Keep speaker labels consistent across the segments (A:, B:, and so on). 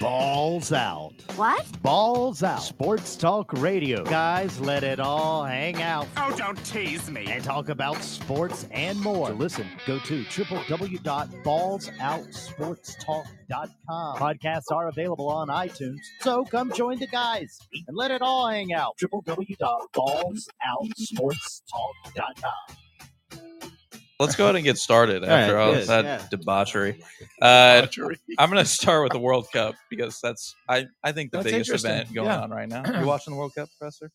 A: Balls out.
B: What?
A: Balls out. Sports talk radio. Guys, let it all hang out
C: Oh, don't tease me.
A: and talk about sports and more. To listen, go to www.ballsoutsportstalk.com. Podcasts are available on iTunes, so come join the guys and let it all hang out. www.ballsoutsportstalk.com.
D: Let's go ahead and get started
E: right,
D: after all
E: yes,
D: that
E: yeah.
D: debauchery. Uh, I'm going to start with the World Cup because that's I, I think the
E: That's
D: biggest
E: interesting,
D: event going
E: yeah.
D: on right now. You watching the World Cup, Professor?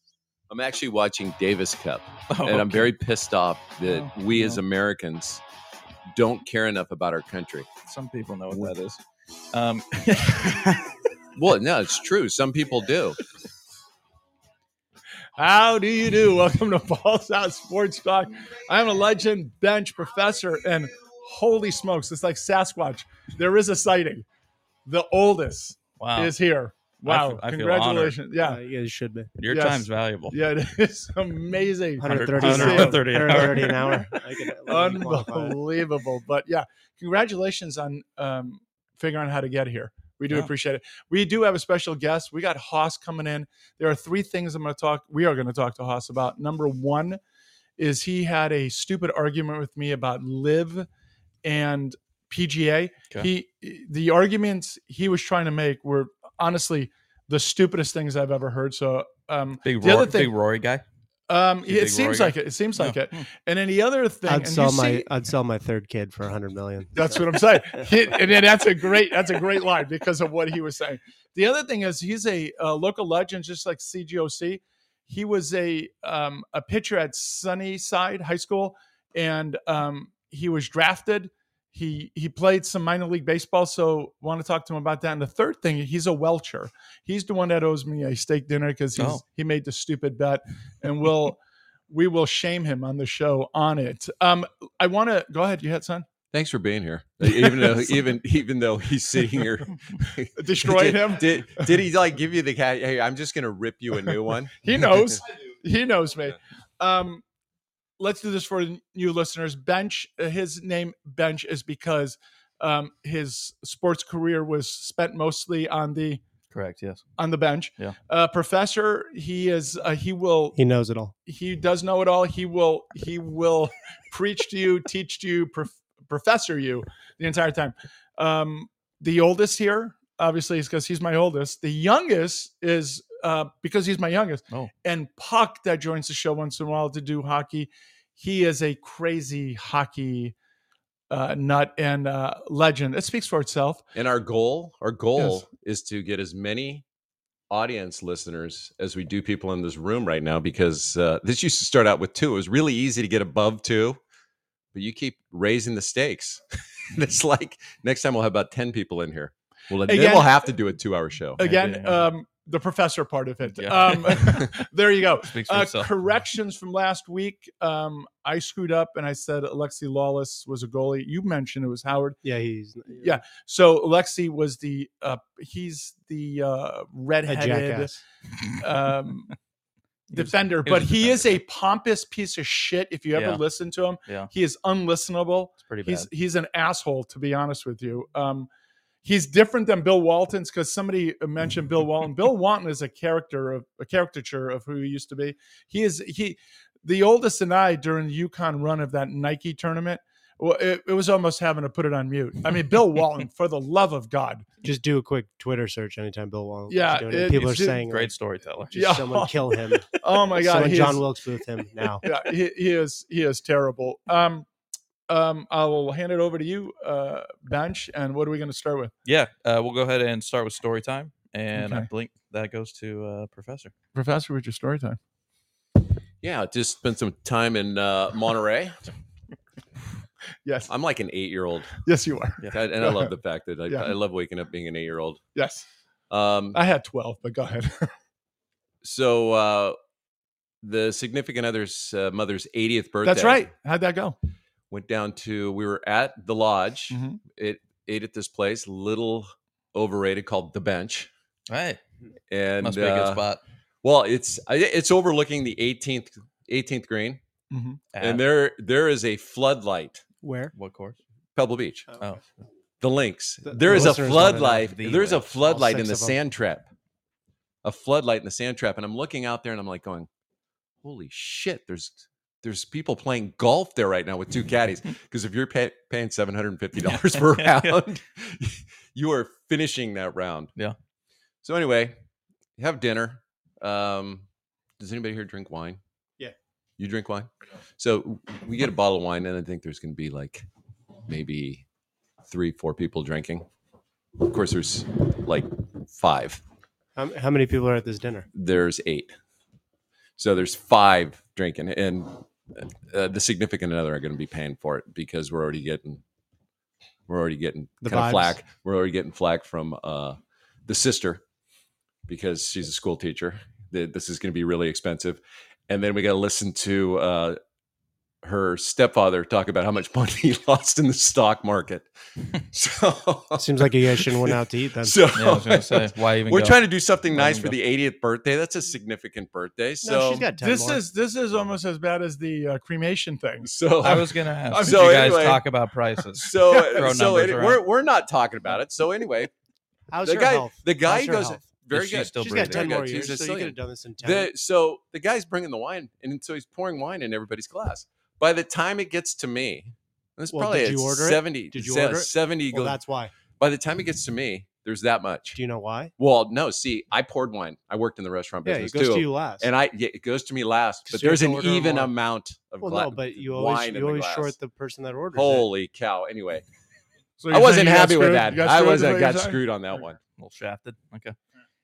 F: I'm actually watching Davis Cup,
D: Oh,
F: and I'm very pissed off that
D: Oh,
F: we
D: no.
F: as Americans don't care enough about our country.
D: some people know what that is. Um,
F: Well, no, it's true. Some people do.
E: How do you do? Welcome to Balls Out Sports Talk. I'm a legend bench professor, and holy smokes, it's like Sasquatch. There is a sighting. The oldest
D: wow,
E: is here. Wow.
D: I feel
E: Congratulations. Yeah.
G: Uh, yeah, it should be.
D: your
E: yes.
D: time's valuable.
E: Yeah, it is amazing.
G: 130,
D: 130 an hour.
G: 130 an hour. I could- I could qualify it.
E: Unbelievable. But yeah, congratulations on um, figuring out how to get here. We do
D: Yeah.
E: appreciate it. We do have a special guest. We got Haas coming in. There are three things I'm going to talk. We are going to talk to Haas about. Number one is he had a stupid argument with me about live and PGA.
D: Okay.
E: He the arguments he was trying to make were honestly the stupidest things I've ever heard. So um,
D: Big,
E: The
D: Rory,
E: other thing-
D: big Rory guy.
E: um,
D: You
E: it
D: big
E: seems
D: Rory
E: like it. It seems like
D: No.
E: it. And then the other thing,
G: I'd
E: and
G: sell
E: you
G: my
E: see-
G: I'd sell my third kid for 100 million.
E: That's what I'm saying. He- and then that's a great that's a great line because of what he was saying. The other thing is he's a uh, local legend, just like CGOC. He was a um, a pitcher at Sunnyside High School, and um, he was drafted. He he played some minor league baseball, so want to talk to him about that. And the third thing, he's a Welcher. He's the one that owes me a steak dinner because he's
D: Oh.
E: he made the stupid bet, and we'll we will shame him on the show on it. Um, I want to go ahead. You had son.
F: Thanks for being here. Even though, even even though he's sitting here,
E: destroyed
F: did,
E: him.
F: Did did he like give you the cat? Hey, I'm just gonna rip you a new one.
E: He knows. he knows me. Um, let's do this for new listeners. Bench. uh, His name Bench is because um, his sports career was spent mostly on the
D: Correct. Yes.
E: on the bench.
D: Yeah.
E: Uh, professor. He is. Uh, he will.
G: He knows it all.
E: He does know it all. He will. He will preach to you, teach to you, prof- professor you the entire time. Um, the oldest here, obviously, is because he's my oldest. The youngest is uh, because he's my youngest.
D: Oh.
E: And Puck, that joins the show once in a while to do hockey, he is a crazy hockey uh, nut and uh, legend. It speaks for itself.
F: And our goal, our goal is to get as many audience listeners as we do people in this room right now because uh, this used to start out with two. It was really easy to get above two, but you keep raising the stakes. it's like next time we'll have about ten people in here. Well, then
E: Again- uh,
F: we'll have to do a two-hour show.
E: Again,
D: Maybe.
E: um, the professor part of it.
D: Yeah.
E: Um, there you go.
D: Speaks for
E: Uh,
D: itself.
E: corrections from last week. Um, I screwed up and I said Alexi Lawless was a goalie. You mentioned it was Howard.
G: Yeah, he's
E: Yeah. So Alexi was the uh, he's the uh,
G: a
E: redheaded
G: jackass.
E: um,
D: He was-
E: defender,
D: he
E: but
D: was a
E: he is a
D: defender.
E: pompous piece of shit. If you ever
D: Yeah.
E: listen to him,
D: Yeah.
E: he is unlistenable.
D: It's pretty bad.
E: He's he's an asshole, to be honest with you. Um, he's different than Bill Walton's because somebody mentioned Bill Walton. Bill Walton is a character of a caricature of who he used to be. He is he, the oldest and I during the UConn run of that Nike tournament. Well, it, it was almost having to put it on mute. I mean, Bill Walton, for the love of God,
G: Just do a quick Twitter search anytime Bill Walton.
E: Yeah, it-
G: people are
E: it's just
G: saying
D: Great
G: great.
D: storyteller.
G: Like,
E: Yeah.
G: yeah. someone kill him.
E: oh my God,
G: someone
E: he
G: John
E: is-
G: Wilkes Booth him now.
E: yeah, he, he is he is terrible. Um, um, I'll hand it over to you, uh, bench. And what are we going to start with?
D: Yeah. Uh, we'll go ahead and start with story time, and I
E: Okay.
D: blink that goes to uh, Professor.
E: Professor, with your story time.
F: Yeah, just spent some time in uh, Monterey.
E: Yes,
F: I'm like an eight-year-old,
E: yes, you are.
D: Yeah.
F: and I love the fact that I,
E: Yeah.
F: I love waking up being an eight-year-old.
E: Yes,
F: Um,
E: I had twelve, but go ahead.
F: so uh, the significant other's uh, mother's 80th birthday.
E: That's right. How'd that go?
F: Went down to we were at the lodge.
E: Mhm.
G: Mm-hmm.
F: It ate at this place, little overrated, called the Bench.
D: Hey,
F: And
D: must be a good
F: uh,
D: spot.
F: well, it's I- it's overlooking the 18th 18th green,
D: At
F: and there there is a floodlight.
G: Where?
D: what course?
F: Pebble Beach.
D: Oh.
F: The links.
G: The-
F: There
G: the
F: is a
G: listeners wanna know
F: floodlight.
G: the
F: There's a
G: links. All
F: floodlight in
G: six
F: the
G: of 'em.
F: sand trap. A floodlight in the sand trap, and I'm looking out there, and I'm like going, "Holy shit!" There's there's people playing golf there right now with two caddies. Because if you're pay, paying seven hundred and fifty dollars per
D: Yeah.
F: round, you are finishing that round.
D: Yeah.
F: So anyway, have dinner. Um, does anybody here drink wine?
G: Yeah.
F: You drink wine? So we get a bottle of wine, and I think there's going to be like maybe three, four people drinking. Of course, there's like five.
G: How, how many people are at this dinner?
F: There's eight. So there's five drinking, and uh, the significant other are going to be paying for it because we're already getting we're already getting
G: The
F: kind
G: vibes.
F: of flack. We're already getting flack from uh, the sister because she's a school teacher. That this is going to be really expensive, and then we got to listen to uh, her stepfather talk about how much money he lost in the stock market. So
G: Seems like you guys shouldn't went out to eat then.
F: so
D: Yeah, I was gonna say why even.
F: we're
D: go?
F: trying to do something
D: Why
F: nice
D: even
F: for
D: go?
F: the 80th birthday. That's a significant birthday. So
G: no, she's got ten
E: This
G: more.
E: is this is almost as bad as the uh, cremation thing.
F: so
D: I was gonna ask.
F: I'm
D: did
F: so
D: you guys
F: anyway-
D: talk about prices?
F: so uh,
D: Throw
F: so
D: numbers
F: any-
D: around.
F: we're we're not talking about it. So anyway,
G: How's
F: the
G: your
F: guy
G: health?
F: the guy
G: How's your
F: goes
G: health?
F: very
D: Is she
F: good.
D: still
G: She's
D: breathing?
G: got ten
F: Very
G: more
F: good.
G: years,
F: She's a
G: so you
F: Sicilian.
G: could have done this in
F: The,
G: ten.
F: so the guy's bringing the wine, and so he's pouring wine in everybody's glass. By the time it gets to me, that's
G: Well,
F: probably
G: did
F: at
G: you order it?
F: 70.
G: Did you
F: se-
G: order it?
F: 70
G: well,
F: goes-
G: that's why.
F: By the time it gets to me, there's that much.
G: Do you know why?
F: Well, no, see, I poured wine. I worked in the restaurant
G: Yeah,
F: business
G: it goes
F: too.
G: to you last.
F: and I yeah, it goes to me last, but
G: So you
F: there's
G: have to
F: an
G: order a
F: even
G: lot.
F: amount of
G: well,
F: gla-
G: no, but you always
F: wine in
G: you
F: the
G: always
F: glass.
G: short the person that orders. it.
F: Holy cow! Anyway,
E: So you're
F: I
E: saying
F: wasn't
E: you got
F: happy with
E: screwed?
F: that.
E: You got
F: I
E: screwed is
F: wasn't
E: what
F: I
E: you're
F: got
E: saying?
F: screwed on that one.
D: A little shafted. Okay.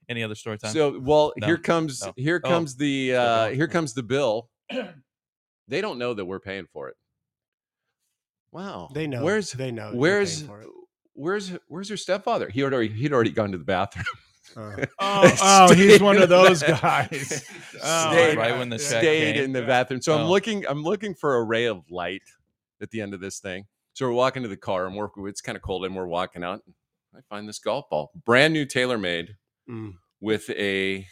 D: Any other story time?
F: So well,
D: No.
F: here comes
D: No.
F: here
D: Oh.
F: comes the
D: Still
F: uh,
D: going.
F: here comes the bill. they don't know that we're paying for it. Wow,
G: They know.
F: Where's
G: they know? you're
F: where's
G: paying for it.
F: where's where's her stepfather? He had already he'd already gone to the bathroom.
G: Uh,
E: Oh, oh, he's
F: Stayed
E: one
F: in
E: of
F: the
E: those
F: bath-
E: guys. Oh,
F: Stayed-
D: right when the check
F: stayed
D: came.
F: in the
E: Yeah.
F: bathroom. So I'm
D: Oh.
F: looking, I'm looking for a ray of light at the end of this thing. So we're walking to the car and we're it's kind of cold and we're walking out. I find this golf ball. Brand new TaylorMade
G: mm.
F: with a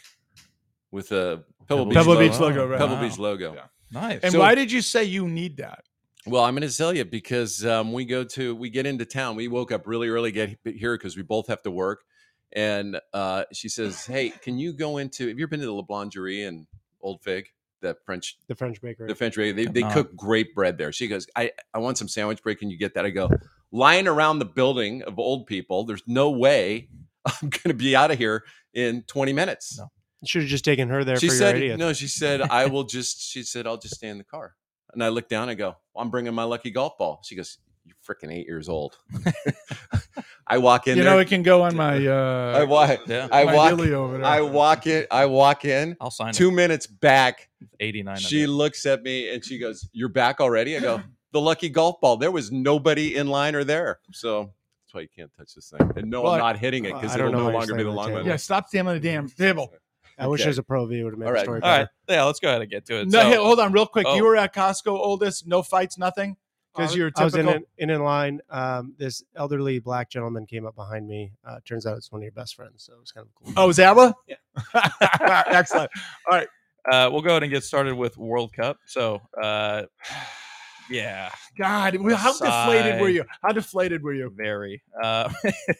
F: with a Pebble,
E: Pebble
F: Beach,
E: Beach
F: logo.
E: logo, right.
F: Pebble
D: Wow.
F: Beach logo.
E: Yeah.
D: Nice.
E: And
F: So-
E: why did you say you need that?
F: Well, I'm going to tell you because um, we go to we get into town. We woke up really early get here because we both have to work. And uh, she says, "Hey, can you go into? Have you ever been to the La Blangerie in Old Fig, that French
G: the French bakery.
F: the French bakery. They,
D: Come
F: they
D: on.
F: cook great bread there. She goes, I, I want some sandwich bread. Can you get that? I go, lying around the building of old people, there's no way I'm going to be out of here in 20 minutes.
D: No.
G: Should have just taken her there
F: she
G: for
F: said,
G: your idiot.
F: no, she said, I will just, she said, I'll just stay in the car. And I look down and go, I'm bringing my lucky golf ball. She goes, you're freaking eight years old. I walk in
E: you
F: there.
E: know, it can go on my.
F: I
E: Uh,
F: walk,
D: yeah.
F: I
E: my
F: walk,
E: Dilly over there.
F: I walk in, I walk in
D: I'll sign
F: two minutes back.
D: it. 89.
F: She looks at me and she goes, "You're back already?" I go, "The lucky golf ball. There was nobody in line or there, so that's why you can't touch this thing." And no,
E: Well, I-
F: I'm not hitting it
G: I-
F: because
G: I don't
F: it'll
G: know
F: no
G: why you're
F: longer be
G: slamming
F: the
G: the
F: long
G: table.
F: one.
E: yeah, stop damn on the damn table.
G: I wish
F: Okay.
G: I was a pro V. Would have made
F: All
G: the
F: right.
G: story
D: All
G: better.
D: right. Yeah, let's go ahead and get to it.
E: No,
D: So-
E: hey, hold on, real quick.
D: Oh.
E: You were at Costco, oldest, no fights, nothing, because
G: I
E: you're
G: was in
E: typical.
G: an- in, in line. Um, this elderly black gentleman came up behind me. Uh, turns out it's one of your best friends, so it was kind of cool.
E: Oh, Zabba? Yeah. Excellent.
D: uh, we'll go ahead and get started with World Cup. So, uh, yeah,
E: God, well, how deflated were
D: Sigh.
E: you? How deflated were you?
D: very. Uh,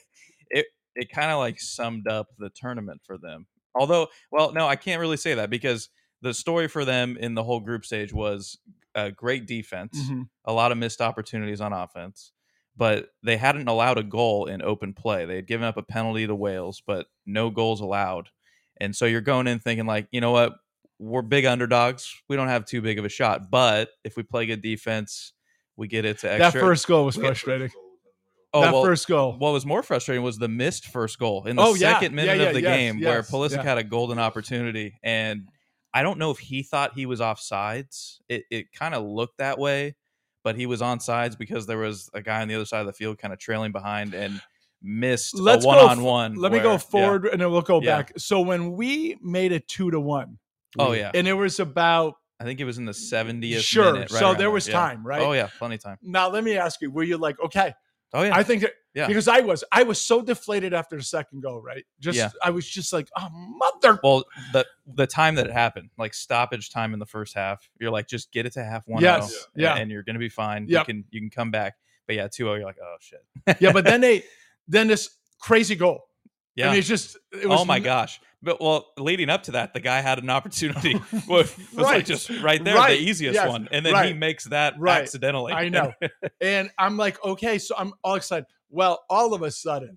D: it it kind of like summed up the tournament for them. Although, well, no, I can't really say that because the story for them in the whole group stage was uh, great defense,
E: Mhm.
D: a lot of missed opportunities on offense, but they hadn't allowed a goal in open play. They had given up a penalty to Wales, but no goals allowed. And so you're going in thinking like, you know what, we're big underdogs. We don't have too big of a shot, but if we play good defense, we get it to extra.
E: That first goal was frustrating.
D: oh,
E: that
D: well,
E: first goal.
D: what was more frustrating was the missed first goal in the
E: Oh, yeah.
D: second
E: Yeah,
D: minute
E: yeah,
D: of the
E: yes,
D: game where
E: yes,
D: Pulisic
E: yeah.
D: had a golden opportunity and I don't know if he thought he was offsides. It it kind of looked that way, but he was on sides because there was a guy on the other side of the field kind of trailing behind and missed
E: Let's
D: a
E: go f-
D: one-on-one.
E: Let me
D: where-
E: go
D: yeah. Oh,
E: forward and then we'll go
D: Yeah.
E: back. So when we made it two to one,
D: Oh yeah.
E: and it was about
D: I think it was in the 70th
E: sure.
D: minute, right
E: so
D: around
E: there was
D: yeah.
E: time, right?
D: Oh yeah, plenty of time.
E: Now let me ask you: Were you like, okay,
D: Oh yeah.
E: I think that
D: Yeah.
E: because I was, I was so deflated after the second goal, right? Just
D: Yeah.
E: I was just like, oh mother.
D: well, the the time that it happened, like stoppage time in the first half, you're like, just get it to half one. oh
E: Yes.
D: and,
E: Yeah.
D: and you're gonna be fine.
E: Yep.
D: You can you can come back. But yeah, 2 0, you're like, oh, shit.
E: yeah, but then they then this crazy goal.
D: Yeah.
E: And it's just it was
D: oh my
E: n-
D: gosh! But well, leading up to that, the guy had an opportunity. Well, it was
E: Right.
D: like just right there,
E: Right.
D: the easiest
E: Yes.
D: one, and then he
E: Right.
D: makes that
E: Right.
D: accidentally.
E: I know. And I'm like, okay, so I'm all excited. Well, all of a sudden,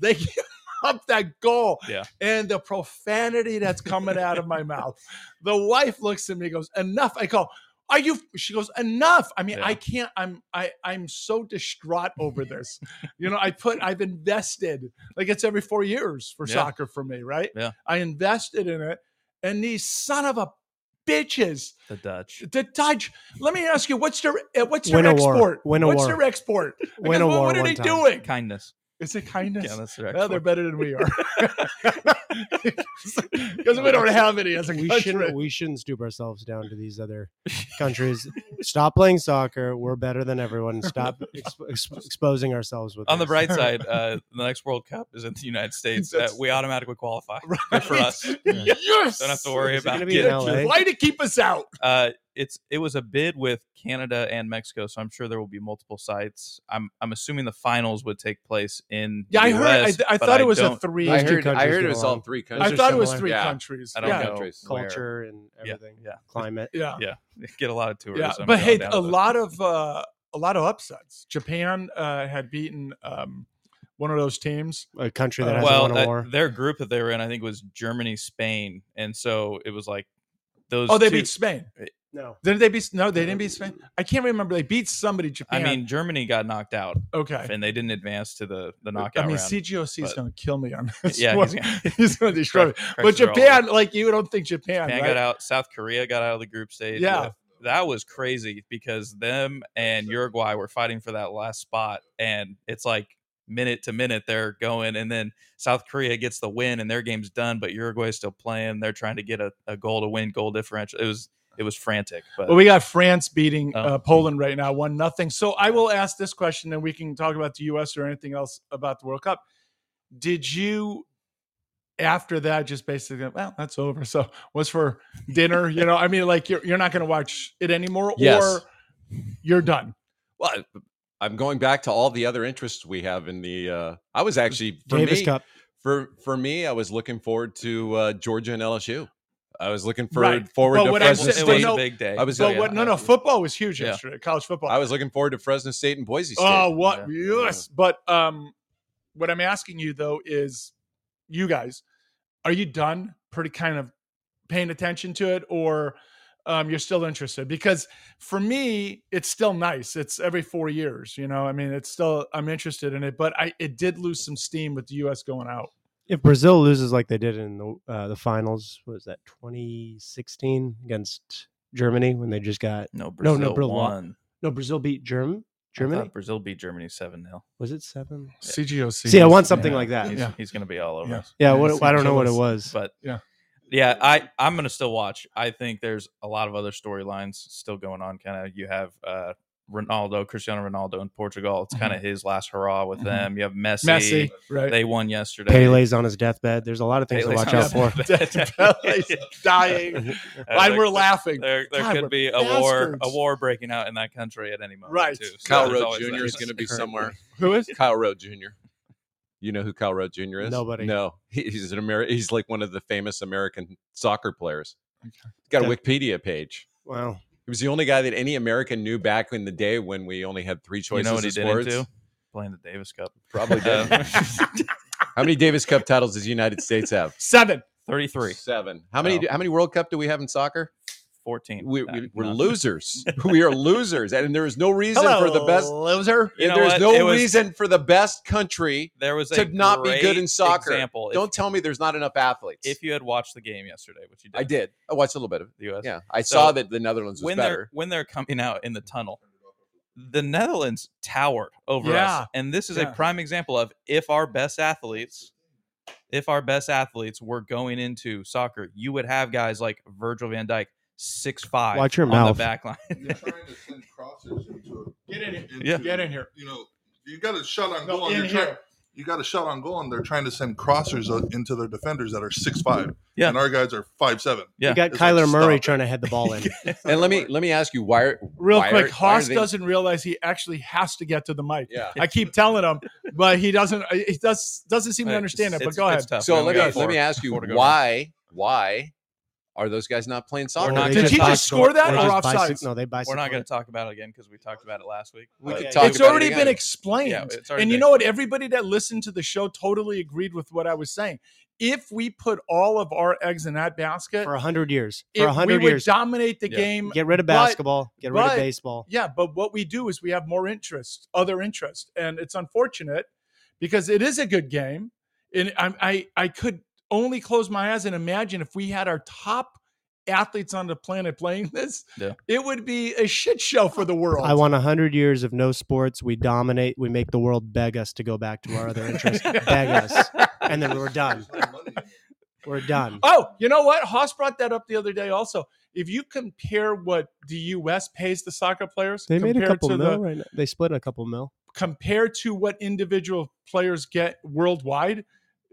E: they give up that goal.
D: Yeah.
E: And the profanity that's coming out of my mouth. The wife looks at me, goes, enough. I go, are you she goes, enough. I mean,
D: Yeah.
E: I can't, I'm I I'm so distraught over this. you know, I put I've invested like it's every four years for
D: Yeah.
E: soccer for me, right?
D: Yeah.
E: I invested in it. And these son of a bitches
D: the Dutch.
E: the Dutch. Let me ask you, what's their uh, what's their
G: Win a war.
E: export?
G: Win a
E: what's
G: war.
E: their export? Because
G: Win a
E: what,
G: war
E: what are
G: one
E: they
G: time.
E: doing?
D: Kindness.
E: Is it kindness?
D: Yeah, that's right.
E: well, they're better than we are because we don't have any as a
G: we
E: country.
G: shouldn't we shouldn't stoop ourselves down to these other countries. Stop playing soccer. We're better than everyone. Stop exp- ex- exposing ourselves with
D: On the
G: this.
D: bright side, uh, the next World Cup is in the United States. Uh,
E: That's-
D: we automatically qualify.
E: Right?
D: Good for us.
G: Yeah.
E: Yes.
D: Don't have to worry
G: Is it
D: about
G: gonna be in
D: getting-
G: LA?
E: Why to keep us out?
D: Uh, it's it was a bid with Canada and Mexico, so I'm sure there will be multiple sites. I'm I'm assuming the finals would take place in.
E: Yeah,
D: the
E: I heard. I,
D: US,
E: I
D: but
E: thought it was a
D: don't-
E: three.
F: I
G: Those two
F: heard, I
G: countries
F: heard
G: get
F: it was all
G: along.
F: three
E: I
F: countries.
G: are
E: thought it was
G: similar.
E: three
F: Yeah.
E: countries.
D: I don't
E: yeah.
D: know.
F: Countries.
G: culture and
D: Yeah,
G: everything.
D: yeah.
G: Climate.
E: Yeah.
D: get a lot of
E: Yeah.
D: tourism.
E: But
D: going
E: hey,
D: down
E: a
D: to the-
E: lot of uh, a lot of upsets. Japan uh, had beaten um, one of those teams.
G: A country that
E: Uh,
G: hasn't
D: well,
G: won a
D: that-
G: war.
D: their group that they were in, I think, was Germany, Spain, and so it was like those.
E: Oh, they
D: two-
E: beat Spain.
G: No.
E: Didn't they beat? No, Oh, they didn't beat Spain. I can't remember. They beat somebody.
D: I
E: Japan.
D: mean, Germany got knocked out,
E: okay.
D: and they didn't advance to the the knockout
E: I mean,
D: round.
E: CGOC is
D: but-
E: going to kill me on this.
D: Yeah,
E: one.
D: he's gonna-
E: he's going to destroy me.
D: Crushed
E: But
D: her all.
E: Japan, like you don't think Japan,
D: Japan
E: right?
D: got out. South Korea got out of the group stage.
E: Yeah.
D: with- that was crazy because them and Uruguay were fighting for that last spot, and it's like minute to minute they're going, and then South Korea gets the win, and their game's done, but Uruguay's still playing. They're trying to get a, a goal to win, goal differential. It was it was frantic, but
E: Well, we got France beating
D: Oh.
E: uh, Poland right now, one nothing. So I will ask this question, and we can talk about the U.S. or anything else about the World Cup. Did you, after that, just basically, well, that's over. So what's for dinner? you know, I mean, like you're you're not going to watch it anymore,
F: Yes.
E: or you're done.
F: Well, I'm going back to all the other interests we have in the. Uh, I was actually for
G: Davis
F: me,
G: Cup.
F: for for me, I was looking forward to uh, Georgia and LSU. I was looking for,
E: Right.
F: forward
E: But
F: to
E: what I'm
D: it was,
F: Fresno
E: saying-
D: it was
E: but
F: State.
E: no-
D: a big day.
F: I was-
E: So
F: yeah,
E: what? No, no, football was huge
D: Yeah.
E: yesterday. College football.
F: I was looking forward to Fresno State and Boise State.
E: Oh, what?
D: Yeah.
E: Yes. But um, what I'm asking you though is, you guys, are you done? Pretty kind of paying attention to it, or um, you're still interested? Because for me, it's still nice. It's every four years. You know, I mean, it's still I'm interested in it, but I it did lose some steam with the U.S. going out.
G: If Brazil loses like they did in the uh, the finals, what was that 2016 against Germany when they just got
D: no,
G: No,
D: Brazil
G: no, Brazil won.
D: won.
G: no Brazil beat Germ
D: I
G: Germany
D: thought Brazil beat Germany seven 0
G: was it seven?
E: CGOC.
G: See, I want something like that.
D: He's,
E: Yeah.
D: he's gonna be all over
E: Yeah.
D: us.
G: Yeah,
E: Yeah,
G: what,
E: it's
G: I don't know what it
E: ridiculous.
G: was.
D: But
E: Yeah.
D: yeah, I I'm gonna still watch. I think there's a lot of other storylines still going on. Kind of you have uh Ronaldo, Cristiano Ronaldo in Portugal. It's kind of his last hurrah with
E: Mhm.
D: them. You have Messi.
E: Mm-hmm. Messi, right?
D: They won yesterday.
G: Pele's on his deathbed. There's a lot of things
D: Pele's
G: to watch
D: on
G: out for.
D: his deathbed.
E: Pele's dying.
D: Uh,
E: And
D: there-
E: we're laughing.
D: There, there
E: God, we're
D: could be a war a
E: bastards.
D: war breaking out in that country at any moment.
E: Right.
D: Too. So
F: Kyle
D: there's
F: Rowe
D: always
F: Jr.
D: that.
F: is going to be
G: Currently.
F: somewhere.
E: Who is?
F: Kyle Rowe Jr. You know who Kyle Rowe Jr. is?
G: Nobody.
F: No, He- he's an American. He's like one of the famous American soccer players. He's got a
G: Okay.
F: Wikipedia page.
G: Wow.
F: He was the only guy that any American knew back in the day when we only had three
D: You
F: choices
D: know what he Um,
F: of
D: didn't
F: sports.
D: do? Playing the Davis Cup. Uh,
F: Probably did. How many Davis Cup titles does the United States have?
E: Seven.
D: Thirty three.
F: Seven. How many?
D: Oh.
F: How many World Cup do we have in soccer?
D: 14.
F: We,
D: Uh,
F: we, we're
D: no.
F: losers. we are losers, and there is no reason for the best.
E: loser.
D: You know
F: there's
D: what? It
F: no
D: was-
F: reason for the best country
D: There was a
F: to not be good in
D: great
F: soccer.
D: Example. If-
F: Don't tell me there's not enough athletes.
D: if you had watched the game yesterday, which you did,
F: I did. I watched a little bit of
D: the U.S.
F: it. Yeah, I
D: So,
F: saw that the Netherlands was
D: when they're
F: better.
D: when they're coming out in the tunnel, the Netherlands towered over
E: Yeah.
D: us, and this is
E: Yeah.
D: a prime example of if our best athletes, if our best athletes were going into soccer, you would have guys like Virgil Van Dyke, six five,
G: Watch your
D: on
G: mouth.
D: the back line.
B: You're trying to send crosses into a
E: Get in here.
D: Yeah.
E: Get in here.
B: You know, you got a shot on
E: No,
B: goal. and
E: in
B: you're trying-
E: here.
B: You're, you got a shot on goal, and they're trying to send crossers uh, into their defenders that are six five.
D: Yeah.
B: and our guys are five seven.
D: Yeah.
G: You got
B: It's like,
G: Kyler Murray
B: stop it.
G: trying to head the ball in.
F: And let me let me ask you why are
E: Real
F: why are-
E: quick,
F: why are
E: Haas
F: they-
E: doesn't realize he actually has to get to the mic.
F: Yeah.
E: I keep telling him, but he doesn't. uh, He does doesn't seem to understand it. But
D: It's-
E: go ahead.
D: it's tough. We
F: So
D: only
F: let
D: got
F: me
D: four-
F: let me ask you
D: four to go.
F: why why are those guys not playing soccer?
D: We're not
G: they
D: gonna talk-
E: score that
G: they
E: or
G: just bicyc-
E: offsides?
G: No, they bicycle.
D: We're not going
G: it.
D: to talk about it again because we talked about it last week.
F: We
D: but-
F: could talk
E: it's
F: about it
E: already
F: again.
E: been explained.
D: Yeah, it's already
E: and you
D: been
E: know what? Everybody that listened to the show totally agreed with what I was saying. If we put all of our eggs in that basket,
G: for hundred years.
E: it-
G: For
E: we
G: hundred
E: would
G: years,
E: dominate the
D: Yeah.
E: game.
G: get rid of
E: but-
G: basketball. Get rid
E: but-
G: of baseball.
E: Yeah, but what we do is we have more interest, other interest, and it's unfortunate because it is a good game, and I I, I could only close my eyes and imagine if we had our top athletes on the planet playing this,
D: Yeah.
E: it would be a shit show for the world.
G: I want hundred years of no sports. We dominate. We make the world beg us to go back to our other interests. beg us, and then we're
E: Ah.
G: done. We're done.
E: Oh, you know what? Haas brought that up the other day. Also, if you compare what the U.S. pays the soccer players,
G: They made a
E: compared
G: couple
E: to
G: mil
E: the,
G: right now. They split a couple mil.
E: compared to what individual players get worldwide,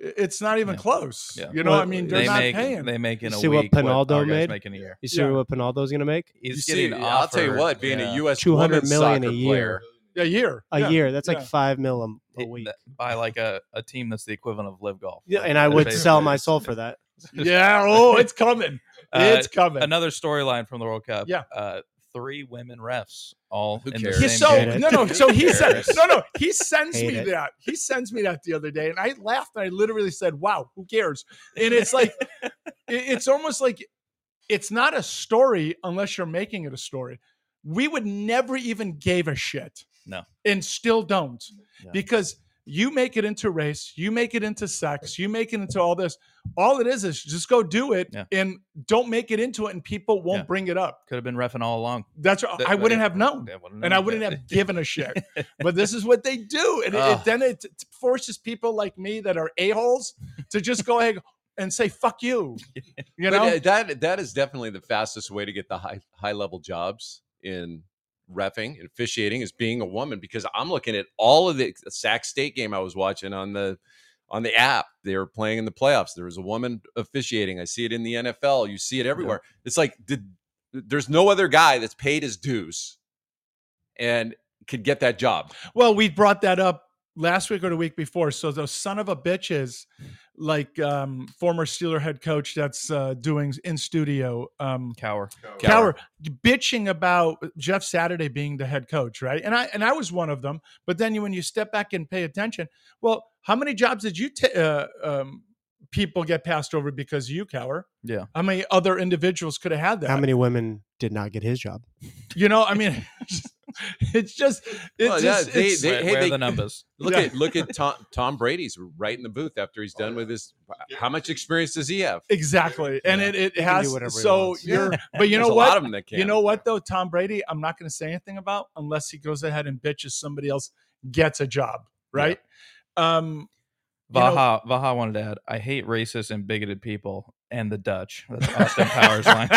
E: i- it's not even
D: Yeah.
E: close.
D: Yeah.
E: You know,
G: Well,
E: I mean, they're
D: they
E: not
D: make
E: paying.
D: they make in a
G: See what
D: week what
G: Pinaldo
D: our guys
G: made?
D: make in a year.
G: You see
E: Yeah.
G: what Pinaldo's going to make
F: You
D: He's
F: see,
D: getting
F: I'll tell you
D: offered-
F: what, being
D: yeah.
F: a U.S.
G: 200
F: women's
G: million
F: soccer
G: a year.
F: player,
E: a year,
G: a
E: Yeah.
G: year? That's like
E: Yeah.
G: five mil a, a
D: it-
G: week.
D: that- by like a, a team that's the equivalent of live golf.
G: Yeah, and I would
D: Basically,
G: sell
D: it's-
G: my soul for that.
E: Yeah. Oh, it's coming.
D: Uh,
E: it's coming.
D: another storyline from the World Cup.
E: Yeah.
D: uh, three women refs all
F: Who
D: in
F: cares?
D: the
E: He
D: same
E: so
D: game.
G: Hate
E: no no so he said
F: Cares.
E: no no he sends
G: Hate
E: me
G: it.
E: that he sends me that the other day and I laughed and I literally said wow who cares and it's like it- it's almost like it's not a story unless you're making it a story we would never even gave a shit
D: No.
E: and still don't
D: Yeah.
E: because you make it into race you make it into sex you make it into all this all it is is just go do it
D: Yeah.
E: and don't make it into it and people won't
D: Yeah.
E: bring it up
D: Could have been refing all along.
E: that's
D: That-
E: I wouldn't
D: that-
E: have known
D: that wouldn't
E: and I wouldn't have given a shit. But this is what they do, and it, it,
F: Ugh.
E: then it t- forces people like me that are a holes to just go ahead and say "fuck you," you
F: But,
E: know.
F: uh, that that is definitely the fastest way to get the high high level jobs in refing and officiating is being a woman because I'm looking at all of the Sac State game I was watching on the on the app they were playing in the playoffs. There was a woman officiating. I see it in the NFL. You see it everywhere. It's like did, there's no other guy that's paid his dues and could get that job.
E: well, we brought that up last week or the week before. So those son of a bitches, like um, former Steeler head coach that's uh, doing in studio. Um,
D: cower.
E: Cower bitching about Jeff Saturday being the head coach, right? And I and I was one of them. But then you, when you step back and pay attention, well, how many jobs did you ta- uh, um, people get passed over because of you, Cower?
D: Yeah.
E: How many other individuals could have had that?
G: How many women did not get his job?
E: You know, I mean, it's just it's
F: Well, yeah,
E: just
F: they-
E: it's-
F: they-
D: where
F: hey,
D: where are the numbers?
F: Look
E: Yeah.
F: at look at Tom Tom Brady's right in the booth after he's
B: Oh,
F: done
B: yeah.
F: with his.
B: Yeah.
F: How much experience does he have?
E: exactly, and
D: Yeah.
E: it it
G: can do
E: has
G: whatever he
E: so
G: wants.
E: you're. But you
F: There's
E: know
F: a lot
E: what?
F: of them that
E: You
F: can.
E: know what though, Tom Brady, I'm not going to say anything about unless he goes ahead and bitches somebody else gets a job, right? Um, You know-
D: Vaha Vaha wanted to add. I hate racist and bigoted people and the Dutch. That's Austin Powers line.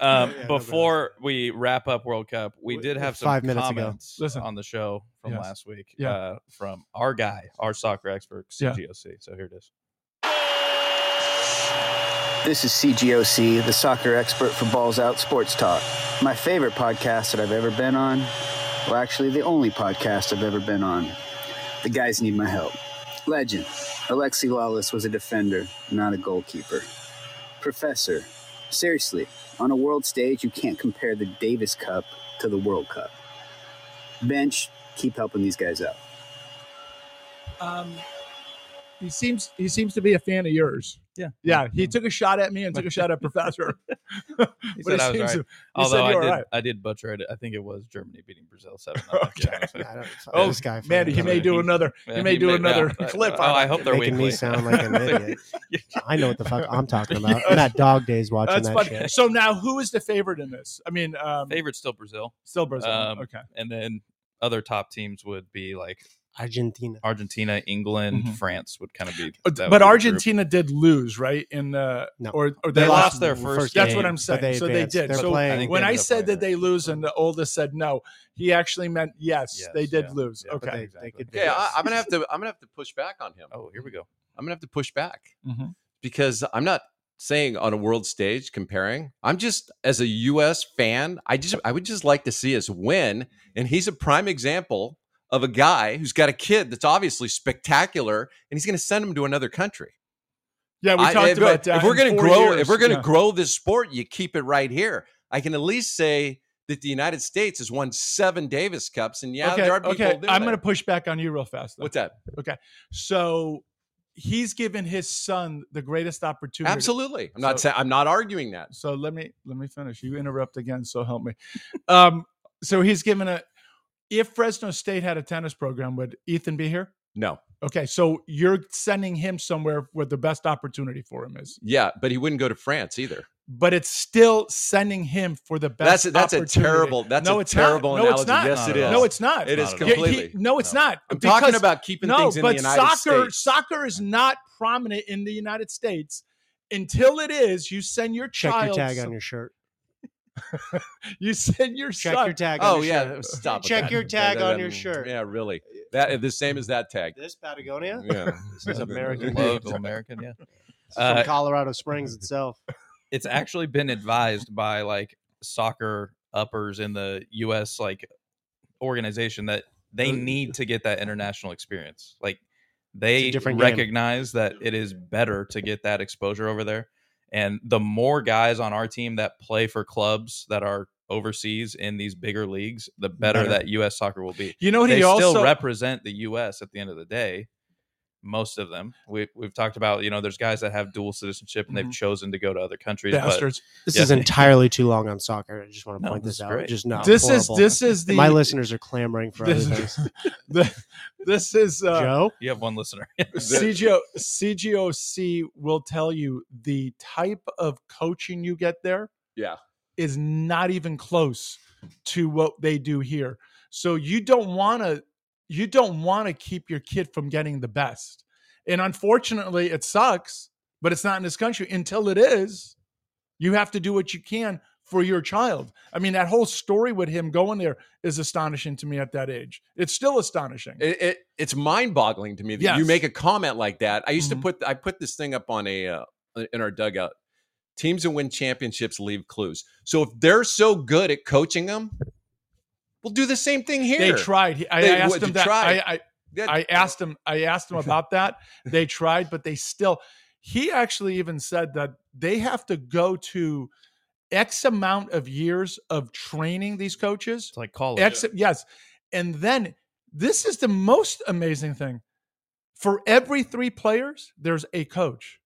D: um,
G: Yeah, nobody
D: before we wrap up World Cup, we
G: Wait,
D: did have some
G: five minutes ago.
D: comments
E: Listen.
D: on the show from
E: Yes.
D: last week
E: Yeah.
D: uh, from our guy, our soccer expert,
E: Yeah.
D: CGOC. So here it is.
C: This is CGOC, the soccer expert for Balls Out Sports Talk. My favorite podcast that I've ever been on, well, actually, the only podcast I've ever been on. The guys need my help. Legend Alexi Lawless was a defender, not a goalkeeper. Professor, seriously, on a world stage, you can't compare the Davis Cup to the World Cup. Bench, keep helping these guys out.
E: um, he seems he seems to be a fan of yours.
D: Yeah.
E: Yeah, he took a shot at me and took a shot at Professor. but
D: He
E: he
D: said I was right.
E: seems to- he said
D: Although I
E: you were
D: did,
E: right.
D: I did butcher it. I think it was Germany beating Brazil seven. I think,
E: Okay.
D: honestly.
G: I don't, fuck
E: Oh,
G: this guy.
E: man, he
G: fucking-
E: may do another.
D: Yeah,
E: he may do another
D: yeah.
E: clip.
D: Oh, I hope they're
G: making
D: weekly.
G: me sound like an idiot. I know what the fuck I'm talking about. I'm at dog days watching
E: That's
G: that
E: funny.
G: shit.
E: So now, who is the favorite in this? I mean, um,
D: Favorite still Brazil,
E: still Brazil.
D: um,
E: okay.
D: and then other top teams would be like
G: Argentina.
D: Argentina, England,
G: Mm-hmm.
E: Mhm.
D: France would kind of be.
G: Oh,
E: But,
D: that would
E: but
D: be the group.
E: Argentina did lose, right? In the
G: No.
E: or, or
D: They
E: they
D: lost
E: lost
D: their
G: the
D: first
E: That's
D: game.
E: what I'm
D: But
E: saying.
G: they
E: so they
G: advanced.
E: did.
G: They're
E: so
G: playing-
D: I think
E: when
D: they
E: I
D: ended up
E: said
D: playing
E: that they lose, and the oldest said no, he actually meant yes.
D: Yes,
E: they did
D: yeah,
E: lose.
D: yeah,
E: okay.
G: But they,
D: exactly.
G: they could be.
F: Yeah, I, I'm gonna have to. I'm gonna have to push back on him.
D: Oh, here we go.
F: I'm gonna have to push back
E: Mhm.
F: because I'm not saying on a world stage comparing. I'm just as a U.S. fan, I just I would just like to see us win, and he's a prime example of a guy who's got a kid that's obviously spectacular, and he's gonna send him to another country.
E: Yeah, we
F: I-
E: talked
F: if, uh,
E: about that.
F: If
E: in
F: we're gonna
E: four
F: grow,
E: years,
F: if we're gonna
E: yeah.
F: grow this sport, you keep it right here. I can at least say that the United States has won seven Davis Cups, and yeah,
E: okay,
F: there are people.
E: okay.
F: doing
E: I'm
F: it.
E: going to push back on you real fast. though.
F: What's that?
E: So he's given his son the greatest opportunity.
F: Absolutely. I'm not
E: So-
F: saying I'm not arguing that.
E: So let me let me finish. You interrupt again, so help me. Um, so he's given a. If Fresno State had a tennis program, would Ethan be here?
F: No.
E: Okay, so you're sending him somewhere where the best opportunity for him is,
F: Yeah, but he wouldn't go to France either.
E: but it's still sending him for the best.
F: That's a, that's a
E: opportunity.
F: terrible. That's
E: No,
F: a
E: it's not.
F: terrible
E: No, it's
F: analogy.
E: not.
F: Yes, it is.
E: No, it's not.
F: It is
D: Not at all.
E: Yeah, he-
F: completely.
E: no, it's
D: No.
E: not.
F: I'm talking
E: because-
F: about keeping
E: no,
F: things in
E: but
F: the United
E: soccer
F: States.
E: soccer is not prominent in the United States. Until it is, you send your
G: check
E: child.
G: your tag on your shirt.
E: You send your
G: Check
E: son.
G: your tag.
F: Oh
G: on your
F: yeah,
G: shirt.
F: stop. with
G: Check
F: that.
G: your tag on your
F: Mm,
G: shirt.
F: Yeah, really. That the same as that tag.
G: This Patagonia
F: Yeah,
G: This is American
D: Local American, yeah.
G: It's from
D: Uh,
G: Colorado Springs itself.
D: it's actually been advised by like soccer uppers in the U.S. like organization that they
G: Uh,
D: need to get that international experience. Like they
G: different game.
D: recognize that it is better to get that exposure over there, and the more guys on our team that play for clubs that are overseas in these bigger leagues, the better,
G: Better.
D: that U.S. soccer will be.
E: You know what
D: they
E: he
D: still
E: also
D: represent the U.S. at the end of the day. Most of them, we, we've talked about. You know, there's guys that have dual citizenship and
E: Mhm.
D: they've chosen to go to other countries. But
E: bastards.
G: This
D: Yeah.
G: is entirely too long on soccer. I just want to
D: No,
G: point
D: this
G: this
D: is
G: out.
D: great.
G: Just not.
E: This
G: Oh, horrible.
E: is this is the
G: My listeners are clamoring for other
E: This,
G: things.
E: the- this is uh,
G: Joe,
D: You have one listener.
E: CGO, CGOC will tell you the type of coaching you get there
F: Yeah.
E: is not even close to what they do here. So you don't want to you don't want to keep your kid from getting the best. And unfortunately, it sucks, but it's not in this country until it is. You have to do what you can for your child. I mean, that whole story with him going there is astonishing to me at that age. It's still astonishing.
F: It, it it's mind boggling to me that you
E: Yes.
F: make a comment like that. I used
E: Mhm.
F: to put I put this thing up on a uh, in our dugout. Teams that win championships leave clues. So if they're so good at coaching them, we'll do the same thing here.
E: They tried. He- I,
F: They
E: I asked
F: would-
E: him that.
F: tried.
E: I, I,
F: Yeah,
E: I asked him. I asked him about that. They tried, but they still. He actually even said that they have to go to X amount of years of training these coaches.
D: It's like college.
E: X, yes, and then this is the most amazing thing. For every three players, there's a coach.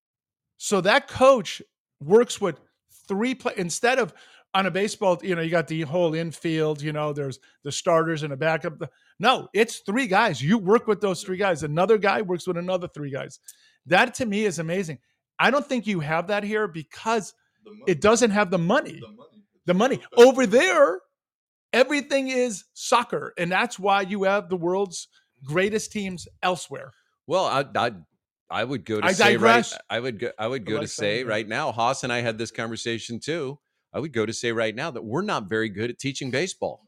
E: So that coach works with three play instead of on a baseball. You know, you got the whole infield. You know, there's the starters and a backup. No, it's three guys. You work with those three guys. Another guy works with another three guys. That to me is amazing. I don't think you have that here because it doesn't have the money. The money over there, everything is soccer, and that's why you have the world's greatest teams elsewhere.
F: Well, I, I I would go to
E: I
F: say
E: digress.
F: right. I would go. I would
E: I
F: go to
E: like saying
F: say
E: that.
F: right now. Haas and I had this conversation too. I would go to say right now that we're not very good at teaching baseball.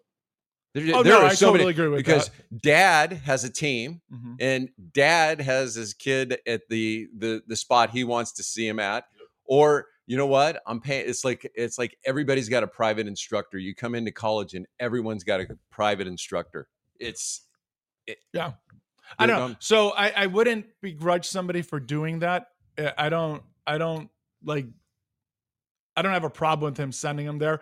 F: There,
E: Oh
F: there
E: no,
F: are
E: I
F: so
E: totally
F: many
E: agree with
F: because
E: that.
F: dad has a team
E: Mhm.
F: and dad has his kid at the the the spot he wants to see him at or you know what i'm paying it's like it's like everybody's got a private instructor you come into college and everyone's got a private instructor it's it,
E: Yeah. I
F: they're
E: don't know.
F: dumb.
E: So I, I wouldn't begrudge somebody for doing that. Uh, I don't. I don't like. I don't have a problem with him sending him there,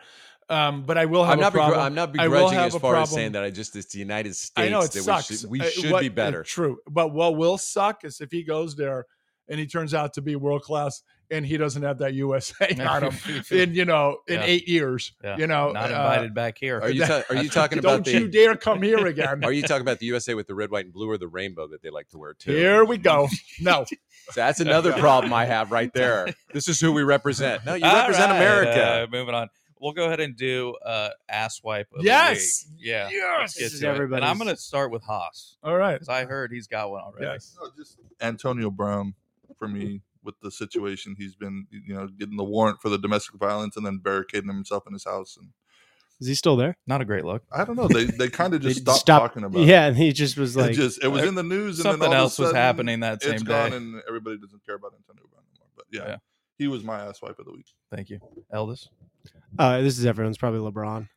E: um, but I will have
F: I'm
E: a
F: not, begr-
E: problem.
F: I'm not
E: I will
F: begrudging
E: have
F: as
E: a
F: far as
E: problem.
F: saying that. I just, it's the United States
E: I know it
F: that
E: sucks.
F: we
E: Uh,
F: should, we should
E: what-
F: be
E: uh,
F: better.
E: True, but what will suck is if he goes there and he turns out to be world class and he doesn't have that USA on him in you know in
D: Yeah.
E: eight years.
D: Yeah.
E: You know,
D: not
E: uh,
D: invited back here.
F: Are you, ta- are you talking about
E: Don't you
F: the,
E: dare come here again.
F: are you talking about the USA with the red, white, and blue or the rainbow that they like to wear too?
E: Here we go. No,
F: So that's another problem I have right there. This is who we represent. No, you
D: All
F: represent
D: right,
F: America.
D: uh, moving on. we'll go ahead and do uh ass wipe. Of the
E: Yes.
D: week. yeah.
E: Yes.
D: Let's get
G: This is
D: to it. And I'm
G: everybody's-
D: gonna start with Haas
E: All right.
D: because I heard he's got one already.
E: Yes.
B: No, just Antonio Brown for me with the situation he's been, you know, getting the warrant for the domestic violence and then barricading himself in his house. And
G: Is he still there?
D: Not a great look.
B: I don't know, they they kind of
G: They
B: just
G: just
B: stopped
G: stopped-
B: talking about.
G: yeah, and he just was
B: it.
G: like,
B: it just it was in the news and then
D: Something
B: all of a
D: else was
B: sudden,
D: happening that same
B: It's
D: day.
B: gone and everybody doesn't care about Antonio Brown anymore. But yeah,
D: Yeah.
B: he was my ass wipe of the week.
D: Thank you, Eldest.
G: uh, "This is everyone's probably LeBron."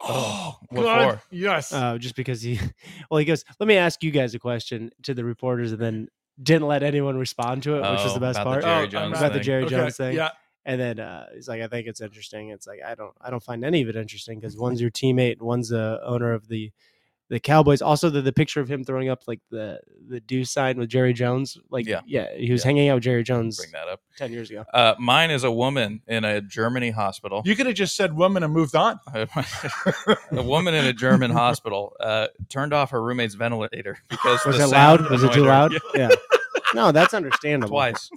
E: Oh,
D: What
E: God.
D: for?
E: Yes.
G: Uh, just because he, well, he goes, "Let me ask you guys a question" to the reporters, and then didn't let anyone respond to it, which was
D: Oh,
G: the best
D: about
G: part.
D: Jerry
E: Oh,
D: Jones
G: about the
D: thing.
G: Jerry Jones thing.
E: Yeah.
G: And then uh, he's like, "I think it's interesting." It's like I don't, I don't find any of it interesting
F: Mm-hmm.
G: because one's your teammate, and one's the owner of the the Cowboys. Also, the, the picture of him throwing up like the the do sign with Jerry Jones, like yeah,
D: Yeah.
G: he was hanging out with Jerry Jones
D: Bring that up.
G: ten years ago.
D: Uh, mine is a woman in a Germany hospital.
E: You could have just said woman and moved on.
D: a woman in a German hospital uh, turned off her roommate's ventilator because
G: Was
D: the
G: it
D: sound
G: loud? Was it
D: annoyed
G: too
D: her.
G: loud?
D: Yeah,
G: Yeah. No, that's understandable.
D: twice.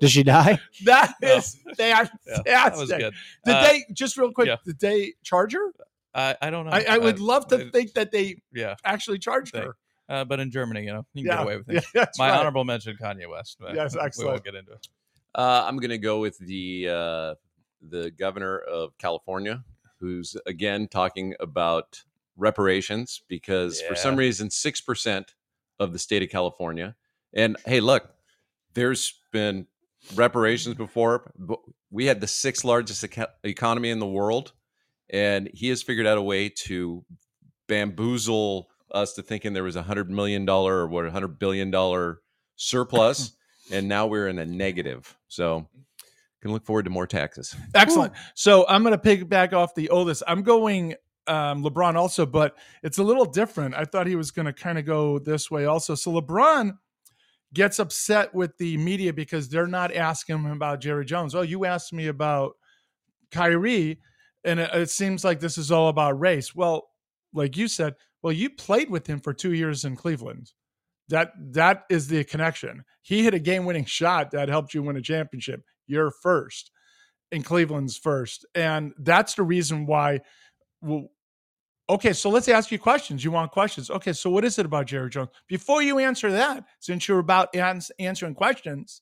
G: Does she die?
E: That
D: No.
E: is fantastic.
D: Oh. Yeah, that was good.
E: Did
D: Uh,
E: they just real quick?
D: yeah.
E: Did they charge her?
D: I, I don't know.
E: I, I would
D: Uh,
E: love to
D: uh,
E: think that they
D: yeah,
E: actually charged
D: Thing.
E: her.
D: uh, but in Germany, you know, you can
E: Yeah,
D: get away with it.
E: yeah, that's
D: My
E: right.
D: honorable mention, Kanye West. but
E: Yes,
D: We won't
E: excellent.
D: get into it.
F: Uh, I'm going to go with the uh, the governor of California, who's again talking about reparations because for some
D: Yeah.
F: reason six percent of the state of California. And hey, look, there's been reparations before, but we had the sixth largest eco- economy in the world, and he has figured out a way to bamboozle us to thinking there was a hundred million dollar or what a hundred billion dollar surplus and now we're in a negative. So can look forward to more taxes.
E: Excellent. So I'm going to piggyback off the oldest. I'm going um, LeBron also, but it's a little different. I thought he was going to kind of go this way also. So LeBron gets upset with the media because they're not asking him about Jerry Jones. Oh, you asked me about Kyrie, and it, it seems like this is all about race. Well, like you said, well, you played with him for two years in Cleveland. That that is the connection. He hit a game-winning shot that helped you win a championship. You're first in Cleveland's first. And that's the reason why. Well, okay, so let's ask you questions. You want questions. Okay, so what is it about Jerry Jones? Before you answer that, since you're about ans- answering questions,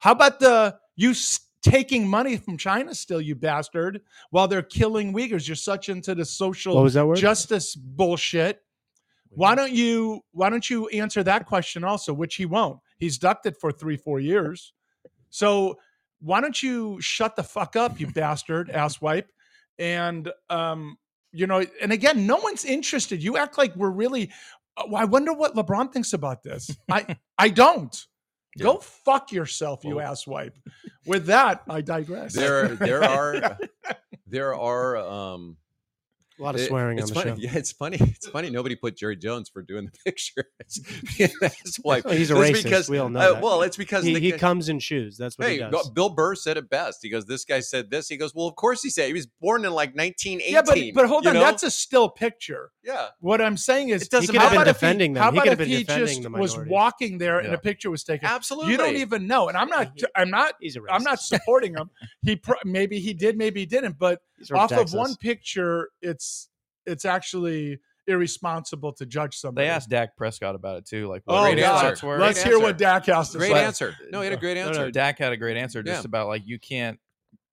E: how about the you s- taking money from China still, you bastard, while they're killing Uyghurs? You're such into the social
G: What was that word?
E: justice bullshit. Why don't you why don't you answer that question also, which he won't. He's ducked it for three, four years. So why don't you shut the fuck up, you bastard, asswipe? And um, you know, and again, no one's interested. You act like we're really oh, I wonder what LeBron thinks about this. I I don't. Go fuck yourself, you
F: Well-
E: asswipe. With that, I digress.
F: There, there are, there are. Um,
G: a lot of
F: it-
G: swearing on
F: it's
G: the
F: funny.
G: show.
F: Yeah, it's funny. It's funny. Nobody put Jerry Jones for doing the picture. That's why
G: Oh, he's a
F: That's
G: racist.
F: because-
G: we all know
F: uh,
G: that.
F: well, it's because
G: he,
F: the
G: he
F: guy-
G: comes in shoes. That's what
F: Hey,
G: he does.
F: Bill- Bill Burr said it best. He goes, "This guy said this." He goes, "Well, of course he said. He was born in like 1918."
E: yeah, but but hold
F: you
E: on,
F: know?
E: that's a still picture.
F: yeah.
E: What I'm saying is,
F: It doesn't
E: how
F: matter. He
E: about
F: could have been
E: if
G: defending them.
E: How
G: He could
E: about
G: have
E: if
G: been
E: he
G: defending
E: just
G: the
E: was
G: minorities.
E: walking there and
D: Yeah.
E: a picture was taken?
F: Absolutely.
E: You don't even know, and I'm not.
G: He-
E: I'm not.
G: he's a racist.
E: I'm not supporting him. He pro- maybe he did, maybe he didn't. But
G: He's from
E: off
G: Texas.
E: of one picture, it's it's actually irresponsible to judge somebody.
D: They asked Dak Prescott about it too. Like,
E: Oh,
D: what
F: Great
D: his
E: God.
D: thoughts were.
E: Let's
F: Great
E: hear what
F: answer.
E: Dak has to
F: Great
E: say.
F: answer. No, he had a great
D: No,
F: answer.
D: no, Dak had a great answer just
F: Yeah.
D: about like you can't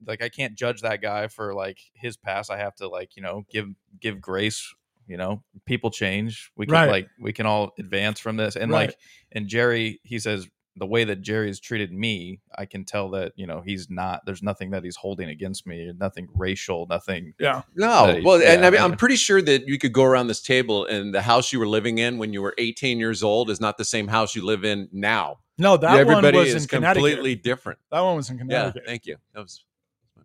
D: like I can't judge that guy for like his past. I have to like, you know, give give grace, you know, people change. We can
E: Right.
D: like we can all advance from this. And
E: Right.
D: like and Jerry, he says the way that Jerry's treated me, I can tell that, you know, he's not there's nothing that he's holding against me, nothing racial, nothing
E: Yeah.
F: No,
D: Right.
F: well, and
D: Yeah,
F: I mean,
D: I-
F: I'm pretty sure that you could go around this table, and the house you were living in when you were 18 years old is not the same house you live in now.
E: No, that
F: Everybody
E: one was
F: is
E: in Connecticut.
F: completely different.
E: that one was in
F: Yeah,
E: Connecticut.
F: thank you. That was.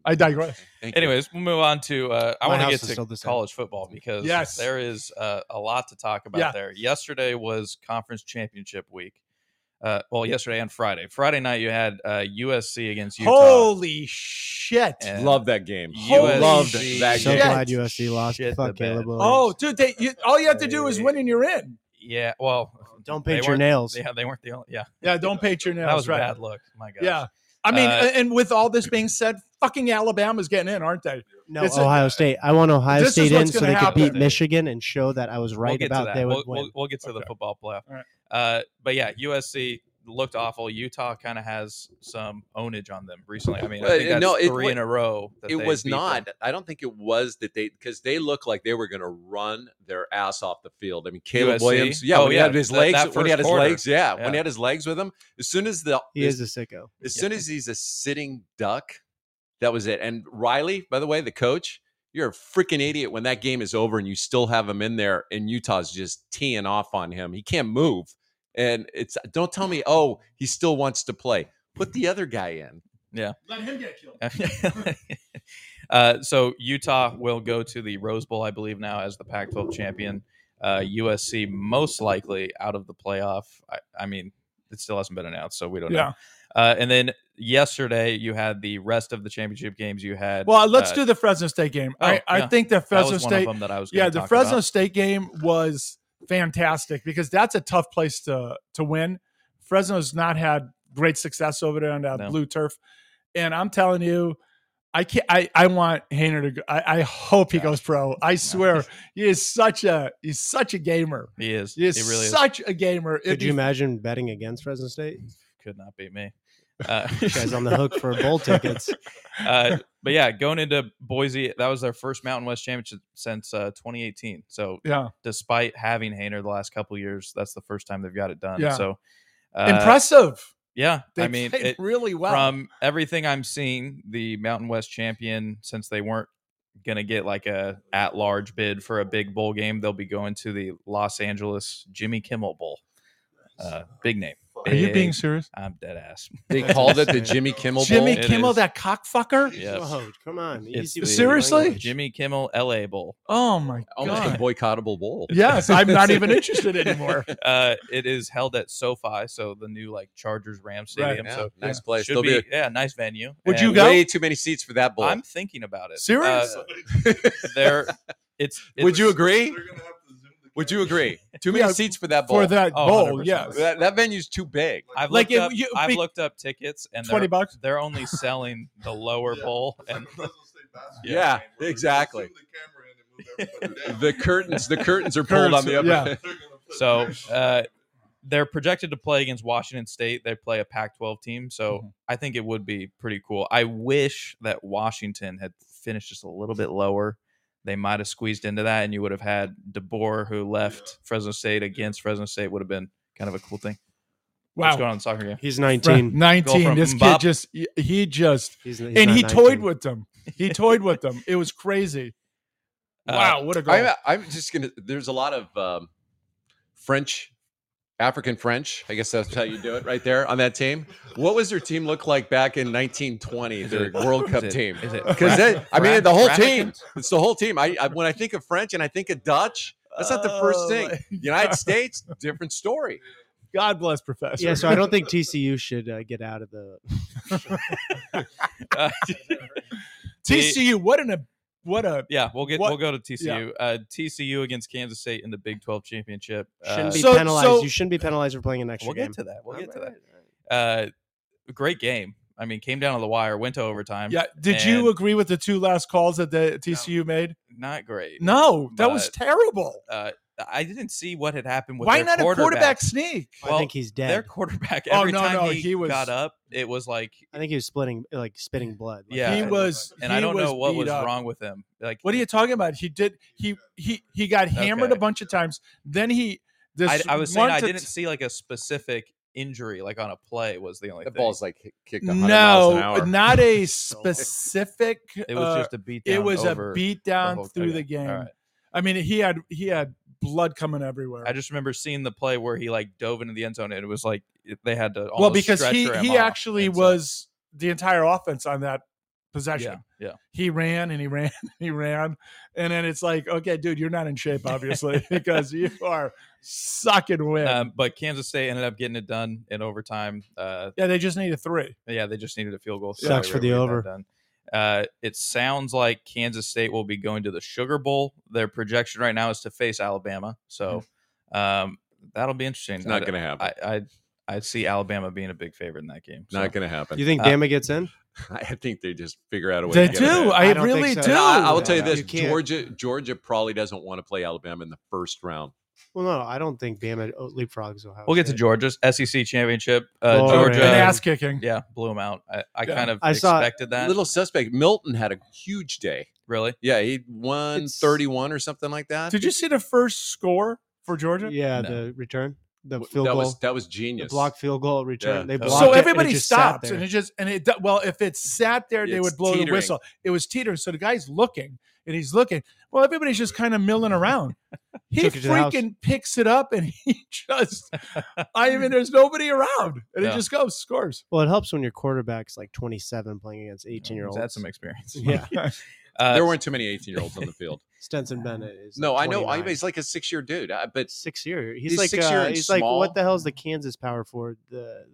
E: I digress.
F: Thank you.
D: Anyways, we'll move on to. Uh, I
G: My
D: want to
G: house
D: get
G: is still the
D: to
G: same.
D: college football because
E: Yes.
D: there is uh, a lot to talk about
E: Yeah.
D: there. Yesterday was conference championship week. Uh, well, yesterday and Friday. Friday night you had uh, USC against Utah.
E: Holy shit!
D: and
F: love that game.
E: Holy
F: Loved
E: shit.
F: that
G: So
E: Shit.
F: game.
G: glad USC lost.
D: Shit the
G: Fuck
D: bed.
G: Caleb Williams.
E: Oh, dude, they, you, all you have to do is win and you're in.
D: Yeah, well,
G: don't
D: they
G: paint your
D: weren't-
G: nails.
D: Yeah, they weren't the only. Yeah,
E: Yeah, don't paint your nails.
D: that was a
E: right.
D: bad look. My God.
E: Yeah, I mean,
D: Uh,
E: and with all this being said, fucking Alabama's getting in, aren't they?
G: No,
E: It's a-
G: Ohio State. I want Ohio
E: This is
G: State in
E: what's
G: so
E: gonna
G: they could beat
E: happen.
G: Michigan and show that I was right
D: we'll get to
G: about
D: that.
G: they would
D: we'll,
G: win.
D: we'll, we'll get to the
E: Okay.
D: football playoff.
E: All right.
D: Uh, but yeah, USC looked awful. Utah kind of has some ownage on them recently. I mean, I
F: Well,
D: think
F: uh,
D: that's
F: no, it
D: three
F: wa-
D: in a row. that
F: it
D: they
F: was
D: beat them.
F: not. I don't think it was that they because they looked like they were going to run their ass off the field. I mean, Caleb
D: USC?
F: Williams. Yeah,
D: Oh,
F: when he
D: yeah,
F: had his
D: that-
F: legs,
D: that
F: when he
D: first
F: had his
D: quarter.
F: legs, yeah,
D: Yeah.
F: when he had his legs with him. As soon as the
G: he
F: as,
G: is a sicko.
F: as
D: Yeah.
F: soon as he's a sitting duck, that was it. And Riley, by the way, the coach, you're a freaking idiot when that game is over and you still have him in there, and Utah's just teeing off on him. He can't move, and it's don't tell me, oh, he still wants to play. Put the other guy in.
E: Let him get killed.
D: uh, so Utah will go to the Rose Bowl, I believe, now as the Pac-12 champion. Uh, USC most likely out of the playoff. I, I mean, it still hasn't been announced, so we don't
E: Yeah.
D: know. Uh, and then yesterday, you had the rest of the championship games. You had
E: Well, let's
D: uh,
E: do the Fresno State game.
D: oh,
E: I, I
D: yeah.
E: think that
D: that
E: Fresno
D: was one
E: State
D: of them that I was. gonna
E: yeah, the
D: talk
E: Fresno
D: about.
E: State game was fantastic because that's a tough place to to win. Fresno's not had great success over there on that
D: No.
E: blue turf, and I'm telling you, I can't. I, I want Hayner to. Go, I, I hope he
D: Yeah.
E: goes pro. I swear, he is such a he's such a gamer.
D: He is.
E: He is
D: he really is.
E: such a gamer. It'd
G: Could
E: be
G: you imagine betting against Fresno State?
D: could not be me. Uh,
G: You guys on the hook for bowl tickets.
D: uh, but yeah, going into Boise, that was their first Mountain West championship since uh, 2018. So
E: Yeah,
D: despite having Hayner the last couple years, that's the first time they've got it done.
E: Yeah.
D: So uh,
E: impressive.
D: Yeah,
E: They
D: I mean,
E: played
D: it,
E: really well.
D: from everything I'm seeing, the Mountain West champion, since they weren't gonna get like a at large bid for a big bowl game, they'll be going to the Los Angeles Jimmy Kimmel Bowl. Uh, big name.
E: Are you
D: Big-
E: being serious?
D: I'm dead ass.
F: They called it the Jimmy Kimmel
E: Jimmy
F: Bowl.
D: It
E: Kimmel,
D: is.
E: that cockfucker.
D: Yeah.
G: Whoa, come
D: It's
G: on. Easy
D: the-
G: with your
E: Seriously?
G: language.
D: Jimmy Kimmel LA Bowl.
E: Oh my
F: Almost
E: god.
F: a boycottable bowl.
E: Yes, I'm not even interested anymore.
D: Uh, it is held at SoFi, so the new like Chargers Rams
E: Right,
D: stadium.
F: Yeah,
D: So
F: nice place.
D: should
F: There'll
D: be,
F: be,
D: yeah, nice venue.
E: Would you
D: And
E: go?
F: way too many seats for that bowl.
D: I'm thinking about it. Uh,
E: Seriously?
D: there, it's,
F: Would you
D: it's-
F: agree?
B: They're gonna have to zoom the
F: Would
B: camera.
F: you agree? Too many
E: Yeah,
F: seats for that bowl.
E: For that
D: Oh,
E: bowl,
D: 100%.
E: yes.
F: that, that venue's too big.
D: I've like
E: Like, if
D: looked up,
E: you-
D: I've
E: be-
D: looked up tickets and
E: 20
D: they're,
E: bucks?
D: they're only selling the lower
B: Yeah.
D: bowl
B: It's like
D: and
B: a Fresno State basketball
F: Yeah,
B: game where they're gonna
F: exactly.
B: zoom the camera in and move everybody down.
F: The curtains, the curtains are pulled on the upper.
E: Curtains, yeah.
B: They're gonna put
D: So,
B: Nash-
D: uh, they're projected to play against Washington State. They play a Pac-12 team, so
F: Mm-hmm.
E: Mhm.
D: I think it would be pretty cool. I wish that Washington had finished just a little bit lower. They might have squeezed into that, and you would have had DeBoer, who left Fresno State against Fresno State, would have been kind of a cool thing. What's going on in the soccer game?
G: He's
E: Right,
G: 19.
E: 19.
D: Go from
E: this
D: Mbop-
E: kid just, he- he just,
G: He's, he's
E: and
G: not
E: he toyed
G: 19.
E: with them. He toyed with them. It was crazy.
D: Uh,
E: Wow, what a goal.
F: I'm, I'm just gonna. There's a lot of um, French, African French. I guess that's how you do it, right there on that team. What was their team look like back in 1920?
D: Is
F: Their
D: it-
F: World
D: is
F: Cup
D: it-
F: team.
D: is it
F: Because
D: Fra-
F: I mean,
D: Fra-
F: the whole
D: Fra-
F: team. It's the whole team. I, I when I think of French and I think of Dutch, that's not the first
E: Oh,
F: thing.
E: my
F: United
E: God.
F: States, different story.
E: God bless, Professor.
G: Yeah, so I don't think TCU should uh, get out of the.
D: Uh,
E: TCU, what an, ab- what a,
D: yeah, we'll get
E: What-
D: we'll go to TCU. Uh, TCU against Kansas State in the Big 12 championship.
G: Shouldn't
D: Uh,
G: be
E: So-
G: penalized.
E: so-
G: you shouldn't be penalized for playing an extra
D: we'll
G: game.
D: get to that. We'll get to that. uh great game. I mean, came down to the wire, went to overtime.
E: yeah. Did
D: And-
E: you agree with the two last calls that the TCU made?
D: Not great.
E: No, that was
D: But-
E: terrible.
D: Uh, I didn't see what had happened with
E: Why
D: their
E: not a quarterback
D: quarterback.
E: sneak?
D: Well,
G: I think he's dead.
D: Their quarterback
E: Oh,
D: every
E: no,
D: time
E: no,
D: he,
E: he was-
D: got up, it was like
G: I think he was splitting, like spitting blood. Like,
D: Yeah.
E: he
D: and-
E: was,
D: and
E: he
D: I don't
E: was
D: know what
E: beat
D: was
E: up.
D: wrong with him. Like
E: What are you talking about? He did. He he he got hammered
D: Okay.
E: a bunch of times. Then he. This
D: I, I was saying
E: one
D: I
E: to-
D: didn't see like a specific injury like on a play was the only
F: That
D: thing.
F: ball's like kick- kicked 100 miles an
E: No,
F: hour.
E: not a specific.
D: it was
E: uh,
D: just a beat down
E: it was a
D: over the
E: beat
D: whole-
E: down through
D: okay,
E: the game.
D: all right.
E: I mean, he had he had blood coming everywhere.
D: I just remember seeing the play where he like dove into the end zone and it was like it- they had to
E: well,
D: almost
E: because
D: stretcher
E: he
D: him
E: he
D: off.
E: actually
D: And so-
E: was the entire offense on that possession.
D: yeah, yeah.
E: He ran and he ran and he ran, and then it's like, okay, dude, you're not in shape, obviously, because you are sucking wind.
D: Um, but Kansas State ended up getting it done in overtime. Uh,
E: yeah, they just need a three.
D: yeah, they just needed a field goal.
G: Sucks
D: they
G: for
D: were able
G: the
D: to get that done. Uh, it sounds like Kansas State will be going to the Sugar Bowl. Their projection
G: Hmm.
D: right now is to face Alabama, so um, that'll be interesting.
F: It's not going to happen.
D: I, I I see Alabama being a big favorite in that game. So.
F: Not going to happen.
G: You think
D: Uh,
G: Bama gets in?
F: I think they just figure out a way.
E: They
F: to get them in.
E: do. I,
G: I don't think
E: really
G: so.
E: do.
G: No,
F: I, I will tell you
D: No,
F: this:
G: you can't.
F: Georgia, Georgia probably doesn't want to play Alabama in the first round.
G: Well, no, I don't think Bama oh, leapfrogs Ohio.
D: We'll get to
G: State.
D: Georgia's SEC championship. Uh,
G: Oh,
E: An
D: Georgia,
G: man.
E: ass kicking.
D: yeah, blew them out. I, I
E: Yeah.
D: kind of
G: I saw-
D: expected that.
F: Little suspect Milton had a huge day.
D: really,
F: Yeah, he won
G: It's-
F: thirty-one or something like that.
E: Did you see the first score for Georgia?
G: Yeah,
D: No.
G: the return, the
F: W-
G: field
F: that
G: goal,
F: was that was
G: the
F: genius.
G: block field goal return.
F: Yeah.
G: They
F: So
G: blocked
E: So
G: it, and it
E: everybody
G: just sat
E: stops,
G: there.
E: and it just and it do- well, if it sat there, they
F: It's
E: would blow the
F: teetering.
E: whistle. It was teetering, so the guy's looking, and he's looking. Well, everybody's just kind of milling around. He
G: Took it to the house.
E: freaking picks it up, and he just, I mean, there's nobody around, and
D: Yeah.
E: it just goes scores.
G: well, it helps when your quarterback's like 27 playing against 18 year olds.
D: That's some experience.
G: yeah.
D: Uh,
F: There weren't too many eighteen-year-olds on the field.
G: Stenson Bennett is
F: No,
G: like
F: I know. I,
G: 29.
F: he's like a six-year dude. I, but
G: six year. He's,
F: He's
G: like
F: six
G: uh,
F: year and
G: he's like
F: small.
G: what the hell's the Kansas power forward? The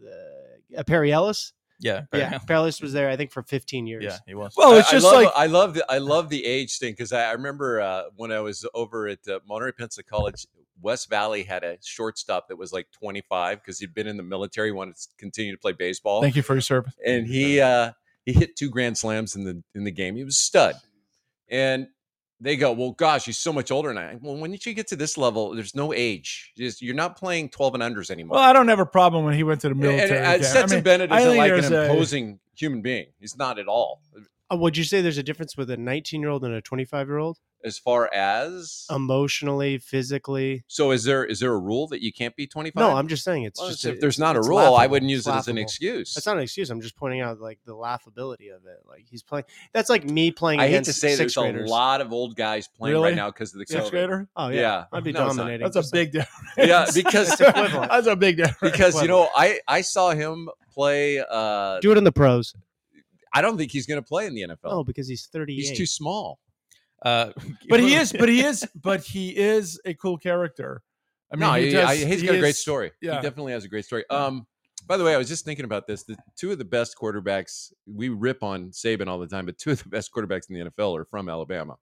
G: the uh, Perry Ellis.
D: yeah,
G: Yeah, Perry Ellis was there I think for 15 years.
D: yeah, he was.
E: Well,
F: I-
E: it's
F: I
E: just
F: love-
E: like
F: I love the I love the age thing because I, I remember uh, when I was over at uh, Monterey Peninsula College, West Valley had a shortstop that was like 25 because he'd been in the military, wanted to continue to play baseball,
E: Thank you for your service.
F: and he uh, he hit two grand slams in the in the game. He was a stud, and they go, well, gosh, he's so much older than I. Well, when you get to this level, there's no age. Just- You're not playing 12 and unders anymore.
E: Well, I don't have a problem when he went to the
F: And- and,
E: military.
F: uh,
E: camp. I
F: Stetson
E: mean,
F: Bennett
E: I
F: isn't
E: think
F: like an
E: there's a-
F: imposing human being. He's not at all.
G: Uh, would you say there's a difference with a 19 year old and a 25 year old
F: As far as
G: Um, emotionally, physically?
F: So is there is there a rule that you can't be 25?
G: No, I'm just saying it's
F: Well,
G: just
F: if
G: a-
F: there's not a
G: it's
F: rule, I
G: laughable.
F: wouldn't
G: It's
F: use it as an
G: laughable.
F: excuse.
G: That's not an excuse. I'm just pointing out like the laughability of it. Like he's playing. That's like me playing.
F: I hate
G: against
F: to say
G: sixth
F: there's
G: graders.
F: a lot of old guys playing
E: Really?
F: right now because of the
E: sixth
F: COVID.
E: grader.
G: Oh yeah,
F: Yeah,
G: I'd be
F: No, it's not.
G: dominating.
E: That's a big difference.
F: Yeah, because
G: It's equivalent.
E: that's a big difference.
F: because you know I I saw him play. Uh,
G: Do it in the pros.
F: I don't think he's going to play in the NFL.
G: Oh, because he's 38.
F: he's too small.
D: Uh,
E: but he is, but he is, but he is a cool character. I mean,
F: no,
E: he
F: he-
E: does,
F: I, he's
E: he
F: got a great
E: is-
F: story.
E: yeah.
F: He definitely has a great story. Um, by the way, I was just thinking about this. The two of the best quarterbacks we rip on Saban all the time, but two of the best quarterbacks in the NFL are from Alabama.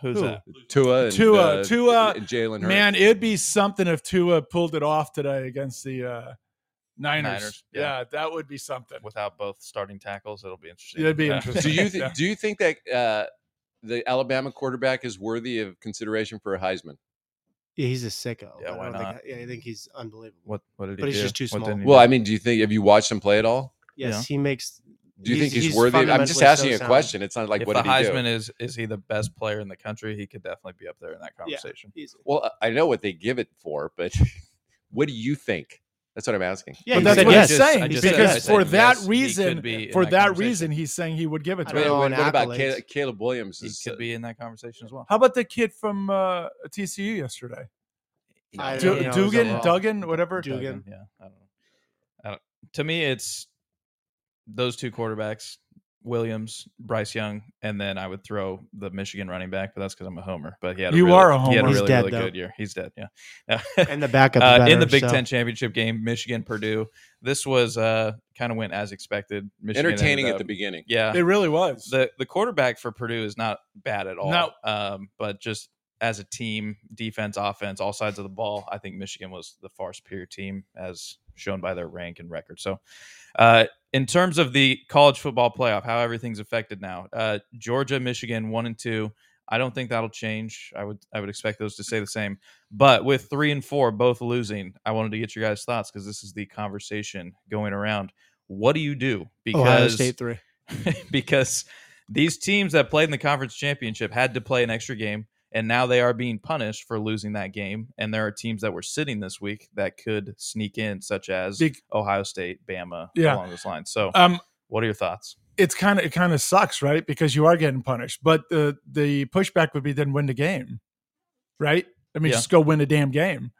D: who's
E: Who?
D: that?
F: Tua, and,
E: Tua-
F: uh,
E: Tua-
F: and Jalen Hurts.
E: Man, it'd be something if Tua pulled it off today against the uh, Niners.
D: Niners,
E: yeah.
D: yeah.
E: that would be something.
D: Without both starting tackles, it'll be interesting.
E: It'd be
D: Yeah.
E: interesting.
F: do you
E: Yeah.
F: th- do you think that uh, the Alabama quarterback is worthy of consideration for a Heisman?
G: Yeah, he's a sicko.
D: Yeah,
G: I
D: why
G: don't
D: not?
G: Think, yeah, I think he's unbelievable.
D: what? What did he
G: But he's
D: do?
G: just too
D: What
G: small.
D: didn't he
F: Well,
D: do?
F: I mean, do you think have you watched him play at all?
G: Yes, he makes.
F: Do you
G: He's-
F: think he's,
G: he's
F: worthy? of- I'm just
G: fundamentally
F: asking
G: so
F: you a
G: sound.
F: question. It's not like
D: if
F: what
D: the
F: did he do?
D: Heisman is is he the best player in the country, he could definitely be up there in that conversation.
G: He's,
F: well, I I know what they give it for, but what do you think? That's what I'm asking.
E: But
G: yeah, he
E: that's
G: said
E: what
G: yes.
E: I'm saying.
D: I just
E: because
D: said- I said
E: for that
D: yes, he could
E: reason,
D: be in
E: for
D: that
E: that
D: conversation.
E: reason, he's saying he would give it
G: I
E: to
G: don't
E: him.
G: know.
F: what,
G: on
F: what about
G: accolades.
F: Caleb, Caleb Williams?
D: He
F: Is, uh,
D: could be in that conversation as well.
E: How about the kid from uh, TCU yesterday,
G: I
E: Du-
G: don't know, he's
E: Dugan,
G: overall.
E: Duggan, whatever?
G: Dugan. Dugan.
D: Yeah, I don't know. I don't, to me, it's those two quarterbacks, Williams, Bryce Young, and then I would throw the Michigan running back, but that's because I'm a homer. But he had a
E: You
D: really,
E: are a
D: He had
E: homer.
D: a
G: He's
D: really,
G: dead,
D: really
G: though.
D: good year. He's dead. Yeah.
G: And the backup
D: Uh,
G: better,
D: in the Big
G: so-
D: Ten championship game, Michigan Purdue. This was uh, kind of went as expected. Michigan ended
F: entertaining at
D: up-
F: the beginning.
D: yeah.
E: It really was.
D: the the quarterback for Purdue is not bad at all.
E: No.
D: um, but just as a team, defense, offense, all sides of the ball, I think Michigan was the far superior team as shown by their rank and record. So, uh, in terms of the college football playoff, how everything's affected now, uh, Georgia, Michigan, one and two. I don't think that'll change. I would I would expect those to stay the same. But with three and four both losing, I wanted to get your guys' thoughts because this is the conversation going around. What do you do?
G: Oh, Ohio
D: Because
G: State three.
D: because these teams that played in the conference championship had to play an extra game and now they are being punished for losing that game and there are teams that were sitting this week that could sneak in such as
E: Big-
D: ohio state bama
E: Yeah.
D: along those lines so
E: um,
D: what are your thoughts
E: it's kind of it kind of sucks, right? Because you are getting punished. But the the pushback would be then win the game, right? I mean,
D: Yeah.
E: just go win the damn game.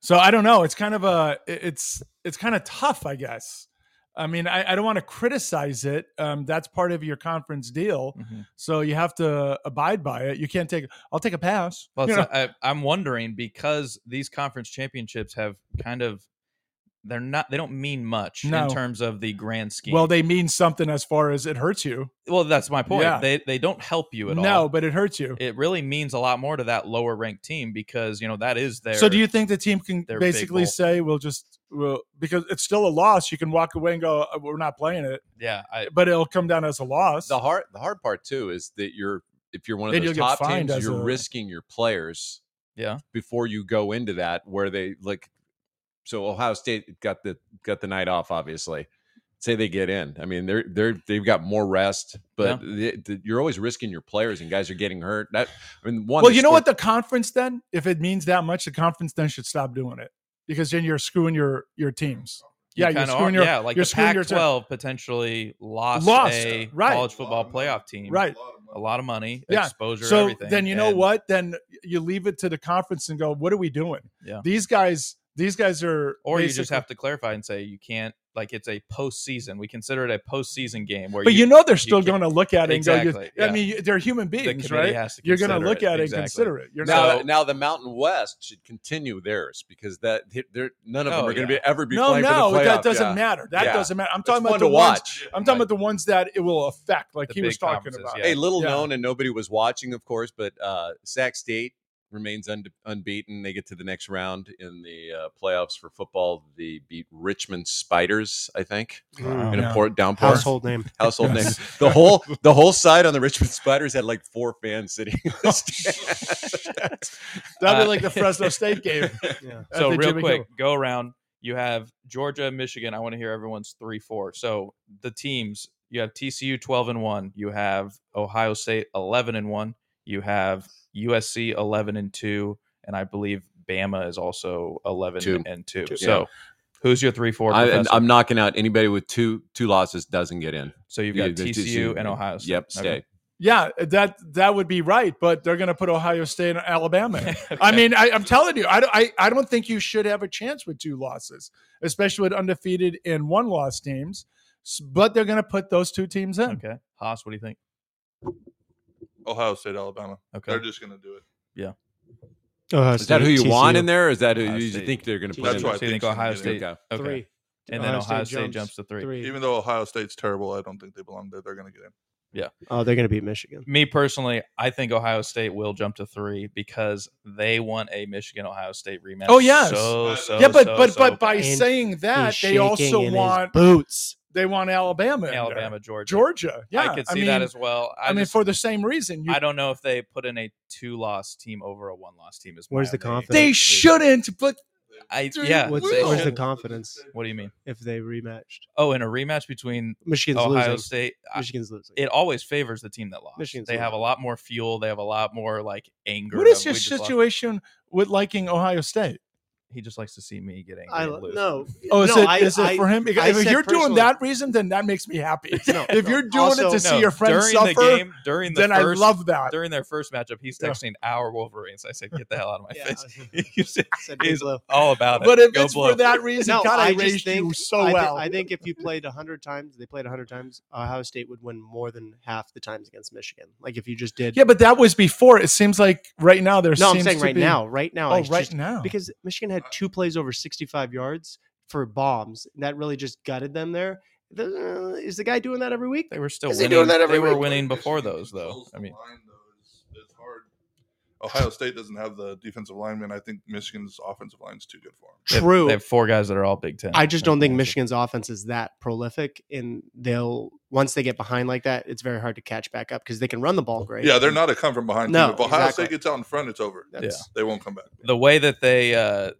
E: So I don't know. It's kind of a it- it's it's kind of tough, I guess. I mean, I, I don't want to criticize it. Um, that's part of your conference deal, so you have to abide by it. You can't take. I'll take a pass.
D: well,
E: you
D: it's
E: know?
D: not- I, i'm wondering because these conference championships have kind of they're not they don't mean much
E: No.
D: in terms of the grand scheme.
E: Well, they mean something as far as it hurts you.
D: well that's my point.
E: Yeah.
D: They they don't help you at all.
E: No, but it hurts you.
D: it really means a lot more to that lower ranked team because you know that is their
E: so do you think the team can
D: their big
E: basically
D: goal.
E: say we'll just we'll, because it's still a loss? You can walk away and go, "Uh, we're not playing it,
D: yeah I,
E: but it'll come down as a loss.
F: The hard the hard part too is that you're if you're one of
E: Then
F: those
E: you'll get
F: top teams,
E: fined as
F: you're
E: a-
F: risking your players.
D: Yeah.
F: Before you go into that, where they like, so Ohio State got the got the night off. Obviously, say they get in. I mean, they're they're they've got more rest, but the- the- you're always risking your players, and guys are getting hurt. That I mean, one.
E: well,
F: they
E: you know
F: scored-
E: what? The conference then, if it means that much, the conference then should stop doing it because then you're screwing your your teams. yeah, you're
D: kinda
E: screwing
D: are-
E: your
D: yeah like
E: you're
D: the
E: screwing your
D: Pac
E: turn.
D: twelve potentially lost,
E: Lost,
D: a
E: right.
D: college football playoff team
E: Right.
D: a lot of money
E: Yeah.
D: exposure
E: So
D: everything,
E: then you know
D: and-
E: what? Then you leave it to the conference and go, what are we doing?
D: Yeah.
E: These guys, these guys are
D: or you just
E: basically-
D: have to clarify and say you can't like it's a postseason we consider it a postseason game where
E: But you,
D: you,
E: know they're still
D: can't-
E: going to look at it and go.
D: Exactly,
E: you- I
D: yeah.
E: mean, you- they're human
D: the
E: beings,
D: committee
E: right?
D: has to
E: You're going to
D: consider
E: look at it
D: Exactly.
E: and consider it. You're
F: Now,
E: not.
F: now the Mountain West should continue theirs because that they're, none of them
D: Oh,
F: are going to
D: yeah.
F: be ever be
E: No,
F: playing
E: no,
F: for the playoff.
E: that doesn't
F: yeah.
E: matter. That
F: Yeah.
E: doesn't matter. I'm
F: It's
E: talking
F: fun
E: about
F: to
E: the ones.
F: watch.
E: I'm talking
F: Like,
E: about the ones that it will affect, like
D: The
E: he was
D: big
E: talking
D: conferences,
E: about.
D: yeah.
F: Hey, little
E: Yeah.
F: known and nobody was watching, of course, but uh, Sac State remains unde unbeaten. They get to the next round in the uh, playoffs for football. They beat Richmond Spiders, I think,
D: Oh,
G: Mm.
F: in
E: Yeah.
F: a port downpour.
G: Household name.
F: Household name.
E: Yes.
F: The whole the whole side on the Richmond Spiders had like four fans sitting. in the stands.
E: That'd be
D: Uh,
E: like the Fresno State game.
G: Yeah.
E: at
D: so
E: the
D: real
E: Jimmy
D: quick
E: Kimmel.
D: go around you have georgia michigan i want to hear everyone's three four so the teams you have tcu 12 and 1 you have ohio state 11 and 1 you have usc 11 and 2 and i believe bama is also 11
F: Two.
D: and 2
G: Two.
D: so who's your three four
F: I,
D: professor?
F: and I'm knocking out anybody with two two losses doesn't get in.
D: so you've got
F: Yeah,
D: tcu,
F: the
D: and ohio state
F: Yep, stay.
D: Okay.
E: Yeah, that that would be right, but they're going to put Ohio State and Alabama. in. I
D: Okay.
E: mean, I, I'm telling you, I, don't- I I don't think you should have a chance with two losses, especially with undefeated and one loss teams. S- But they're going to put those two teams in.
D: okay haas what do you think
B: Ohio State, Alabama.
D: okay
B: They're just gonna do it.
G: Ohio
F: Is that who you want in there? Or is that who
D: Ohio
F: you
D: State.
F: think they're going to put
B: That's
F: in?
B: why I
D: so you think
B: think she's
D: ohio
B: gonna get
D: state
B: it.
F: Okay.
D: okay
G: Three.
D: and then ohio state, jumps, to three.
B: Even though Ohio State's terrible, I don't think they belong there. They're gonna get in.
G: Oh, they're going to beat Michigan.
D: me personally, I think Ohio State will jump to three because they want a Michigan Ohio State rematch.
E: Oh, yes.
D: so, so,
E: yeah, but
D: so,
E: but
D: so
E: but by
D: bad.
G: And
E: saying that,
G: He's
E: they
G: shaking in
E: also
G: his
E: want
G: boots.
E: they want Alabama, in there.
D: Alabama, Georgia,
E: Georgia. Yeah,
D: I could see that as well. I,
E: I mean,
D: just-
E: for the same reason, you,
D: I don't know if they put in a two-loss team over a one-loss team. Is my
G: Where's the
D: only-
G: confidence?
E: they shouldn't. But
D: I
E: Dude,
D: yeah.
G: What's,
D: they
G: where's the
D: should.
G: confidence
D: what do you mean?
G: if they rematched?
D: Oh, in a rematch between
G: Michigan's
D: Ohio
G: losing.
D: State, I-
G: Michigan's losing.
D: it always favors the team that lost.
G: Michigan's
D: they have a
G: losing.
D: lot more fuel. They have a lot more like anger.
E: what is
D: of,
E: your
D: "We just lost."
E: situation with liking Ohio State?
D: He just likes to see me get angry.
G: I
D: and lose.
G: no.
E: Oh, is,
G: no,
E: it,
G: I-
E: is it
G: I-
E: for him?
G: I
E: Because if
G: said
E: you're doing
G: personally-
E: that reason, then that makes me happy.
G: No,
E: if
G: no.
E: you're doing it
G: Also-
E: to see your friends
D: during
E: suffer,
D: the game, during the
E: then I
D: first,
E: love that.
D: during their first matchup, he's
E: Yeah.
D: texting our Wolverines. I said, "Get the hell out of my
G: Yeah, I
D: face!"
G: said-
D: You said,
G: said
D: He's
G: Bigelow.
D: all about it.
E: But if
D: Go
E: it's
D: blow.
E: for that reason,
G: No,
E: God, I,
G: I just
E: raised you
G: think-
E: so
G: I, thi-
E: well.
G: I think if you played 100 times, they played 100 times, Ohio State would win more than half the times against Michigan. Like if you just did.
E: yeah, but that was before. It seems like right now there's.
G: no, I'm saying right now. Right now.
E: Oh,
G: I
E: right
G: just-
E: now.
G: Because Michigan had two plays over 65 yards for bombs. And that really just gutted them there. The- uh, is the guy doing that every week?
D: they were still
G: Is he
D: winning.
G: doing that every
D: they were
G: week?
D: winning
B: Like,
D: before
B: Michigan
D: those, though.
B: controls
D: I
B: the
D: mean,
B: line, though. It's, it's hard. Ohio State doesn't have the defensive lineman. I think Michigan's offensive line's too good for him.
D: they have-
G: True.
D: They have four guys that are all Big Ten.
G: I just don't think
D: That's-
G: Michigan's offense is that prolific, and they'll once they get behind like that, it's very hard to catch back up because they can run the ball great.
B: Yeah, they're not a come from behind
G: No,
B: team. If Ohio
G: exactly.
B: State gets out in front, it's over.
G: That's-
B: They won't come back.
D: the way that they uh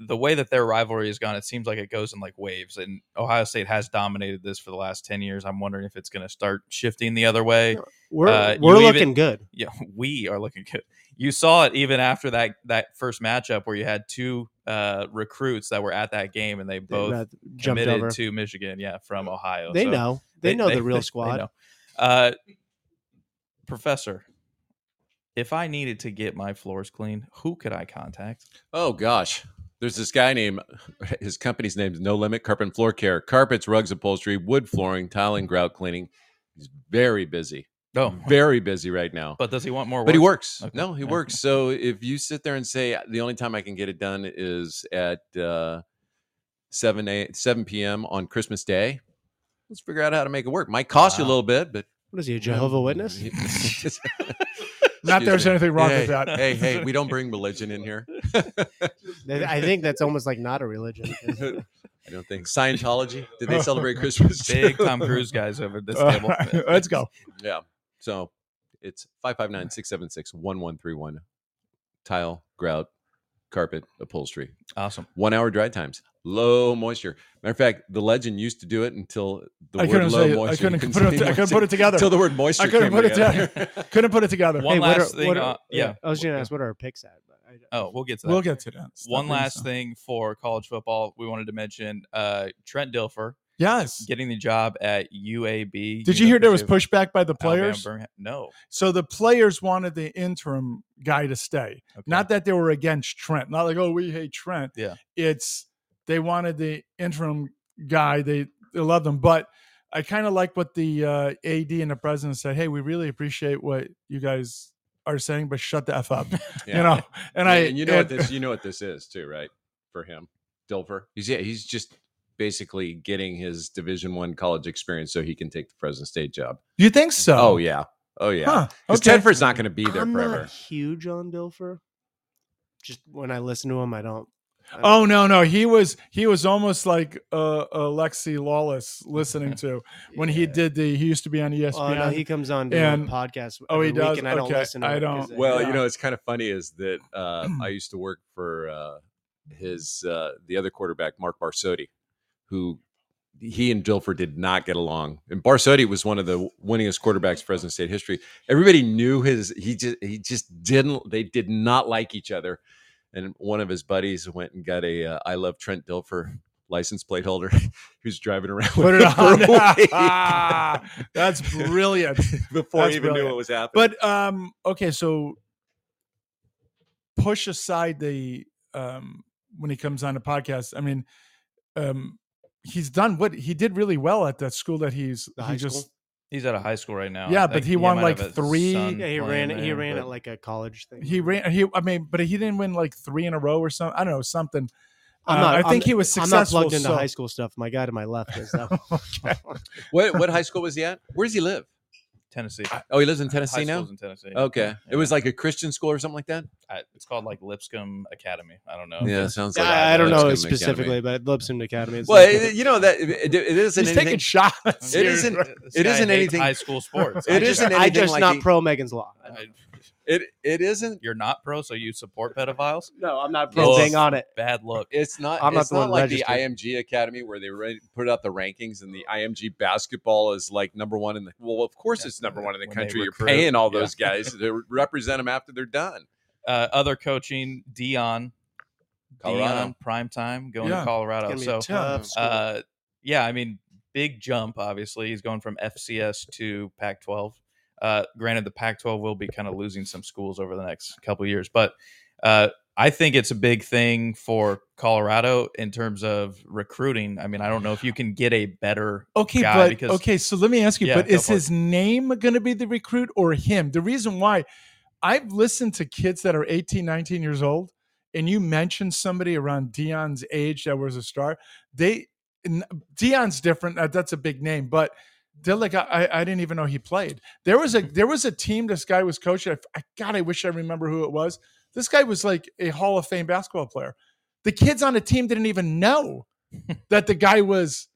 D: the way that their rivalry has gone, it seems like it goes in like waves. And Ohio State has dominated this for the last ten years. I'm wondering if it's going to start shifting the other way.
G: We're
D: Uh, you
G: we're
D: even-
G: looking good.
D: yeah, we are looking good. You saw it even after that that first matchup where you had two uh, recruits that were at that game and they
G: They
D: both
G: rather jumped
D: committed
G: over.
D: to Michigan. Yeah, from Ohio.
G: they
D: So
G: know. They, know the real
D: they
G: squad.
D: know. Uh, professor, if I needed to get my floors clean, who could I contact?
F: Oh gosh. There's this guy named his company's name is No Limit Carpet and Floor Care. Carpets, rugs, upholstery, wood flooring, tiling, grout cleaning. He's very busy.
D: Oh,
G: Mm.
F: Very busy right now. But,
D: but does he want more? Work?
F: he works.
D: Okay.
F: No, he
D: Yeah.
F: works. So if you sit there and say the only time I can get it done is at uh 7 a, 7 p.m. on Christmas Day. Let's figure out how to make it work. Might cost you a
G: Wow.
F: little bit, but
G: What is he, a Jehovah Witness?
E: Not there's
F: Excuse me.
E: anything wrong
F: hey,
E: with that.
F: Hey, hey, we don't bring religion in here.
G: I think that's almost like not a religion. 'cause
F: I don't think Scientology. Did they celebrate Christmas? too?
D: Big Tom Cruise guys over at this table.
E: Uh, Let's go.
F: Yeah. So it's 559 676 1131. Tile, grout, carpet, upholstery.
D: Awesome.
F: One hour dry times. Low moisture. Matter of fact, the legend used to do it until the
E: I
F: word
E: couldn't
F: low
E: say. it. I
F: moisture.
E: couldn't put it. I couldn't put it together.
F: Until the word moisture.
E: I couldn't
F: came
E: put it
F: together.
E: Couldn't put it together.
D: One
G: Hey, what
D: last
G: are-
D: thing.
G: what
D: uh,
G: are-
D: yeah.
G: I was going to ask, what are our picks at? But I,
D: Oh, we'll get to that.
E: We'll get to that. Stop
D: One
E: being
D: last
E: so-
D: thing for college football, we wanted to mention uh, Trent Dilfer
E: Yes.
D: getting the job at UAB.
E: Did you hear there was
D: University
E: pushback by the
D: of Alabama
E: players?
D: Birmingham. No,
E: So the players wanted the interim guy to stay.
D: Okay.
E: Not that they were against Trent. Not like, oh, we hate Trent.
D: Yeah.
E: It's they wanted the interim guy. They they loved him. But I kind of like what the uh, AD and the president said. Hey, we really appreciate what you guys are saying, but shut the f up. You know. And I
F: and you know what this you know what this is too, right? For him, Dilfer. He's yeah, he's just basically getting his Division One college experience so he can take the Fresno State job.
E: You think so?
F: Oh yeah, oh yeah.
E: Huh,
F: Because
E: okay.
F: Tedford's not going to be there
G: I'm
F: forever.
G: not huge on Dilfer. Just when I listen to him, I don't. I
E: Oh no, no, he was he was almost like uh, uh Lexi Lawless listening to when he
G: Yeah.
E: did the he used to be on E ESPN.
G: Oh no, he comes on to a
E: And-
G: podcast.
E: oh, he
G: every
E: does?
G: Week and I don't
E: Okay,
G: listen. To
E: I
G: it 'cause
E: don't-
F: Well,
E: Yeah.
F: you know, it's kind of funny is that uh, I used to work for uh, his uh, the other quarterback, Mark Barsotti, who he and Dilfer did not get along. And Barsotti was one of the winningest quarterbacks in Fresno State history. Everybody knew his. He just he just didn't. They did not like each other. And one of his buddies went and got a uh, I love Trent Dilfer license plate holder. he was driving around.
E: Put
F: with
E: it
F: for a
E: on.
F: week
E: Ah, That's brilliant.
F: Before
E: That's
F: he even knew
E: brilliant.
F: what was happening.
E: But um okay, so push aside the um when he comes on the podcast. I mean, um he's done what he did really well at that school that he's
G: The
E: he
G: high
E: just
G: school?
D: he's out of high school right now.
E: Yeah,
D: I
E: but
D: think
E: he won,
D: might
E: like,
D: have a
E: three-
D: son
E: I'm
G: Yeah, he
D: playing
G: ran. He
D: there,
G: ran
D: but-
G: at like a college thing.
E: he ran he I mean, but he didn't win like 3 in a row or something. I don't know, something
G: I'm
E: Uh,
G: not,
E: I
G: I'm-
E: think he was
G: I'm not
E: successful,
G: plugged into
E: so-
G: high school stuff. My guy to my left is though.
F: what what high school was he at? Where does he live?
D: Tennessee.
F: Oh, he lives in
D: Uh, High
F: Tennessee now.
D: schools in Tennessee.
F: Okay. It was
D: Yeah.
F: like a Christian school or something like that.
D: I- it's called like Lipscomb Academy. I don't know.
F: Yeah, it sounds like
G: I, I don't
F: Lipscomb
G: know
F: Academy.
G: specifically, but Lipson Academy. Is
F: Well, it, you know that it, it- it isn't
E: He's
F: anything.
E: taking shots.
F: It
E: dude.
F: isn't-
D: This
F: it
D: guy
F: isn't
D: hates
F: anything-
D: High school sports.
F: It
D: I just-
F: isn't
G: I
F: anything
G: just
F: like
G: not
F: he-
G: pro Megan's Law.
D: I-
F: it it isn't.
D: you're not pro, so you support pedophiles.
G: No, I'm not
D: pro-
G: pro. Dang on it.
D: Bad look.
F: It's not.
G: I'm not
F: it's
G: the
F: not,
G: one
F: like the
G: registered.
F: IMG Academy where they re- put out the rankings and the IMG basketball is like number one in the. Well, of course
D: Yeah,
F: it's number one in the
D: when they
F: country. You're
D: recruit,
F: paying all
D: yeah.
F: those guys to represent them after they're done.
D: Uh, other coaching, Dion.
F: Colorado.
D: Dion prime time going
E: Yeah.
D: to
G: It's
D: Colorado.
G: gonna be
D: So
G: a tough school.
D: uh, yeah, I mean, big jump. Obviously, he's going from FCS to Pac-12. Uh, granted, the Pac-12 will be kind of losing some schools over the next couple of years, but uh, I think it's a big thing for Colorado in terms of recruiting. I mean, I don't know if you can get a better.
E: okay,
D: guy
E: but
D: because-
E: okay. So let me ask you:
D: Yeah,
E: But
D: go
E: is
D: for it.
E: his name going to be the recruit or him? The reason why I've listened to kids that are 18, 19 years old, and you mentioned somebody around Dion's age that was a star. They n- Dion's different. that- That's a big name, but they're like, I, I- I didn't even know he played. There was a there was a team this guy was coaching. I, f- I- God, I wish I remember who it was. This guy was like a Hall of Fame basketball player. The kids on the team didn't even know that the guy was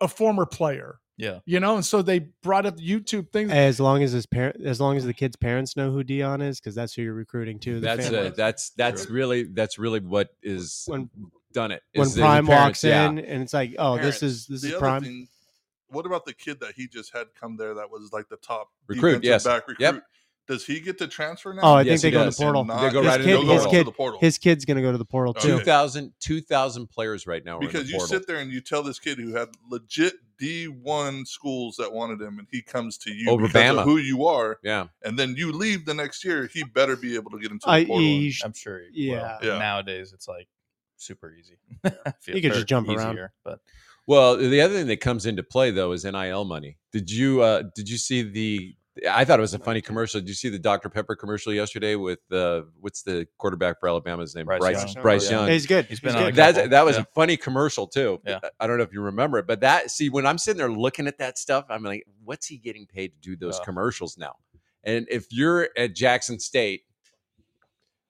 E: a former player.
D: Yeah.
E: You know, and so they brought up YouTube things.
G: As long as his parent, as long as the kid's parents know who Dion is, because that's who you're recruiting to. The
F: That's
G: family.
F: a, that's that's really that's really what is
G: When-
F: done it.
G: when
F: is the
G: Prime
F: parents,
G: walks
F: yeah.
G: in and it's like, oh,
F: Parents.
G: this is this
B: The
G: is
B: other
G: Prime.
B: thing, what about the kid that he just had come there that was like the top
F: Recruit,
B: defensive
F: yes.
B: back recruit?
F: Yep.
B: Does he get to transfer now?
G: oh, I
F: Yes,
G: think
F: he
G: they go in the
F: does.
B: And
G: portal.
B: not-
F: They go
B: His
F: right
B: kid-
F: into the
B: they'll go
F: portal.
G: his
B: right
G: kid,
B: to the portal.
G: his kid's gonna go to the portal
B: Oh,
G: too.
B: okay.
F: 2,000, 2,000 players right now are in
B: because
F: the
B: you
F: portal.
B: sit there and you tell this kid who had legit D1 schools that wanted him, and he comes to you
F: Over
B: because
F: Bama.
B: of who you are,
F: yeah.
B: and then you leave the next year, he better be able to get into the
G: I,
B: portal.
F: e
G: you, sh-
D: I'm sure. he will.
G: Yeah.
B: Yeah.
D: Nowadays, it's like super easy.
G: You could just jump around.
D: but
F: Well, the other thing that comes into play though is NIL money. Did you uh, did you see the I thought it was a funny commercial. Did you see the Dr Pepper commercial yesterday with uh, what's the quarterback for Alabama's name?
D: Bryce
F: Bryce,
D: Young.
F: Bryce
D: Oh, yeah.
F: Young.
G: He's good.
D: He's been
G: He's
D: on
G: good.
D: a
F: That's
D: couple.
F: that was
D: Yeah.
F: a funny commercial too.
D: Yeah.
F: I don't know if you remember it, but that see when I'm sitting there looking at that stuff, I'm like, what's he getting paid to do those
D: Oh.
F: commercials now? And if you're at Jackson State,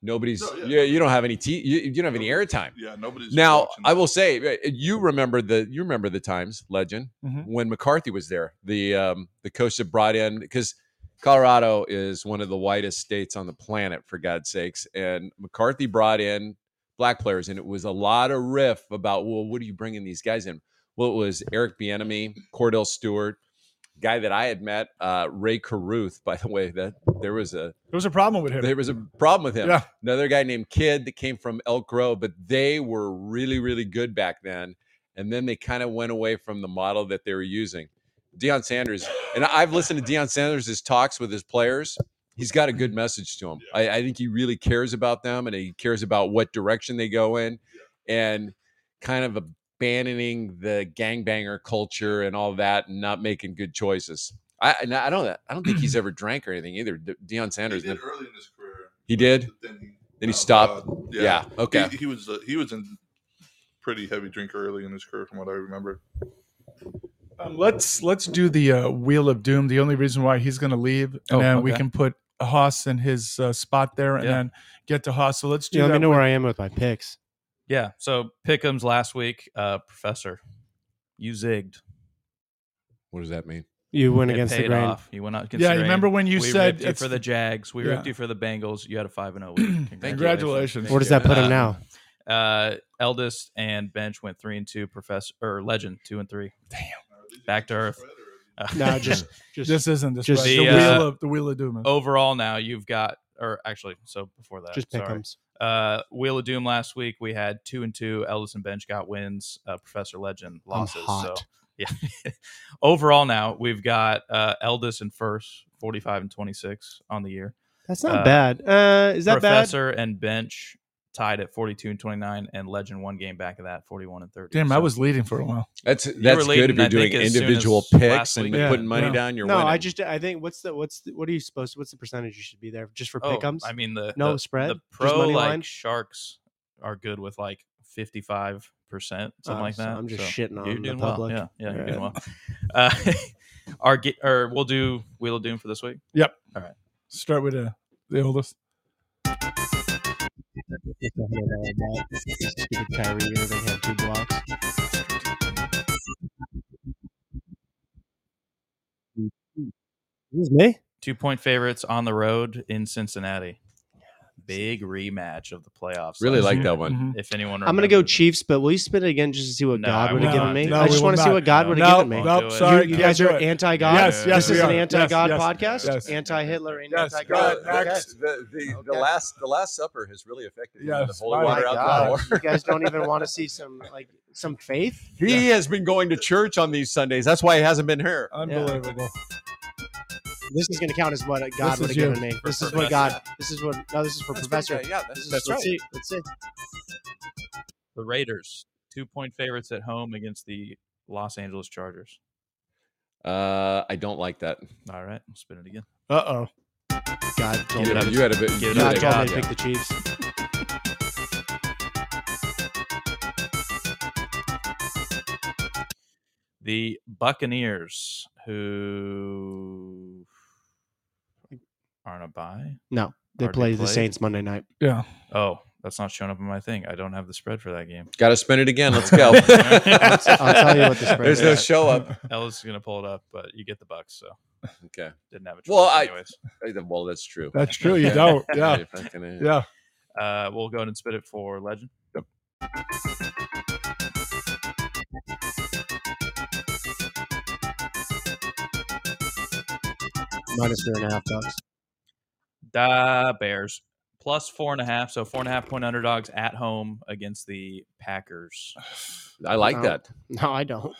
F: nobody's
B: No, yeah.
F: yeah, you don't have any t you, you don't have any airtime.
B: Yeah, nobody's
F: Now
B: watching
F: I
B: that.
F: will say uh, you remember the you remember the times legend
E: Mhm.
F: when McCarthy was there. The um, the coach that brought in because Colorado is one of the whitest states on the planet for God's sakes, and McCarthy brought in black players, and it was a lot of riff about well, what are you bringing these guys in? Well, it was Eric Bieniemy, Cordell Stewart, guy that I had met, uh, Ray Caruth. By the way, that there was a
E: There was a problem with him.
F: there was a problem with him.
E: Yeah.
F: Another guy named Kid that came from Elk Grove, but they were really, really good back then. And then they kind of went away from the model that they were using. Deion Sanders, and I've listened to Deion Sanders' talks with his players. He's got a good message to him. I, I think he really cares about them and he cares about what direction they go in and kind of abandoning the gangbanger culture and all that and not making good choices. I, and I don't I don't think he's ever drank or anything either. De- Deion Sanders,
B: He did
F: the-
B: early in his career.
F: He
B: but
F: did?
B: Then he,
F: Then he
B: uh,
F: stopped?
B: uh,
F: yeah.
B: yeah.
F: Okay.
B: He, he was uh, he was in pretty heavy drinker early in his career, from what I remember.
E: Um, let's let's do the uh, Wheel of Doom. The only reason why he's going to leave, and
D: Oh,
E: then we
D: okay.
E: can put Haas in his uh, spot there, and
D: Yeah.
E: then get to Haas. So let's do
G: Yeah, let
E: that.
G: me know
E: with-
G: where I am with my picks.
D: Yeah. So Pickham's last week, uh, Professor, you zigged.
F: What does that mean?
G: You went
D: It
G: against the
D: paid
G: grain.
D: off. You went out against
E: yeah,
D: the
E: you
D: grain.
E: remember when you
D: we
E: said
D: ripped you
E: it's-
D: for the Jags. We
E: Yeah.
D: ripped you for the Bengals. You had a five and oh zero week.
E: Congratulations.
G: Where does that put him
D: Uh,
G: now?
D: Uh, Eldest and Bench went three and two. Professor or Legend two and three. Back to earth. Uh,
G: No, just just
E: This isn't this.
G: Just
E: Just the,
D: the,
E: wheel
D: uh,
E: of the Wheel of Doom.
D: overall now you've got or actually so before that
G: just
D: sorry.
G: pickums.
D: Uh, Wheel of Doom last week we had two and two. Eldest and Bench got wins. Uh, Professor Legend losses. So
G: hot.
D: yeah. overall now we've got uh, Eldest and first forty five and twenty six on the year.
G: That's not
D: uh,
G: bad. Uh, is that
D: Professor and Bench tied at 42 and 29, and Legend one game back of that, 41 and 30.
E: Damn, I
D: So-
E: was leading for a while.
F: That's
D: were
F: that's good
D: leading,
F: if
D: I
F: you're
D: think,
F: doing
D: as soon
F: individual
D: as
F: picks
D: last
F: and
D: week.
E: Yeah.
F: putting money
E: No.
F: down. You're
G: bad? No,
F: winning.
G: I just I think what's the what's the, what are you supposed to, what's the percentage you should be there just for
D: oh,
G: pickums?
D: I mean the
G: No
D: the-
G: spread?
D: The
G: Just
D: pro
G: money
D: like
G: line?
D: sharks are good with like 55 percent, something
G: Oh,
D: like
G: so
D: that.
G: I'm just
D: So
G: shitting on
D: you're
G: the
D: doing
G: public.
D: well. Yeah, yeah, you're doing well.
G: Alright.
D: Uh, our ge- or we'll do Wheel of Doom for this week.
E: Start with uh, the oldest.
G: Stupid Kyrie, you know, they had two blocks. This is me.
D: Two point favorites on the road in Cincinnati. Big rematch of the playoffs.
F: really
D: last
F: like
D: year.
F: that
E: Mhm.
F: one.
D: If anyone,
G: I'm gonna go
D: remembers.
G: Chiefs, but will you spin it again just to see what
D: No, I
G: God would have
E: will
G: given
E: not.
G: me?
E: No,
G: I
E: we
G: just
E: will
G: want to see
E: not.
G: what God would have
E: No,
G: given me.
D: Won't
E: nope,
D: do it.
E: sorry,
G: you, you
E: can't
G: guys
E: do
G: are
E: it.
G: anti-God.
E: Yes, yes,
G: this is
E: we
G: an
E: are. Yes,
G: anti-God
E: yes,
G: podcast.
E: yes.
G: Anti-Hitler, and
E: Yes,
G: anti-God.
E: God,
G: Okay.
E: next.
F: the, the, the
G: Okay.
F: last the Last Supper has really affected him,
E: Yes,
F: the holy
E: my
F: water
E: God.
F: alcohol.
G: You guys don't even want to see some like some faith.
F: He has been going to church on these Sundays. That's why he hasn't been here.
E: Unbelievable.
G: This is going to count as what
E: This
G: God
E: is
G: would have
E: you.
G: given me. This is what God. This is what. No, this is for Professor.
F: Yeah,
G: This
F: that's,
G: is,
F: that's
G: let's
F: right.
G: see. Let's see.
D: the Raiders, two point favorites at home against the Los Angeles Chargers.
F: Uh, I don't like that.
D: All right, we'll spin it again.
E: Uh oh.
G: God told
F: You
G: me.
D: it
F: had
D: up.
F: a- you had a bit. you
D: it
F: had
D: up,
F: a-
G: God
D: God.
G: told me
F: yeah.
G: to pick the Chiefs.
D: The Buccaneers, who aren't a buy.
G: No, they
D: Already
G: play the
D: played.
G: Saints Monday night.
E: Yeah.
D: Oh, that's not showing up in my thing. I don't have the spread for that game.
F: Got to spin it again. Let's go.
D: I'll tell
G: you what the spread
F: There's no
D: is.
F: show up.
D: Ellis is gonna pull it up, but you get the Bucks, so
F: Okay.
D: didn't have a choice.
F: Well, I-
D: anyways,
F: Well, that's true.
E: That's true. You don't. Yeah.
F: Yeah.
E: Yeah.
D: uh, we'll go ahead and spit it for Legend.
G: Minus three and a half bucks.
D: Da Bears plus four and a half, so four and a half point underdogs at home against the Packers.
F: I like
G: No.
F: that.
G: No, I don't.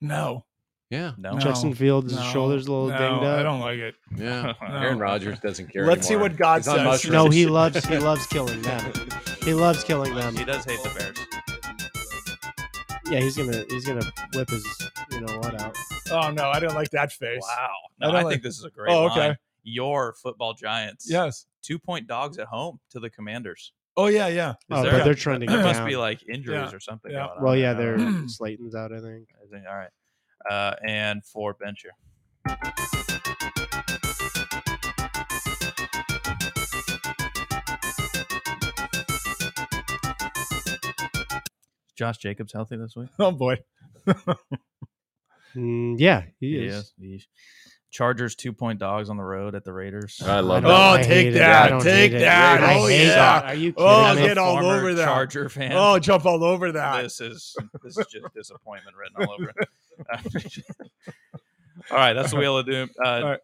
E: No.
F: Yeah.
D: No.
E: No.
G: Jackson Fields'
E: No.
G: shoulders a little
E: no,
G: dinged
E: I
G: up.
E: don't like it.
F: Yeah.
E: No.
F: Aaron Rodgers doesn't care.
E: Let's see
F: anymore.
E: what God
F: He's on
E: says.
F: mushrooms.
G: No, he loves he loves killing them. He loves killing them.
D: He does hate the Bears.
G: Yeah, he's gonna he's gonna whip his you know what out.
E: Oh no, I don't like that face.
D: Wow. No,
E: I
D: I,
E: don't
D: think
E: like-
D: this is a great
E: Oh,
D: line.
E: okay.
D: Your football giants.
E: Yes.
D: Two point dogs at home to the commanders.
E: Oh yeah, yeah.
D: Is
G: Oh,
D: there
G: but
D: a-
G: they're trending
D: There must
G: down.
D: be like injuries
E: Yeah,
D: or something
E: yeah.
D: going on.
G: well,
D: I
G: yeah,
D: don't know.
G: they're Slayton's out. I think.
D: I think- All right. Uh, and for Bencher. Josh Jacobs healthy this week?
E: Oh boy.
G: Mm, yeah, he, is.
D: Yeesh. Chargers two point dogs on the road at the Raiders.
F: I
G: I
F: love
G: don't-
E: Oh,
F: that.
G: I
E: take
G: hate it. I
E: that,
G: don't
E: take
G: hate it.
E: that.
G: I
E: Oh,
G: hate
E: yeah.
G: that. Are you kidding
E: Oh,
D: I'm
E: I'll
G: me?
D: a
E: get all
D: former
E: over that.
D: Charger fan.
E: Oh, jump all over that.
D: this is this is just disappointment written all over it. all right, that's the wheel of doom. Uh,
E: right.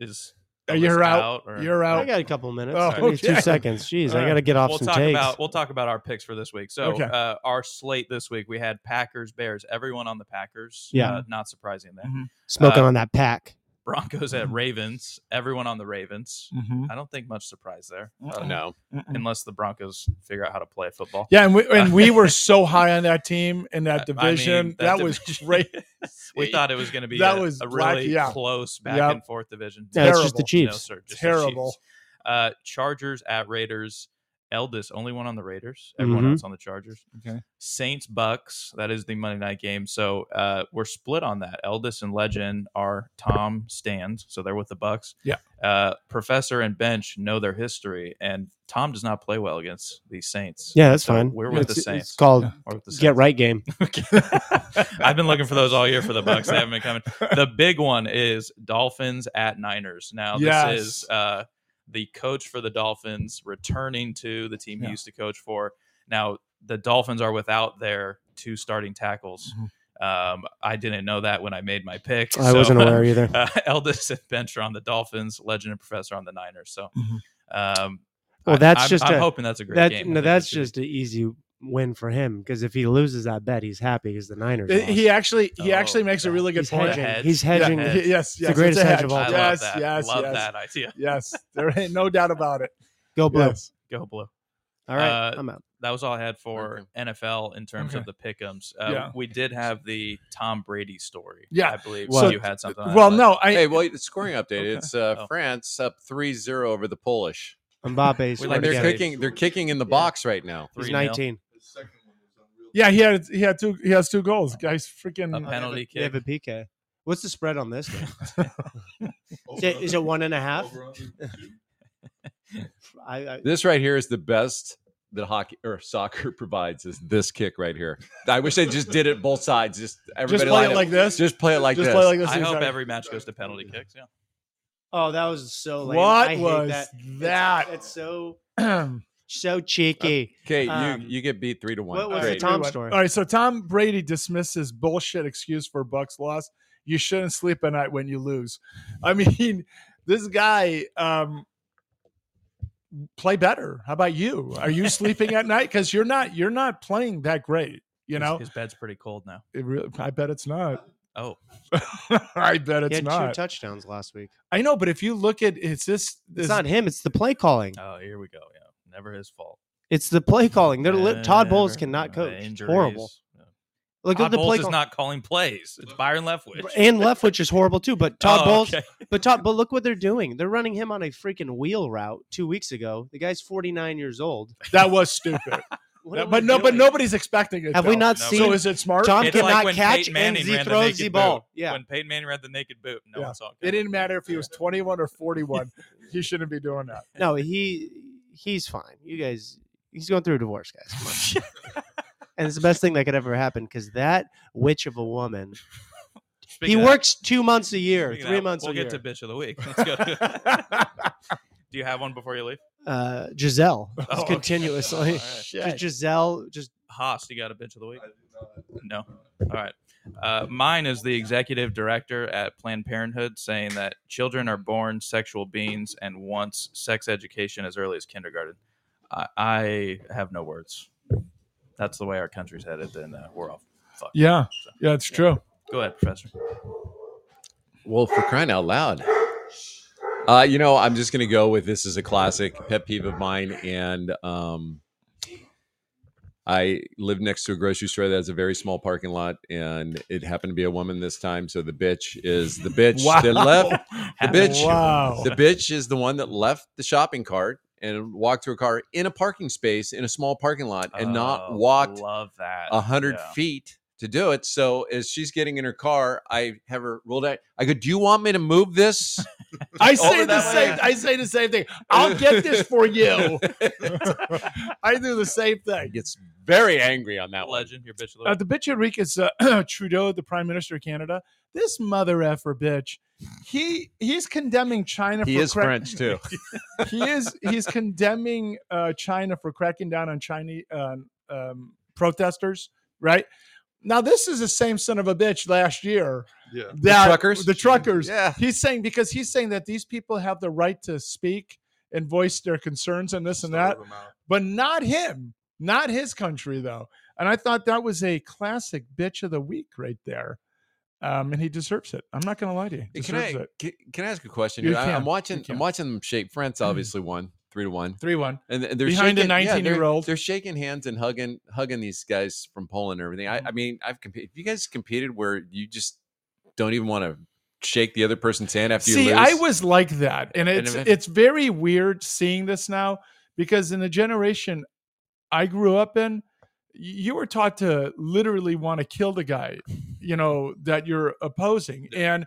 D: Is
E: Are
D: Elvis
E: you out?
D: or-
E: You're
G: I
E: out.
G: got a couple minutes.
E: Oh,
G: I need
E: okay.
G: two seconds. Jeez,
E: All
G: I
E: right.
G: got to get off
D: we'll
G: some
D: talk
G: takes.
D: about we'll talk about our picks for this week. So
E: Okay.
D: uh, our slate this week we had Packers, Bears, everyone on the Packers.
G: Yeah.
D: uh, not surprising there.
E: Mhm.
G: Smoking
D: uh,
G: on that pack.
E: Mm-hmm.
D: Broncos at Ravens, everyone on the Ravens.
E: Mhm.
D: I don't think much surprise there,
A: Oh, Um,
E: Uh-uh.
F: Oh, No.
D: unless the Broncos figure out how to play football.
E: Yeah, and we and we were so high on that team in that
D: I- I mean,
E: division. that was
D: division-
E: great.
D: we thought it was going to be
E: That
D: a,
E: was
D: a
E: black-
D: really
E: yeah.
D: close back
E: Yep.
D: and forth division.
G: No, it's
E: terrible.
G: just the
E: No,
G: Chiefs.
D: No, sir, just the Chiefs.
E: Terrible.
D: Uh, Chargers at Raiders. Eldest, only one on the Raiders. Everyone
G: Mhm.
D: else on the Chargers.
B: Okay.
D: Saints Bucks. That is the Monday night game. So uh, we're split on that. Eldest and Legend are Tom Stands, so they're with the Bucks.
E: Yeah.
D: Uh, Professor and Bench know their history, and Tom does not play well against the Saints.
G: Yeah, that's
D: So
G: fine.
D: We're with
G: It's-
D: the
G: It's
D: Saints.
G: called
D: We're with the Saints.
G: get right game.
D: I've been looking for those all year for the Bucks. They haven't been coming. The big one is Dolphins at Niners. Now this
E: Yes.
D: is uh, the coach for the Dolphins returning to the team he
E: Yeah.
D: used to coach for. Now the Dolphins are without their two starting tackles. Um, I didn't know that when I made my pick.
G: Mm-hmm. I
D: so,
G: wasn't aware either.
D: Uh, Eldest and Bencher on the Dolphins, Legend and Professor on the Niners. So,
E: Mhm.
D: um,
G: Mm-hmm. Well,
D: I-
G: that's
D: I'm-
G: just
D: I'm
G: a-
D: hoping that's a great
G: That
D: game. I
G: no,
D: think
G: that's
D: it should be.
G: just an easy win for him because if he loses that bet, he's happy because the Niners.
E: It-
G: lost.
E: Uh, he actually he
D: Oh,
E: actually makes a
D: yeah.
E: really good
G: he's
E: point.
G: hedging.
D: Hedge.
G: He's hedging.
E: Yeah,
D: Hedge.
E: he- yes, yes,
G: the
E: it's a
G: greatest hedge of all
D: I
E: hedge.
G: time.
D: love
E: Yes,
D: that.
E: yes,
D: love
E: yes.
D: that idea.
E: Yes, there ain't no doubt about it.
G: Go blue.
E: Yes.
D: Go blue.
G: All right,
D: Uh,
G: I'm out.
D: that was all I had for
F: Okay.
D: NFL in terms of
E: Okay.
D: the pickums. Uh,
E: Yeah.
D: We did have the Tom Brady story.
E: Yeah.
D: I believe
E: Well,
D: you had something. on
E: Well,
D: that.
E: no, I
F: Hey, well, it's scoring update.
E: Okay.
F: It's uh,
D: Oh.
F: France up 3-0 over the Polish.
G: Mbappe.
D: We
G: scored
D: like
F: And they're
D: Yeah.
G: again.
F: kicking. They're kicking in the
G: Yeah.
F: box right now.
G: He's
D: 3-0.
G: 19.
B: His second one was unreal.
E: yeah, he had he had two he has two goals. Guys, freaking
D: a penalty
G: They have
D: kick.
G: a PK. What's the spread on this? One? Is,
B: Over
G: it, is
B: under-
G: it one and a half?
B: over under two.
G: I, I,
F: This right here is the best that hockey or soccer provides. Is this kick right here? I wish they just did it both sides. Just everybody
E: Just play
F: line
E: it
F: up.
E: like this.
F: Just play it like
E: Just
F: this.
E: play like this.
D: I
E: He's
D: hope
E: like-
D: every match goes to penalty kicks. Yeah.
G: oh, that was so lame. I
E: What
G: hate
E: was
G: that?
E: that?
G: It's, so so cheeky.
F: Okay,
G: Um,
F: you you get beat three to one.
G: what was the
F: Great.
G: time- Tom story.
E: All right, so Tom Brady dismisses bullshit excuse for Bucks loss. You shouldn't sleep at night when you lose. I mean, this guy um play better. How about you? Are you sleeping at night cuz you're not you're not playing that great, you
D: His-
E: know?
D: his, bed's pretty cold now.
E: It really, I bet it's not.
D: Oh,
E: I bet
G: he
E: it's
G: had
E: not.
G: two touchdowns last week.
E: I know, but if you look at it's this
G: It's
E: this
G: not him. It's the play calling.
D: oh, here we go. Yeah, never his fault.
G: It's the play calling. They're li- Todd Bowles
D: Never.
G: cannot
D: The
G: coach. It's
D: injuries.
G: horrible.
D: Yeah.
G: Look
D: Todd
G: at the
D: Bowles
G: play
D: is
G: call-
D: not calling plays. It's Byron Leftwich.
G: and Leftwich is horrible too. But Todd
D: Oh,
G: Bowles,
D: okay.
G: but Todd, but look what they're doing. They're running him on a freaking wheel route two weeks ago. The guy's forty nine years old.
E: that was stupid.
G: What are we
E: but no, but
G: doing?
E: nobody's expecting it.
G: Have we
E: though.
G: not
D: No,
G: seen
E: So is it smart?
G: Tom
D: It's
G: cannot
D: like when
G: catch
D: Peyton
G: and
D: Manning
G: he
D: ran the
G: throws
D: naked
G: the
D: boot.
G: ball. Yeah.
D: When Peyton Manning read the naked boot, no
E: Yeah.
D: one saw it.
E: It
D: coming.
E: didn't matter if he was 21 or 41. He shouldn't be doing that.
G: No, he he's fine. You guys, he's going through a divorce, guys. Come on. and it's the best thing that could ever happen because that witch of a woman.
D: Speaking
G: he
D: of that-
G: works two months a year,
D: Speaking
G: three
D: of that,
G: months
D: We'll
G: a
D: get to
G: year.
D: bitch of the week. Let's go. Do you have one before you leave?
G: uh, Giselle just
D: Oh, okay.
G: continuously. Just Giselle, just
D: Haas, you got a bitch of the week?
B: I did not-
D: No. All right. Uh, mine is the executive director at Planned Parenthood saying that children are born sexual beings and wants sex education as early as kindergarten. I, I have no words. That's the way our country's headed. Then uh, we're off.
E: Yeah. Yeah, it's true.
D: Go ahead, Professor.
F: Well, for crying out loud. Uh, you know, I'm just going to go with this is a classic pet peeve of mine. And um, I live next to a grocery store that has a very small parking lot, and it happened to be a woman this time. So the bitch is the bitch that left. The bitch,
E: Wow.
F: the bitch is the one that left the shopping cart and walked to her car in a parking space in a small parking lot, and not
D: Oh,
F: walked
D: Love that.
F: a hundred
D: Yeah.
F: feet to do it. So as she's getting in her car, I have her rolled out. I go, "Do you want me to move this?"
E: I say
D: Over
E: the
D: that way.
E: same. I say the same thing. I'll get this for you. I do the same
F: I
E: thing.
F: gets very angry on that one.
D: legend, your bitch.
E: Uh, the bitch Enrique is uh, Trudeau, the Prime Minister of Canada. This mother effer bitch. He he's condemning China.
F: He
E: for
F: is
E: crack-
F: French too.
E: he is he's condemning uh, China for cracking down on Chinese um, um, protesters. Right now, this is the same son of a bitch last year.
B: Yeah.
E: that-
F: truckers?
E: The truckers.
F: Yeah.
E: He's saying because he's saying that these people have the right to speak and voice their concerns and this and that, but not him, not his country though. And I thought that was a classic bitch of the week right there. Um, and he deserves it. I'm not going to lie to you. He
F: Can
E: Deserves
F: I
E: it.
F: can, can I ask a question?
E: You
F: dude? I,
E: can.
F: I'm
E: You
F: watching.
E: can.
F: I'm watching them shape. France obviously won three to one,
E: Three one.
F: and, and they're
E: Behind a
F: shaking, yeah, they're-
E: 19-year-old.
F: They're shaking hands and hugging, hugging these guys from Poland and everything. I,
E: Mm-hmm.
F: I mean, I've competed. You guys competed where you just don't even want to shake the other person's hand after you
E: See,
F: lose.
E: I was like that, and
F: And
E: it's
F: if-
E: it's very weird seeing this now because in the generation I grew up in, y- you were taught to literally want to kill the guy, you know, that you're opposing, and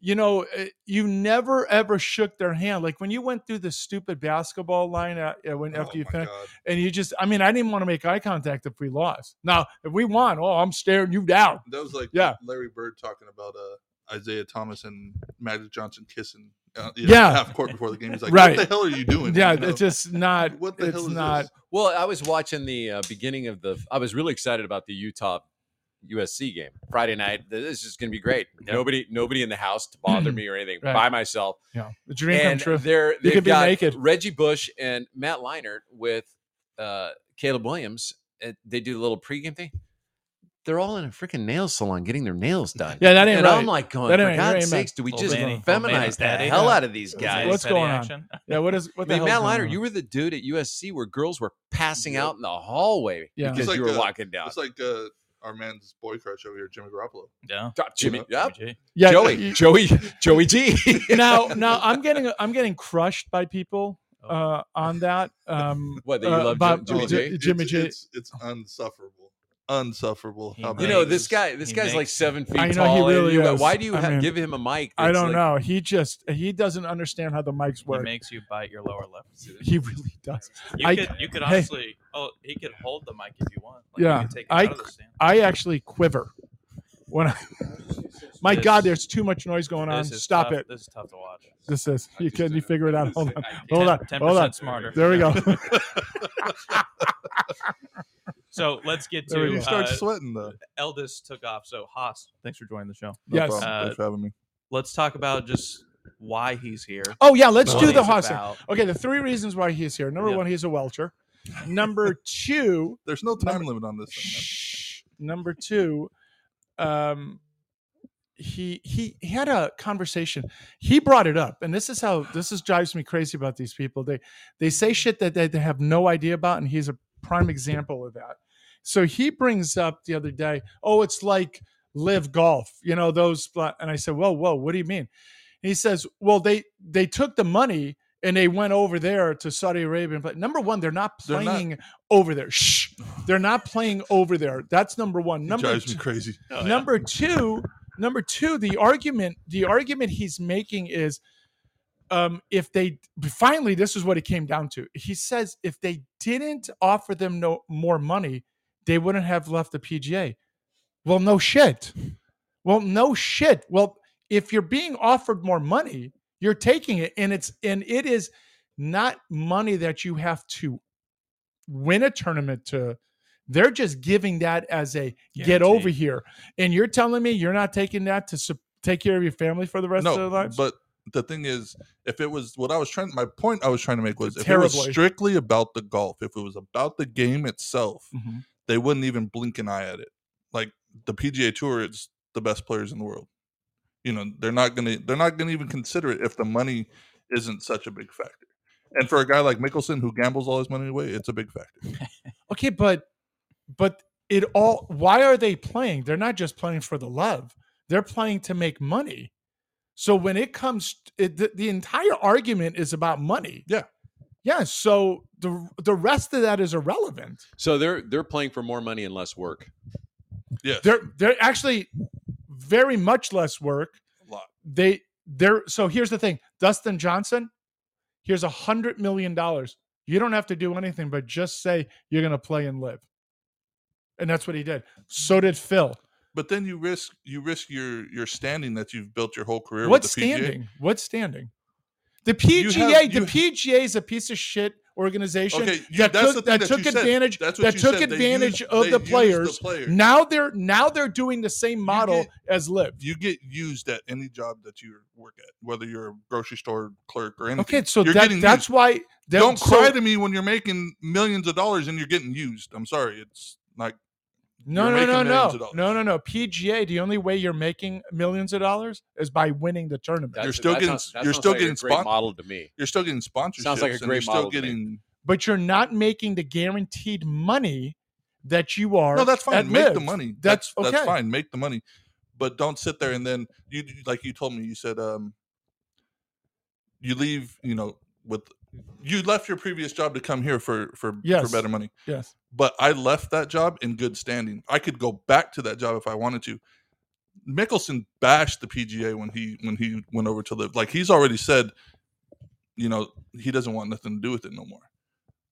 E: you know, eh, you never ever shook their hand. Like when you went through the stupid basketball line uh, eh,
B: Oh
E: when after you finished, and you just, I mean, I didn't want to make eye contact if we lost. Now, if we won, oh, I'm staring you down.
B: That was like
E: Yeah.
B: Larry Bird talking about uh, Isaiah Thomas and Magic Johnson kissing. Uh,
E: Yeah.
B: half court before the game. He's like,
E: Right.
B: "What the hell are you doing?"
E: Yeah,
B: You know?
E: it's just not.
B: What the
E: it's
B: hell is
E: not.
B: this?
F: well, I was watching the uh, beginning of the. I was really excited about the Utah USC game Friday night. This is going to be great. Nobody, nobody in the house to bother me or anything.
E: Mm-hmm. Right.
F: By myself.
E: Yeah, the dream come
F: and
E: true.
F: They're, they've
E: could be
F: got
E: naked.
F: Reggie Bush and Matt Leinart with uh, Caleb Williams. Uh, they do the little pregame thing. They're all in a freaking nail salon getting their nails done.
E: Yeah, that ain't
F: and
E: right.
F: I'm like going,
E: That
F: for
E: ain't right,
F: God's
E: ain't
F: sakes, do we
D: Old
F: just
D: Manny. Old Manny
F: feminize the
D: Patty.
F: hell
E: Yeah.
F: out of these guys?
E: What's going on? Yeah, what is
F: I
E: what the
F: mean,
E: hell is going
F: Matt Leinart,
E: on?
F: you were the dude at USC where girls were passing out in the hallway
E: Yeah.
F: because
B: It's like
F: you were
B: a-
F: walking down.
B: It's like uh, our man's boy crush over here, Jimmy Garoppolo.
D: Yeah.
F: Jimmy,
D: Yeah.
F: yep.
E: yeah,
F: Joey,
E: you-
F: Joey, Joey G.
E: now, now I'm getting I'm getting crushed by people
D: Oh.
E: uh, on that. Um,
F: What, that you
E: uh,
F: love
E: about-
F: Jimmy
E: uh,
F: G?
E: J- Jimmy
B: Oh, it's,
E: J.
B: It's, it's unsufferable. Unsufferable.
D: He
B: how bad
F: You
D: Right.
F: know
B: it
F: this
B: is.
F: guy. This
D: He
F: guy's like
D: makes-
F: seven feet
E: I know,
F: tall.
E: he
F: and
E: really
F: you-
E: is.
F: Why do you
E: I
F: have,
E: mean,
F: give him a mic?
E: I
F: that's
E: don't
F: like-
E: know. He just he doesn't understand how the mics
D: He
E: work.
D: makes you bite your lower lip.
E: He really does.
D: You
E: I-
D: could, you could
E: hey.
D: honestly. Oh, he could hold the mic if you want. Like,
E: Yeah,
D: You could take it
E: I
D: out of the stand.
E: I actually quiver when I. My
D: This-
E: God, there's too much noise going on.
D: This is
E: Stop
D: tough-
E: it.
D: This is tough to watch.
E: This is you
B: just
E: can you
B: did it.
E: figure it out? Hold on, hold
D: Ten-
E: on, hold on.
D: 10% smarter.
E: There we go.
D: So let's get
E: There we
D: to
B: You
E: go.
B: start
D: uh,
B: sweating though.
D: Eldest took off. So Haas, thanks for joining the show.
B: No
E: yes.
B: problem.
D: Uh,
B: Thanks for having me.
D: Let's talk about just why he's here.
E: Oh yeah, let's
D: what
E: do the
D: he's
E: Hawser.
D: about.
E: Okay, the three reasons why he's here. Number
D: Yeah.
E: one, he's a welcher. Number two,
B: There's no time
E: number-
B: limit on this. Thing, man.
E: shh, number two, um, he he he had a conversation. He brought it up, and this is how this is drives me crazy about these people. They they say shit that they, they have no idea about, and he's a prime example of that. So he brings up the other day, oh, it's like live golf, you know those. blah- And I said, whoa, whoa, what do you mean? And he says, well, they they took the money and they went over there to Saudi Arabia. But number one, they're not
B: They're not-
E: playing over there. Shh, they're not playing over there. That's number one.
B: It
E: Number
B: drives
E: two,
B: me crazy.
D: Oh, yeah.
E: number two number two the argument the argument he's making is um if they finally this is what it came down to he says if they didn't offer them no more money they wouldn't have left the pga well no shit well no shit well if you're being offered more money you're taking it and it's and it is not money that you have to win a tournament to they're just giving that as a get over
D: Guaranteed.
E: here and you're telling me you're not taking that to sup- take care of your family for the rest of their lives?
B: But the thing is, if it was what I was trying, my point I was trying to make was if it was
E: Terribly.
B: strictly about the golf, if it was about the game itself, they wouldn't even blink an eye at it. Like the PGA Tour, it's the best players in the world. You know, they're not gonna they're not gonna even consider it if the money isn't such a big factor. And for a guy like Mickelson who gambles all his money away, it's a big factor.
E: okay, but but it all why are they playing they're not just playing for the love they're playing to make money so when it comes it, the, the entire argument is about money
B: Yeah.
E: yeah so the the rest of that is irrelevant
F: So they're they're playing for more money and less work.
B: Yes.
E: they're they're actually very much less work
B: a lot.
E: they they're so here's the thing dustin johnson here's a hundred million dollars you don't have to do anything but just say you're going to play and live and that's what he did so did phil
B: But then you risk you risk your your standing that you've built your whole career.
E: what's
B: with the PGA.
E: standing what's standing the
B: You
E: pga
B: have-
E: the
B: you-
E: pga is a piece of shit organization
B: Okay, you-
E: that
B: that's the
E: took,
B: thing
E: that
B: that
E: took
B: you said.
E: advantage
B: That's what
E: that
B: you
E: took
B: said. They
E: advantage
B: used-
E: of
B: they
E: the
B: used the
E: players.
B: players.
E: now they're now they're doing the same model
B: get-
E: as live
B: You get used at any job that you work at, whether you're a grocery store clerk or anything.
E: okay so
B: You're
E: that,
B: getting
E: that's why that-
B: Don't cry
E: so-
B: to me when you're making millions of dollars and you're getting used. I'm sorry. It's like
E: No,
B: You're
E: no,
B: making
E: no,
B: millions
E: no,
B: of dollars.
E: no, no, no. PGA. The only way you're making millions of dollars is by winning the tournament.
B: You're still
F: that
B: getting-
F: sounds- that
B: you're
F: sounds
B: still
F: like a
B: getting
F: great
B: spon-
F: model to me.
B: you're still getting sponsorships.
F: a
B: and you're
F: great
B: still
F: model to me.
B: getting.
E: but you're not making the guaranteed money that you are.
B: No, that's
E: at
B: fine. Make the
E: Live.
B: money.
E: That's,
B: That's
E: okay.
B: that's fine. Make the money, but don't sit there and then you you- like you told me. You said um, you leave. You know, with you left your previous job to come here for for
E: Yes.
B: for better money.
E: Yes.
B: But I left that job in good standing. I could go back to that job if I wanted to. Mickelson bashed the PGA when he when he went over to live. Like he's already said, you know, he doesn't want nothing to do with it no more.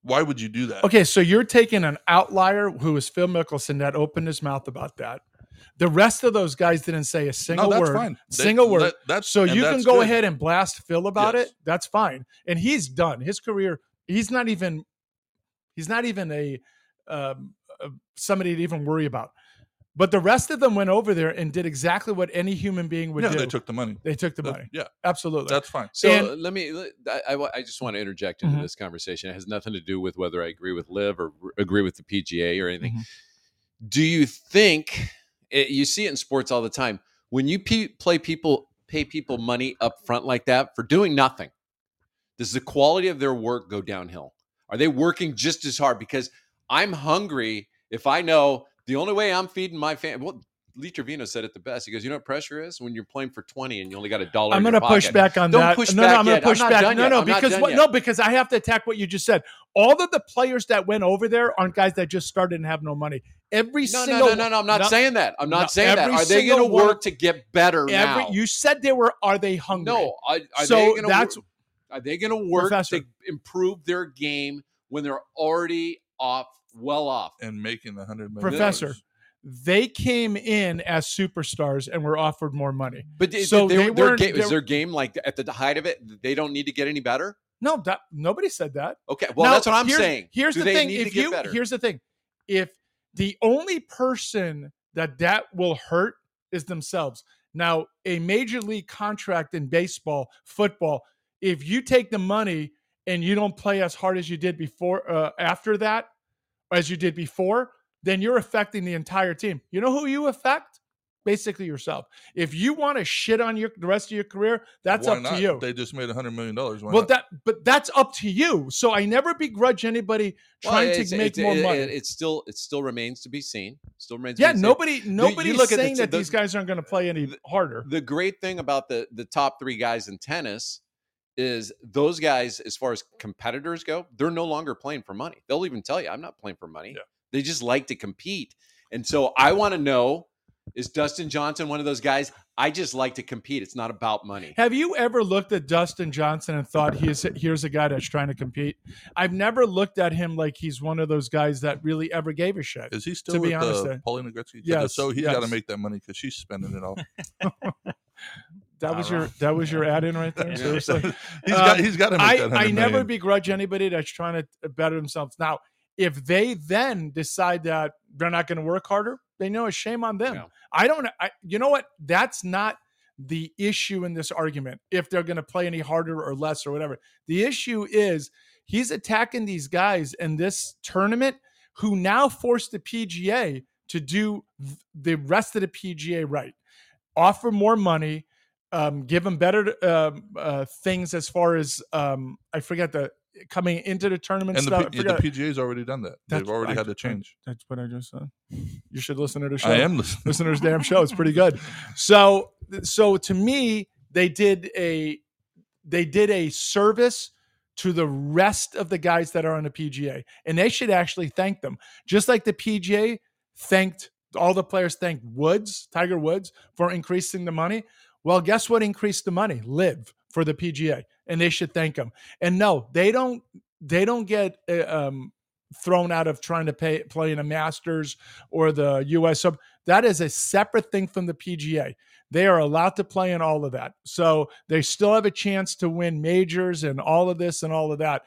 B: Why would you do that?
E: Okay, so you're taking an outlier who is Phil Mickelson that opened his mouth about that. The rest of those guys didn't say a single
B: no, that's
E: word.
B: fine. They-
E: Single word.
B: that- that's
E: So
B: and
E: you can
B: that's
E: go
B: good.
E: ahead and blast Phil about
B: Yes.
E: it. That's fine. And he's done. His career, he's not even he's not even a um, uh, somebody to even worry about. But the rest of them went over there and did exactly what any human being would
B: yeah,
E: do.
B: they took the money.
E: They took the
B: That-
E: money.
B: Yeah,
E: Absolutely.
B: that's fine.
F: So uh,
E: And-
F: let me. let- I, I wa- I just want to interject into
E: Mhm.
F: this conversation. It has nothing to do with whether I agree with Live or r- agree with the PGA or anything.
E: Mm-hmm.
F: Do you think it, you see it in sports all the time when you pe- play people pay people money up front like that for doing nothing? Does the quality of their work go downhill? Are they working just as hard? Because I'm hungry. If I know the only way I'm feeding my family, well, Lee Trevino said it the best. He goes, "You know what pressure is when you're playing for twenty and you only got a dollar."
E: I'm
F: going
E: going
F: to
E: to push back on
F: Don't
E: that.
F: push
E: no,
F: back
E: no, I'm going
F: yet.
E: to push
F: I'm not
E: back.
F: done
E: No,
F: yet.
E: no,
F: I'm not
E: because
F: done
E: what,
F: yet.
E: no, because I have to attack what you just said. All of the players that went over there aren't guys that just started and have no money. Every
F: No, no,
E: single
F: no, no, no. I'm not
E: no,
F: saying that. I'm not
E: no,
F: saying that.
E: every
F: Are they going
E: single
F: to
E: one
F: work
E: of-
F: to get better
E: every
F: now?
E: you said they were are they hungry?
F: no. Are, are
E: So
F: they going to
E: that's-
F: work? Are they going to work
E: Professor.
F: to improve their game when they're already off, well off?
B: And making the hundred million.
E: Professor,
B: dollars.
E: they came in as superstars and were offered more money.
F: But they,
E: So
F: they,
E: they
F: their
E: weren't-
F: game,
E: they-
F: is their game like at the height of it? They don't need to get any better.
E: No, that, nobody said that.
F: Okay, well
E: Now,
F: that's what I'm
E: here's-
F: saying.
E: Here's
F: Do
E: the
F: they
E: thing:
F: need to
E: if
F: get
E: you
F: better?
E: here's the thing, if the only person that that will hurt is themselves. Now, a major league contract in baseball, football, if you take the money and you don't play as hard as you did before, uh, after that, as you did before, then you're affecting the entire team. You know who you affect? Basically yourself. If you want to shit on your the rest of your career, that's
B: Why
E: up
B: not?
E: to you.
B: They just made a hundred million dollars. Why
E: Well,
B: not?
E: that but that's up to you. So I never begrudge anybody
F: Well,
E: trying
F: it's-
E: to make
F: it's-
E: more
F: it,
E: money.
F: It, it still it still remains to be seen. Still remains. to
E: yeah,
F: be seen.
E: nobody nobody's
F: look at the
E: saying
F: t-
E: that
F: the-
E: these guys aren't going to play any
F: the-
E: harder.
F: the great thing about the the top three guys in tennis is those guys, as far as competitors go, they're no longer playing for money. They'll even tell you, "I'm not playing for money."
B: Yeah.
F: They just like to compete, and so I want to know: Is Dustin Johnson one of those guys? I just like to compete. It's not about money.
E: Have you ever looked at Dustin Johnson and thought he is here's a guy that's trying to compete? I've never looked at him like he's one of those guys that really ever gave a shit.
B: Is he still
E: to be
B: with
E: honest,
B: uh,
E: I-
B: Paulina Gretzky? 'Cause if
E: Yes,
B: so he's got to
E: yes.
B: make that money because she's spending it all.
E: That
D: Not
E: was your
D: wrong.
E: that was your
D: Yeah.
E: add in right there.
D: Yeah.
E: Seriously.
B: he's got.
E: Um,
B: He's got to make
E: I,
B: that.
E: I
B: 100
E: never
B: million.
E: begrudge anybody that's trying to uh, better themselves. Now, if they then decide that they're not going to work harder, they know it's shame on them.
F: Yeah.
E: I don't, I, you know what? That's not the issue in this argument. If they're going to play any harder or less or whatever, the issue is he's attacking these guys in this tournament who now force the PGA to do th- the rest of the PGA right, offer more money, um, give them better um, uh, things as far as um, I forget the coming into the tournament
B: And the,
E: stuff.
B: P- yeah,
E: I
B: the
E: forgot-
B: PGA's already done that.
E: That's-
B: They've already
E: I-
B: had
E: I-
B: to change.
E: That's what I just said. You should listen to the show.
B: I am listening.
E: listeners damn show it's pretty good so so to me they did a they did a service to the rest of the guys that are on the pga and they should actually thank them just like the pga thanked all the players thanked woods tiger woods for increasing the money well guess what increased the money live for the pga and they should thank them and no they don't they don't get uh, um thrown out of trying to pay play in a masters or the us Open. That is a separate thing from the PGA. They are allowed to play in all of that. So they still have a chance to win majors and all of this and all of that.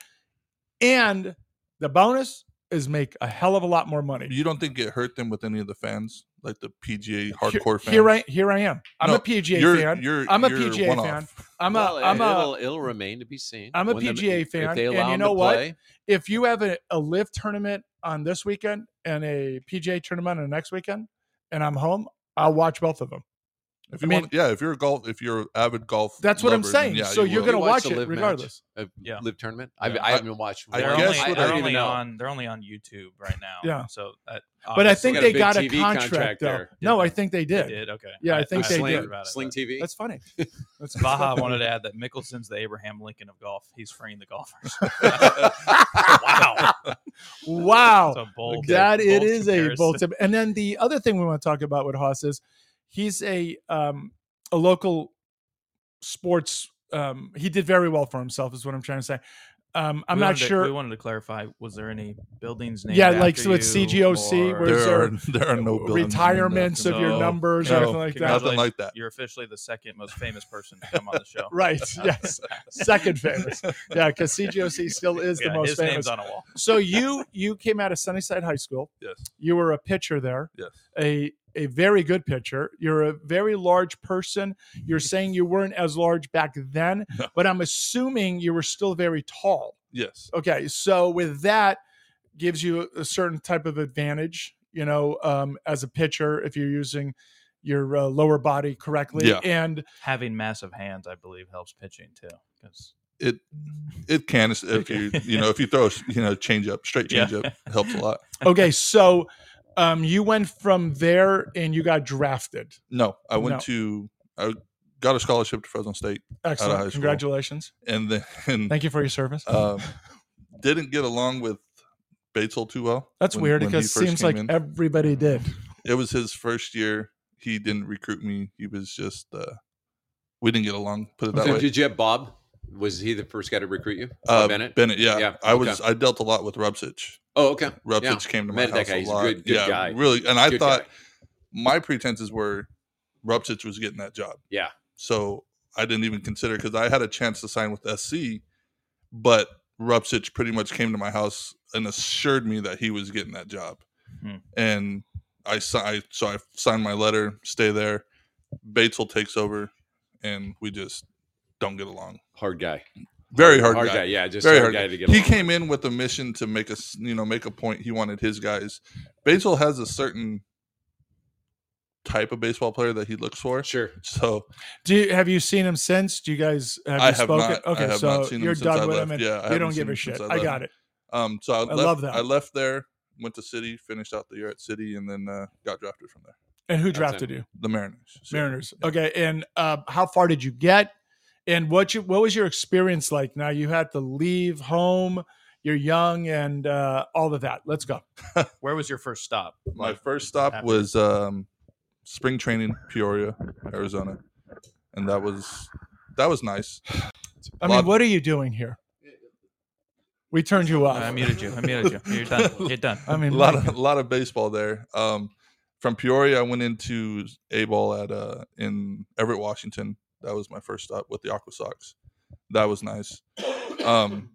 E: And the bonus is make a hell of a lot more money.
B: You don't think it hurt them with any of the fans, like the PGA
E: Here-
B: hardcore fans?
E: Here, I here I am. I'm
B: No,
E: a PGA
B: you're,
E: fan.
B: You're,
E: I'm a
B: you're
E: PGA
B: one
E: fan.
B: off.
E: I'm a
F: Well,
E: am a
F: it'll, it'll remain to be seen.
E: I'm a
F: when the-
E: PGA
F: if
E: fan,
F: they
E: and
F: allow
E: you
F: him
E: know
F: to
E: what?
F: play.
E: if you have a, a live tournament on this weekend and a PGA tournament on the next weekend and I'm home, I'll watch both of them.
B: If
E: I
B: you
E: mean-
B: want, yeah, if you're a golf, if you're an avid golf,
E: That's what I'm
B: lover, then
E: saying.
B: yeah,
E: so
B: you
E: you're
B: will.
E: going to
F: You
E: watch
F: watch the
E: it
F: live match.
E: regardless.
F: a
D: Yeah.
F: live tournament. I've,
B: Yeah.
F: I
B: I-
F: haven't watched.
B: I
F: one.
D: They're
B: guess
D: only,
B: what
D: they're
B: I-
F: don't even
D: only
F: know.
D: on they're only on YouTube right now.
E: Yeah.
D: So uh, that
E: But I think
F: Oh, got
E: they
F: a big
E: got a
F: TV
E: contract,
F: contract
E: though.
F: there.
E: No,
D: Did
E: I
D: they?
E: think they did.
D: did. did. Okay.
E: Yeah, I think
F: With
E: they
F: Uh, Sling,
E: did.
F: Sling TV.
E: That's funny. That's
D: Baja wanted to add that Mickelson's the Abraham Lincoln of golf. He's freeing the golfers. wow. It's
E: wow.
D: a bold,
E: that it
D: bold
E: is a
D: comparison.
E: bold tip. And then the other thing we want to talk about with Haas is he's a um a local sports um he did very well for himself is what I'm trying to say. Um I'm
D: We
E: not
D: wanted to- we
E: sure
D: wanted to clarify: was there any buildings named?
E: Yeah, like,
D: after
E: so it's
D: you
E: CGOC,
D: or-
E: where Where's
B: there are there are no buildings named
E: retirements
B: after
E: of your
B: me.
D: No.
E: numbers or
B: No.
E: anything like that.
D: Congratulations.
B: Nothing like that.
D: You're officially the second most famous person to come on the show.
E: Right. Yes. Second famous. Yeah, because CGOC still is
D: Yeah,
E: the most
D: his
E: famous.
D: name's on a wall.
E: so you you came out of Sunnyside High School.
B: Yes.
E: You were a pitcher there.
B: Yes.
E: A a very good pitcher. You're a very large person. You're saying you weren't as large back then,
B: No.
E: but I'm assuming you were still very tall.
B: Yes.
E: Okay, so with that gives you a certain type of advantage, you know, um, as a pitcher if you're using your uh, lower body correctly.
B: Yeah.
E: And
D: Having massive hands, I believe, helps pitching too. 'cause-
B: It it can if you you know if you throw you know change up straight
D: Yeah.
B: change up helps a lot.
E: okay, so um, you went from there and you got drafted.
B: No, I went
E: No.
B: to I got a scholarship to Fresno State high
E: Excellent.
B: school.
E: Congratulations.
B: and then
E: Thank you for your service.
B: um, didn't get along with Batesel too well.
E: That's
B: when-
E: weird
B: when he
E: because
B: first
E: seems
B: came
E: like
B: in.
E: everybody did.
B: it was his first year. He didn't recruit me. He was just uh, we didn't get along. Put it that
F: So
B: way.
F: did you have Bob? Was he the first guy to recruit you?
B: Uh,
F: Bob Bennett.
B: yeah.
F: Yeah,
B: I was I dealt a lot with Rubsich.
F: oh, okay.
B: Rubsich
F: Yeah.
B: came to my
F: Met that
B: house
F: guy.
B: a
F: He's a
B: lot.
F: good- good
B: yeah,
F: guy.
B: really. And I
F: Good
B: thought
F: guy.
B: my pretenses were Rubsich was getting that job.
F: Yeah.
B: So I didn't even consider because I had a chance to sign with SC, but Rupsich pretty much came to my house and assured me that he was getting that job.
D: Hmm.
B: And I, si- I so I signed my letter, stay there. Batesel takes over, and we just don't get along.
F: hard guy.
B: Very hard,
F: hard
B: guy.
F: guy. Yeah, just
B: Very
F: hard
B: hard
F: guy to get.
B: He
F: along
B: came in with a mission to make us, you know, make a point. He wanted his guys. Basil has a certain type of baseball player that he looks for.
F: with. Sure.
B: So
E: Do you, have you seen him since? Do you guys have you
B: I have
E: spoken?
B: not.
E: okay,
B: I have
E: so
B: not seen him
E: you're
B: since
E: done
B: I
E: with
B: left.
E: him and
B: Yeah, I
E: you
B: haven't
E: don't give
B: seen
E: a
B: him
E: shit.
B: since I
E: I,
B: left.
E: got it.
B: Um, so I, left,
E: love that.
B: I left there, went to City, finished out the year at City, and then uh, got drafted from there.
E: And who
F: That's
E: drafted
F: it.
E: you?
B: The Mariners. So,
E: Mariners. Okay, and uh, how far did you get? And what you what was your experience like? Now you had to leave home. You're young and uh, all of that. Let's go.
D: Where was your first stop?
B: My first stop
D: after-
B: was um, spring training, Peoria, Arizona, and that was that was nice.
E: I
B: Love-
E: mean, what are you doing here? We turned you off.
D: I muted you. I muted you. You're done. You're done.
E: I mean,
B: a lot of a lot of baseball there. Um, from Peoria, I went into A ball at uh in Everett, Washington. That was my first stop with the Aqua Sox. That was nice. Um,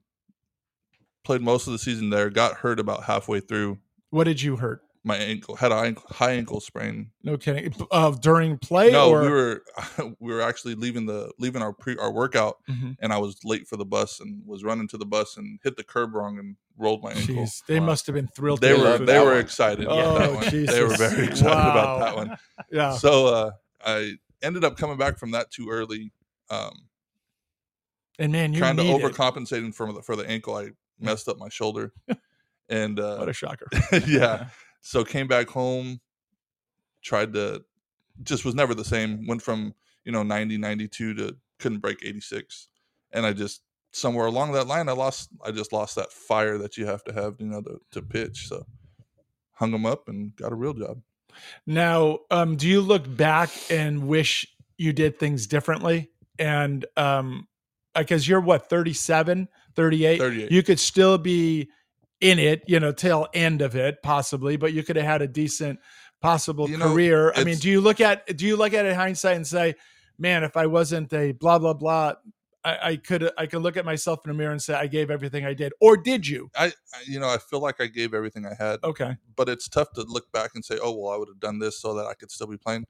B: played most of the season there. Got hurt about halfway through.
E: what did you hurt?
B: My ankle had a ankle, high ankle sprain.
E: No kidding. Uh, during play
B: no,
E: or
B: we were we were actually leaving the leaving our pre our workout,
E: Mhm.
B: and I was late for the bus and was running to the bus and hit the curb wrong and rolled my ankle.
E: Jeez, they
F: Wow.
E: must have been thrilled.
B: They
E: to
B: were
E: death
F: love
E: with
B: they
E: that
B: were
E: one.
B: excited. with
E: Oh,
B: that one. They were
E: Jesus.
B: very excited about
E: Wow.
B: that one.
E: Yeah.
B: so uh, I ended up coming back from that too early. Um,
E: And man, you
B: trying to
E: need it.
B: overcompensate in front of the, for the ankle. I messed up my shoulder, and
E: What
B: uh,
E: a shocker!
B: yeah, so came back home, tried to, just was never the same. Went from you know 90, 92 to couldn't break eighty six, and I just somewhere along that line I lost. I just lost that fire that you have to have, you know, to, to pitch. So hung them up and got a real job.
E: Now, um, do you look back and wish you did things differently? And um, because you're what 37, 38?
B: Thirty eight.
E: you could still be in it, you know, till end of it possibly, but you could have had a decent possible
B: You know,
E: career. I mean,
B: it's-
E: do you look at do you look at it in hindsight and say, man, if I wasn't a blah blah blah, I, I could I could look at myself in the mirror and say I gave everything I did, or did you?
B: I, I you know I feel like I gave everything I had.
E: Okay,
B: but it's tough to look back and say, "Oh, well, I would have done this so that I could still be playing."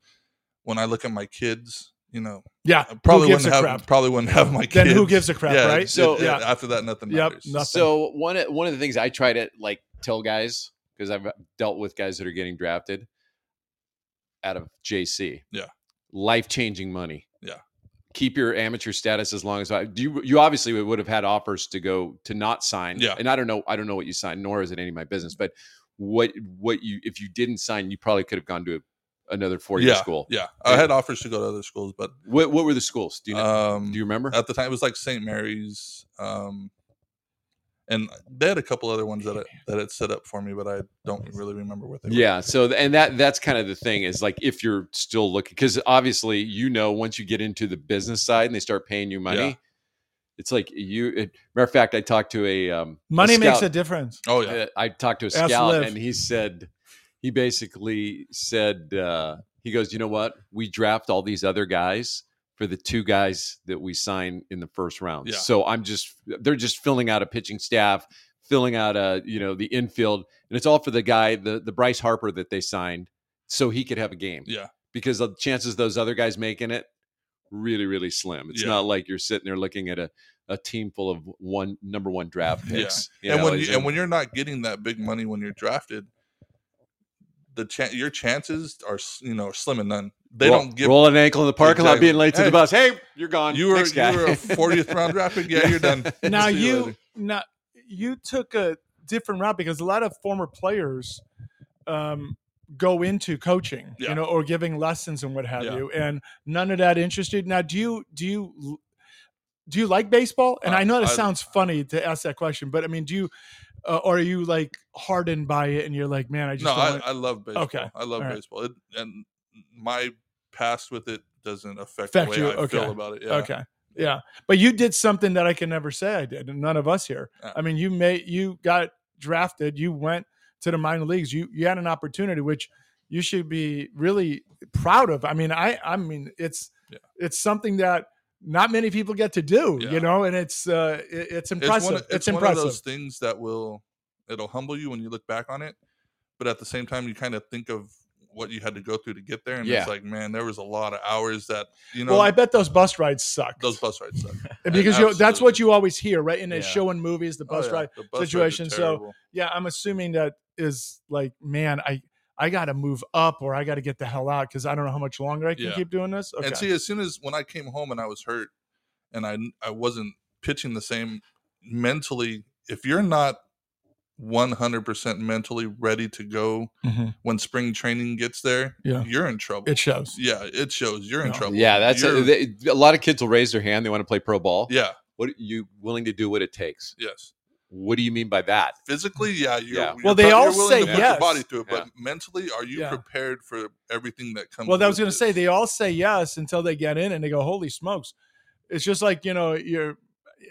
B: When I look at my kids, you know,
E: yeah,
B: I probably
E: who gives
B: wouldn't
E: a
B: have
E: crap?
B: probably wouldn't have my
E: Then
B: kids.
E: who gives a crap,
B: yeah,
E: right?
B: So
H: So-
B: yeah, after that, nothing
E: Yep,
B: matters.
E: nothing.
F: So one of- one of the things I try to like tell guys because I've dealt with guys that are getting drafted out of JC.
B: Yeah.
F: Life changing money.
B: Yeah.
F: Keep your amateur status as long as I, you. You obviously would have had offers to go to not sign.
B: Yeah.
F: And I don't know. I don't know what you signed, nor is it any of my business. But what what you if you didn't sign, you probably could have gone to another four year
B: yeah,
F: school.
B: yeah. I had offers to go to other schools, but
F: What what were the schools? Do you know,
B: um,
F: do you remember?
B: at the time it was like St. Mary's, um, and they had a couple other ones that it, that had set up for me, but I don't really remember what they were.
F: yeah so th- and that that's kind of the thing is like if you're still looking because obviously you know once you get into the business side and they start paying you money
B: Yeah.
F: it's like you it, matter of fact i talked to a um a
E: Money makes
F: scout-
E: a difference.
B: Oh yeah.
F: uh, I talked to a
E: Ask
F: scout
E: Liv.
F: and he said, he basically said, uh, he goes, you know what? We draft all these other guys for the two guys that we sign in the first round.
B: Yeah.
F: So I'm just, they're just filling out a pitching staff, filling out a, you know, the infield, and it's all for the guy, the the Bryce Harper that they signed, so he could have a game.
B: Yeah.
F: Because the chances those other guys making it really, really slim. It's
B: Yeah.
F: not like you're sitting there looking at a a team full of one number one draft
B: Yeah.
F: picks. you
B: and
F: know,
B: when
F: it's
B: you, and when you're not getting that big money when you're drafted, the chan your chances are s- you know slim and none. They
F: Roll-
B: don't give
F: roll an ankle in the parking lot,
B: Exactly.
F: being late to
B: Hey,
F: the bus. Hey, you're gone.
B: You were
F: Next guy.
B: you were a 40th round draft pick. Yeah, you're done.
E: now
B: See
E: you
B: later.
E: now you took a different route because a lot of former players um, go into coaching,
B: Yeah.
E: you know, or giving lessons and what have
B: Yeah.
E: you, and none of that interested. Now, do you do you do you like baseball? And
B: I-
E: I know that
B: I-
E: sounds funny to ask that question, but I mean, do you uh, or are you like hardened by it and you're like, man, I just
B: No,
E: don't
B: I,
E: want-"
B: I love baseball.
E: Okay,
B: I love
E: all right.
B: baseball. It, and my past with it doesn't affect,
E: Affect
B: the way
E: you,
B: I
E: okay,
B: feel about it. Yeah.
E: okay. Yeah. But you did something that I can never say I did, and none of us here.
B: Yeah.
E: I mean, you made you got drafted, you went to the minor leagues, you you had an opportunity which you should be really proud of. I mean, I I mean it's
B: Yeah.
E: it's something that not many people get to do,
B: Yeah.
E: you know, and it's uh it- it's
B: It's one,
E: impressive.
B: of-
E: It's,
B: it's one of
E: impressive.
B: those things that will it'll humble you when you look back on it, but at the same time you kind of think of what you had to go through to get there, and
F: Yeah.
B: it's like, man, there was a lot of hours that you know
E: well, I bet those bus rides suck.
B: those bus rides suck.
E: because you that's what
B: absolutely.
E: you always hear, right? In a
D: Yeah.
E: show and movies, the bus
B: Oh, yeah,
E: ride.
B: the bus rides are
E: situation, so-
B: terrible.
E: yeah i'm assuming that is like man i i gotta move up or i gotta get the hell out because i don't know how much longer i can
B: Yeah.
E: keep doing this okay
B: And see, as soon as when I came home and I was hurt, and I I wasn't pitching the same mentally. If you're not 100% mentally ready to go
E: Mhm.
B: when spring training gets there,
E: Yeah.
B: you're in trouble.
E: it shows
B: yeah, it shows you're in
E: No.
B: trouble.
F: yeah, that's a,
B: You're-
F: they, a lot of kids will raise their hand. They want to play pro ball.
B: yeah,
F: What you willing to do? What it takes.
B: yes.
F: What do you mean by that?
B: Physically, yeah, you're,
F: Yeah.
B: you're
E: Mm-hmm. Well, they
B: pro-
E: all
B: you're willing
E: say
B: to put
E: yes.
B: your body through it,
F: Yeah.
B: but mentally, are you
E: Yeah.
B: prepared for everything that comes?
E: well that was
B: with
E: gonna
B: it?
E: say they all say yes until they get in and they go holy smokes it's just like you know you're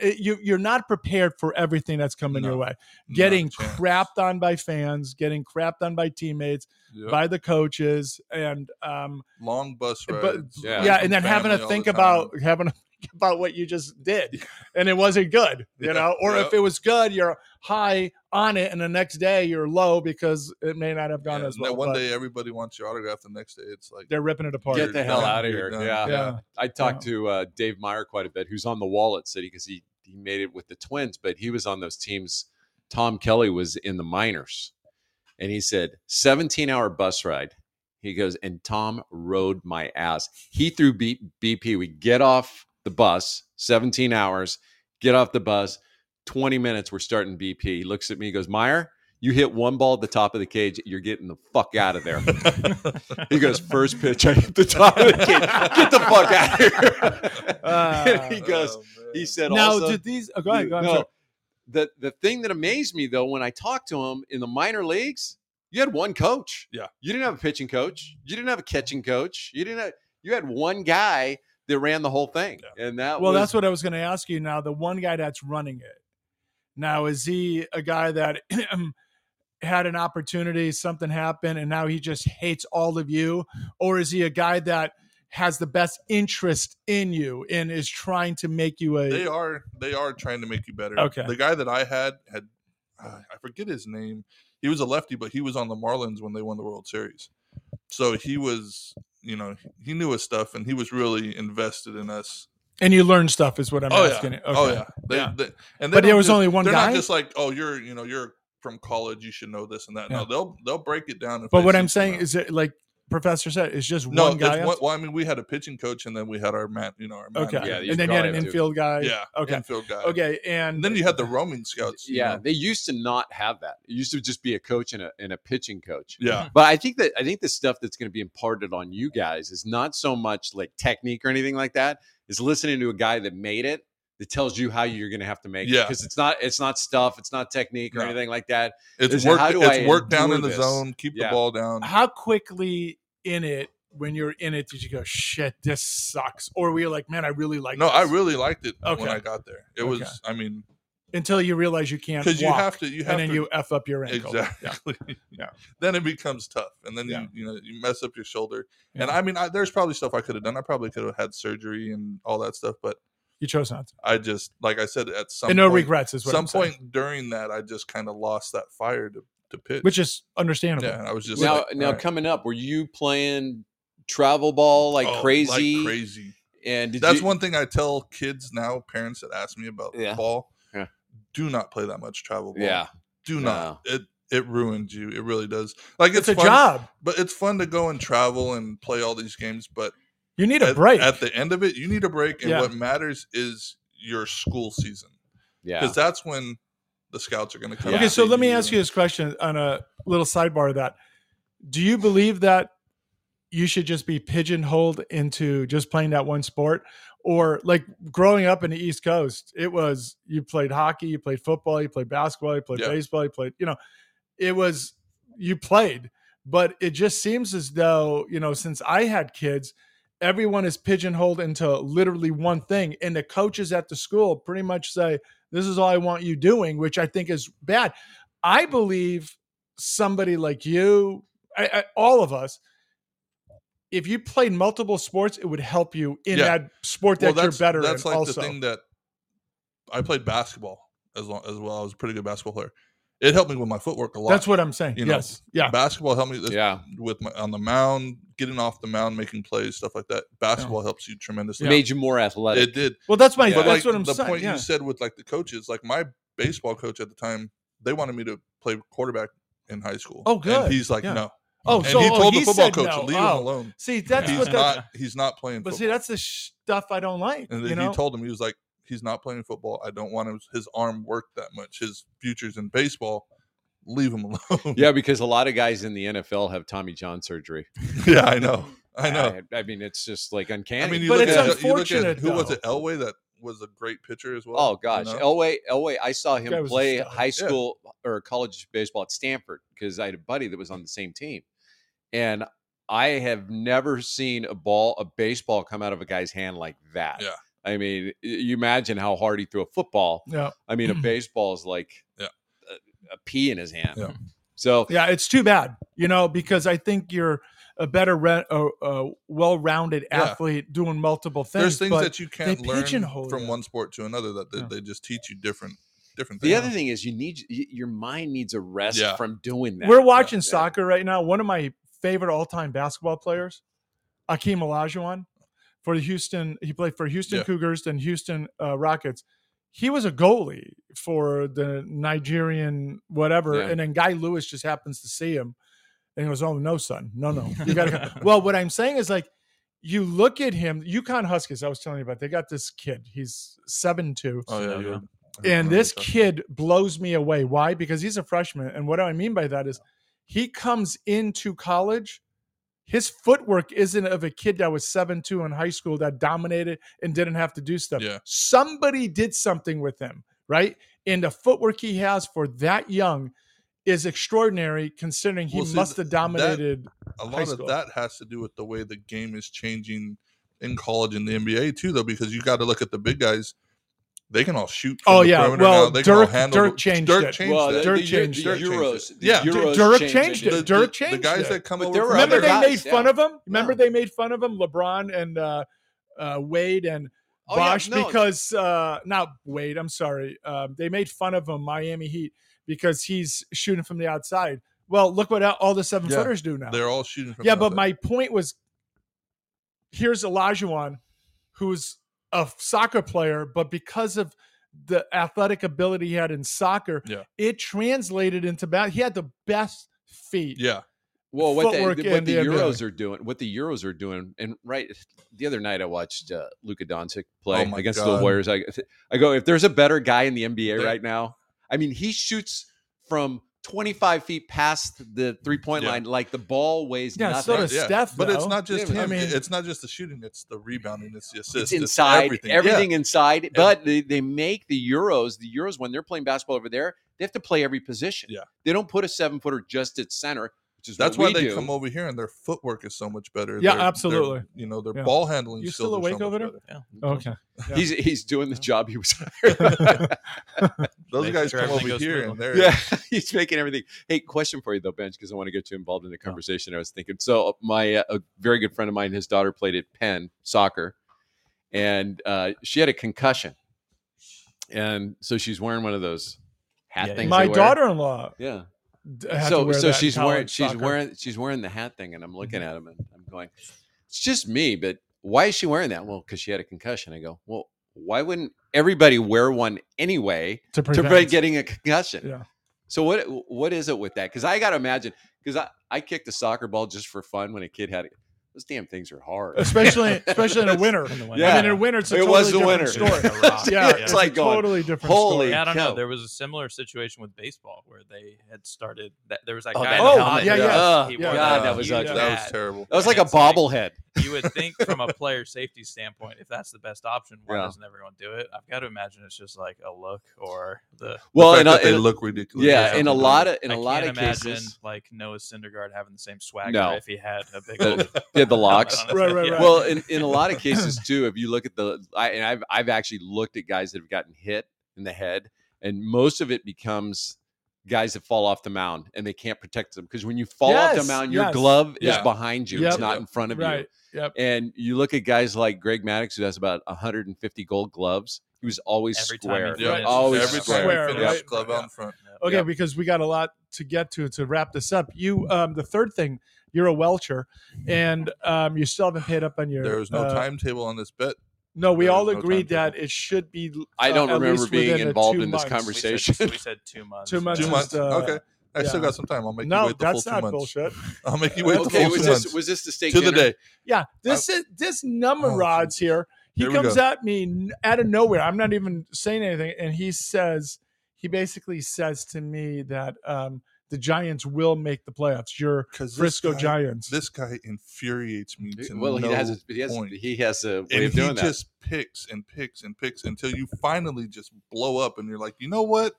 E: it, you, you're not prepared for everything that's coming your
B: No,
E: way
B: Not a
E: getting
B: chance.
E: crapped on by fans getting crapped on by teammates
B: Yep.
E: by the coaches and um
B: long bus rides,
E: but yeah,
F: Yeah.
E: and then having to think about having to think about what you just did and it wasn't good you
B: Yeah,
E: know or if
B: yep.
E: it was good you're high on it and the next day you're low because it may not have gone
B: Yeah,
E: as
B: and then
E: well
B: one
E: but
B: day everybody wants your autograph. The next day it's like
E: they're ripping it apart
F: Get the hell
B: done.
F: out of
B: You're
F: here.
B: done.
F: Yeah.
E: yeah
F: I talked to uh, Dave Meyer quite a bit, who's on the wall at City because he he made it with the Twins, but he was on those teams. Tom Kelly was in the minors, and he said 17 hour bus ride. He goes and Tom rode my ass. He threw B- BP. We get off the bus 17 hours. Get off the bus. 20 minutes, we're starting BP. He looks at me, he goes, Meyer, you hit one ball at the top of the cage, you're getting the fuck out of there. he goes, first pitch, I hit the top of the cage. Get the fuck out of here. And he goes, he said,
E: Ah, oh. now,
F: also,
E: did these? Oh, go ahead. Go ahead. I'm
F: no,
E: sorry.
F: the the thing that amazed me though when I talked to him in the minor leagues, you had one coach.
B: Yeah.
F: you didn't have a pitching coach. You didn't have a catching coach. You didn't. Have, you had one guy that ran the whole thing, and that
E: well,
F: was,
E: that's what I was going to ask you. Now, the one guy that's running it now is he a guy that had an opportunity, something happened, and now he just hates all of you, or is he a guy that has the best interest in you and is trying to make you a?
B: they are they are trying to make you better.
E: Okay.
B: The guy that I had had uh, I forget his name. He was a lefty, but he was on the Marlins when they won the World Series. So he was, you know, he knew his stuff, and he was really invested in us.
E: and you learn stuff is what I'm
B: oh,
E: asking.
B: yeah.
E: you.
B: oh
E: Okay.
B: yeah, They-
E: Yeah.
B: they- and they
E: But there
B: don't
E: was
B: just-
E: only one
B: They're
E: guy?
B: not just like, oh, you're, you know, you're from college, you should know this and that.
E: Yeah.
B: No, they'll they'll break it down. if
E: But
B: they
E: what
B: see
E: I'm saying
B: someone.
E: is that, like Professor said, it's just
B: no,
E: one
B: there's
E: guy.
B: one- well, I mean, we had a pitching coach, and then we had our man, you know, our
E: okay,
B: manager.
F: Yeah, these
E: and then you had
F: guys
E: an
F: do.
E: infield guy.
B: yeah,
E: Okay.
B: infield guy.
E: Okay, and
B: and then you had the roaming scouts. you
F: yeah.
B: know?
F: They used to not have that. It used to just be a coach and a and a pitching coach.
B: yeah.
F: But I think that I think the stuff that's going to be imparted on you guys is not so much like technique or anything like that. Is listening to a guy that made it that tells you how you're going to have to make it
B: Yeah.
F: because it's not it's not stuff, it's not technique or
B: No.
F: anything like that.
B: It's,
F: Is it,
B: work.
F: how do I
B: It's work down
F: endure
B: in the
F: this?
B: zone. Keep
F: Yeah.
B: the ball down.
E: how quickly in it when you're in it did you go shit this sucks or were you like man i really like
B: No,
E: this,"
B: I really liked it
E: Okay.
B: when I got there. It
E: Okay.
B: was, I mean,
E: until you realize you can't
B: because you
E: walk,
B: have to, you have
E: and then
B: to
E: you f up your ankle
B: exactly.
E: Yeah.
B: Then it becomes tough, and then
E: Yeah.
B: you you know you mess up your shoulder. And
E: Yeah.
B: I mean, I, there's probably stuff I could have done. I probably could have had surgery and all that stuff, but
E: you chose not to
B: I just, like I said, at some
E: and no
B: point,
E: regrets is what
B: some
E: I'm saying,
B: point during that, I just kind of lost that fire to to pitch.
E: which is understandable
B: yeah, and I was just
F: now
B: like,
F: now
B: all right.
F: coming up, were you playing travel ball like
B: Oh,
F: crazy?
B: like crazy.
F: And did
B: That's
F: you-
B: one thing I tell kids now, parents that ask me about
F: Yeah.
B: ball.
F: Yeah.
B: Do not play that much travel ball.
F: Yeah,
B: Do not. It it ruins you. It really does. Like
E: it's,
B: it's,
E: a
B: fun,
E: job
B: but it's fun to go and travel and play all these games. But
E: you need a
B: at,
E: break
B: at the end of it, you need a break. And
E: Yeah.
B: what matters is your school season
F: yeah.
B: because that's when the scouts are going to come.
E: okay
B: and
E: so
B: see
E: let me ask you
B: and-
E: this question on a little sidebar of that do you believe that you should just be pigeonholed into just playing that one sport or like growing up in the east coast it was you played hockey you played football you played basketball you played
B: Yeah.
E: baseball you played you know it was you played but it just seems as though you know since i had kids everyone is pigeonholed into literally one thing and the coaches at the school pretty much say this is all i want you doing which i think is bad i believe somebody like you I, I, all of us if you played multiple sports it would help you in
B: Yeah.
E: that sport
B: Well,
E: that you're better
B: That's
E: at
B: like
E: also
B: the thing that I played basketball as long as well. I was a pretty good basketball player. It helped me with my footwork a lot.
E: that's what i'm saying
B: you know,
E: yes yeah
B: basketball helped me.
F: yeah.
B: with my on the mound, getting off the mound, making plays, stuff like that. Basketball helps you tremendously.
F: Made you more
B: It
F: athletic.
B: did.
E: well that's my
F: Yeah.
B: But
E: that's
B: like
E: what i'm
B: the
E: saying
B: point
E: yeah.
B: you said with like the coaches, like my baseball coach at the time, they wanted me to play quarterback in high school.
E: Oh, good.
B: And he's like,
E: Yeah.
B: no.
E: oh
B: And
E: so
B: he
E: oh,
B: told the football
E: said
B: coach,
E: no.
B: leave
E: Oh.
B: him alone.
E: see that's
B: he's
E: what that
B: not. He's not playing.
E: but
B: football.
E: see that's the sh- stuff i don't like
B: and
E: you
B: then
E: know
B: he told him he was like, he's not playing football. I don't want his, his arm worked that much. His future's in baseball. Leave him alone.
F: Yeah, because a lot of guys in the NFL have Tommy John surgery.
B: yeah. I know. I know.
F: I, I mean, it's just like uncanny.
B: I mean, you
E: But
B: look
E: it's
B: at you look at
E: unfortunate,
B: who was
E: though.
B: it? Elway that was a great pitcher as well.
F: Oh
B: you
F: gosh,
B: know?
F: Elway, Elway! I saw
E: guy
F: him
E: was a
F: play
E: stud.
F: high school or college baseball at Stanford because I had a buddy that was on the same team, and I have never seen a ball, a baseball, come out of a guy's hand like that.
B: Yeah.
F: I mean, y- you imagine how hard he threw a football.
E: yeah
F: I mean, a baseball is like
B: Yeah.
F: a, a pea in his hand.
B: Yeah.
F: So
E: yeah it's too bad you know because i think you're a better re- uh, uh, well-rounded
B: Yeah.
E: athlete doing multiple things
B: There's things
E: but
B: that you can't learn
E: pigeonhole
B: from
E: you.
B: one sport to another that they,
E: Yeah.
B: they just teach you different different
F: the
B: things.
F: other thing is, you need y- your mind needs a rest
B: Yeah.
F: from doing that.
E: We're watching
F: Yeah.
E: soccer right now. One of my favorite all-time basketball players, Akeem Olajuwon, for the Houston. He played for Houston
B: Yeah.
E: Cougars and Houston uh, Rockets. He was a goalie for the Nigerian whatever,
F: Yeah.
E: and then Guy Lewis just happens to see him, and he goes, "Oh no, son, no, no, you gotta." go." well, what I'm saying is like, you look at him, Yukon Huskies, I was telling you about, they got this kid. He's seven two.
B: Oh
D: Yeah.
B: yeah, you-
E: And this kid blows me away. Why? Because he's a freshman. And what I mean by that is he comes into college. His footwork isn't of a kid that was 7 2 in high school that dominated and didn't have to do stuff.
B: Yeah.
E: Somebody did something with him, right? And the footwork he has for that young is extraordinary considering he
B: Well, see,
E: must
B: th-
E: have
B: that-
E: dominated.
B: a
E: high
B: lot
E: school.
B: of that has to do with the way the game is changing in college and the NBA too, though, because you got to look at the big guys. They can all shoot. from
E: Oh,
B: the
E: yeah.
B: perimeter
E: Well,
B: now. They can all
E: Dirk-
B: handle
E: Dirk
B: the-
E: changed it.
B: Dirk changed
H: well,
B: that.
H: the,
E: Dirk
H: the,
E: changed
H: the
B: it.
H: Euros. The
B: Yeah.
H: Euros
E: Dirk
H: changed,
E: changed
H: it.
E: it.
B: The-
E: Dirk
B: the, the
E: changed
B: guys
E: it.
B: that come
H: But
B: over.
H: there
B: from
H: were
B: the
H: other
E: Remember they
H: guys,
E: made
H: yeah.
E: fun of him? Remember
H: Yeah.
E: they made fun of him, LeBron and uh, uh, Wade and
H: Oh, yeah,
E: Bosh
H: no.
E: because uh, not Wade. I'm sorry. Um, they made fun of him, Miami Heat, because he's shooting from the outside. Well, look what all the seven
B: Yeah,
E: footers do now.
B: They're all shooting from.
E: Yeah, but
B: nothing.
E: my point was, here's Olajuwon, who's a soccer player, but because of the athletic ability he had in soccer,
B: Yeah.
E: it translated into bat. He had the best feet.
B: yeah,
F: Well, what, they,
E: footwork
F: what
E: and
F: the
E: the
F: Euros
E: ability.
F: are doing, what the Euros are doing, and right the other night I watched uh, Luka Doncic play
B: Oh my
F: against
B: God.
F: the Warriors. I, I go, if there's a better guy in the NBA
B: They-
F: right now, I mean, he shoots from 25 feet past the three point
B: Yeah.
F: line like the ball weighs
E: Yeah, so
F: nothing.
E: does- But
B: yeah.
E: Steph,
B: but it's
E: though.
B: not just
E: Yeah, I
B: him.
E: mean-
B: it's not just the shooting. It's the rebounding. It's the assist.
F: it's inside
B: everything.
F: everything,
B: Yeah.
F: inside. But they, they make the Euros, the Euros when they're playing basketball over there, they have to play every position.
B: Yeah.
F: They don't put a seven footer just at center, which is
B: That's
F: what
B: why
F: we
B: they
F: do.
B: come over here and their footwork is so much better.
E: Yeah,
B: Their- their-
E: absolutely.
B: you know their
E: Yeah.
B: ball handling.
E: You
B: skills
E: still
B: are so
E: awake
B: much
E: over there?
B: better.
E: Okay. Yeah.
F: He's he's doing the job he was hired.
B: Those
D: Make
B: guys
D: sure
B: come
D: everything
B: over
D: goes
B: here and
D: smoothly.
B: they're
F: yeah, he's making everything. Hey, question for you though, Bench, because I want to get you involved in the conversation. I was thinking. So my uh, a very good friend of mine, his daughter played at Penn soccer, and uh, she had a concussion, and so she's wearing one of those hat
D: Yeah, yeah.
F: things.
E: My
F: they wear.
E: daughter-in-law.
F: Yeah.
E: d- had to
F: So
E: wear
F: so
E: that in
F: she's wearing
E: college
F: she's
E: soccer. Mm-hmm.
F: wearing she's wearing the hat thing, and I'm looking at him and I'm going, it's just me, but why is she wearing that? Well, because she had a concussion. I go, well, why wouldn't everybody wear one anyway?
E: to
F: to
E: prevent,
F: prevent getting a concussion.
E: Yeah.
F: So what what is it with that? Because I gotta imagine because I, I kicked a soccer ball just for fun when a kid had it. Those damn things are hard.
E: especially especially in a winter.
F: Yeah.
E: I mean, in winter, it's a
F: It
E: totally
F: was the
E: different
F: winter.
E: story.
F: Yeah,
E: yeah,
F: it's
E: it's
F: like
E: a
F: going,
E: totally different
F: "Holy
E: story.
D: Yeah, I don't
F: Cow.
D: know. There was a similar situation with baseball where they had started. That, there was that
F: Oh,
D: guy.
F: that
D: in the
E: oh,
D: helmet
E: yeah,
D: that
E: yeah.
F: Oh,
D: he
E: yeah.
D: wore
F: God,
D: the
F: that was
D: huge
E: ugly.
B: that was
D: hat.
B: terrible.
F: that was
D: and
F: like a
D: it's like-
F: bobblehead.
D: You would think from a player safety standpoint, if that's the best option, why
F: Yeah.
D: doesn't everyone do it? I've got to imagine it's just like a look or the.
B: The
F: well,
B: fact
F: and
B: that
F: a,
B: they
F: and-
B: look ridiculous.
F: yeah, in a lot of in
D: I
F: a lot
D: can't
F: of
D: imagine
F: cases,
D: like Noah Syndergaard having the same swagger
F: No.
D: if he had a big
F: The-
D: old
F: they had the locks.
D: helmet on his
E: Right,
D: head.
E: right,
D: Yeah.
E: right.
F: Well, in, in a lot of cases too, if you look at the, I, and I've I've actually looked at guys that have gotten hit in the head, and most of it becomes guys that fall off the mound and they can't protect them because when you fall off
E: Yes,
F: the mound, your
E: yes.
F: glove
E: Yeah.
F: is behind you;
E: Yep.
F: it's not in front of you.
E: Right. Yep.
F: And you look at guys like Greg Maddox, who has about 150 gold gloves. He was always
D: Every time
F: square.
D: he finished,
F: Always
B: every time
F: square.
B: we finish
E: right?
B: club
E: Yeah.
B: out in front.
E: Okay,
F: Yeah.
E: because we got a lot to get to to wrap this up. You, um, the third thing, you're a welcher, and um, you still haven't paid up on your.
B: There was no
E: uh,
B: timetable on this bet.
E: No, we
B: there
E: all
B: was no
E: agreed
B: timetable.
E: that it should be.
F: I
E: uh,
F: don't
E: at
F: remember
E: least
F: being
E: within a
F: involved
E: two
F: in this
E: months.
D: We said-
F: conversation.
D: we said two months.
E: Two months
B: Two
E: is
B: months.
E: the-
B: okay, I still
E: yeah.
B: got some time. I'll make you
E: No,
B: wait the
E: that's
B: full
E: not
B: two months.
E: bullshit.
B: I'll make you wait
F: okay,
B: the full
F: was
B: two
F: this
B: months
F: was this the state
B: to the
F: dinner?
B: day.
E: Yeah, this
F: Uh,
E: is this number
B: Oh,
E: rods here. He
B: Here we
E: comes
B: go.
E: at me n- out of nowhere. I'm not even saying anything, and he says he basically says to me that um, the Giants will make the playoffs. Your
B: 'Cause this
E: Frisco
B: guy-
E: Giants.
B: This guy infuriates me. To
F: Well,
B: no
F: he has he has
B: point.
F: he has a way
B: and
F: of
B: he
F: doing that.
B: just picks and picks and picks until you finally just blow up, and you're like, you know what?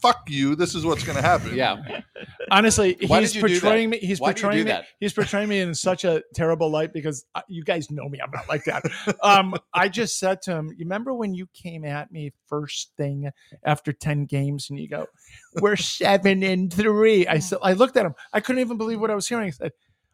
B: Fuck you. This is what's gonna happen.
F: yeah,
E: Honestly,
F: Why
E: he's
F: did you do that?
E: portraying me. He's
F: Why do you do
E: portraying me.
F: that?
E: He's portraying me in such a terrible light because I, you guys know me. I'm not like that. Um, I just said to him, "You remember when you came at me first thing after ten games, and you go, we're seven and three. I said, I looked at him. I couldn't even believe what I was hearing. I said,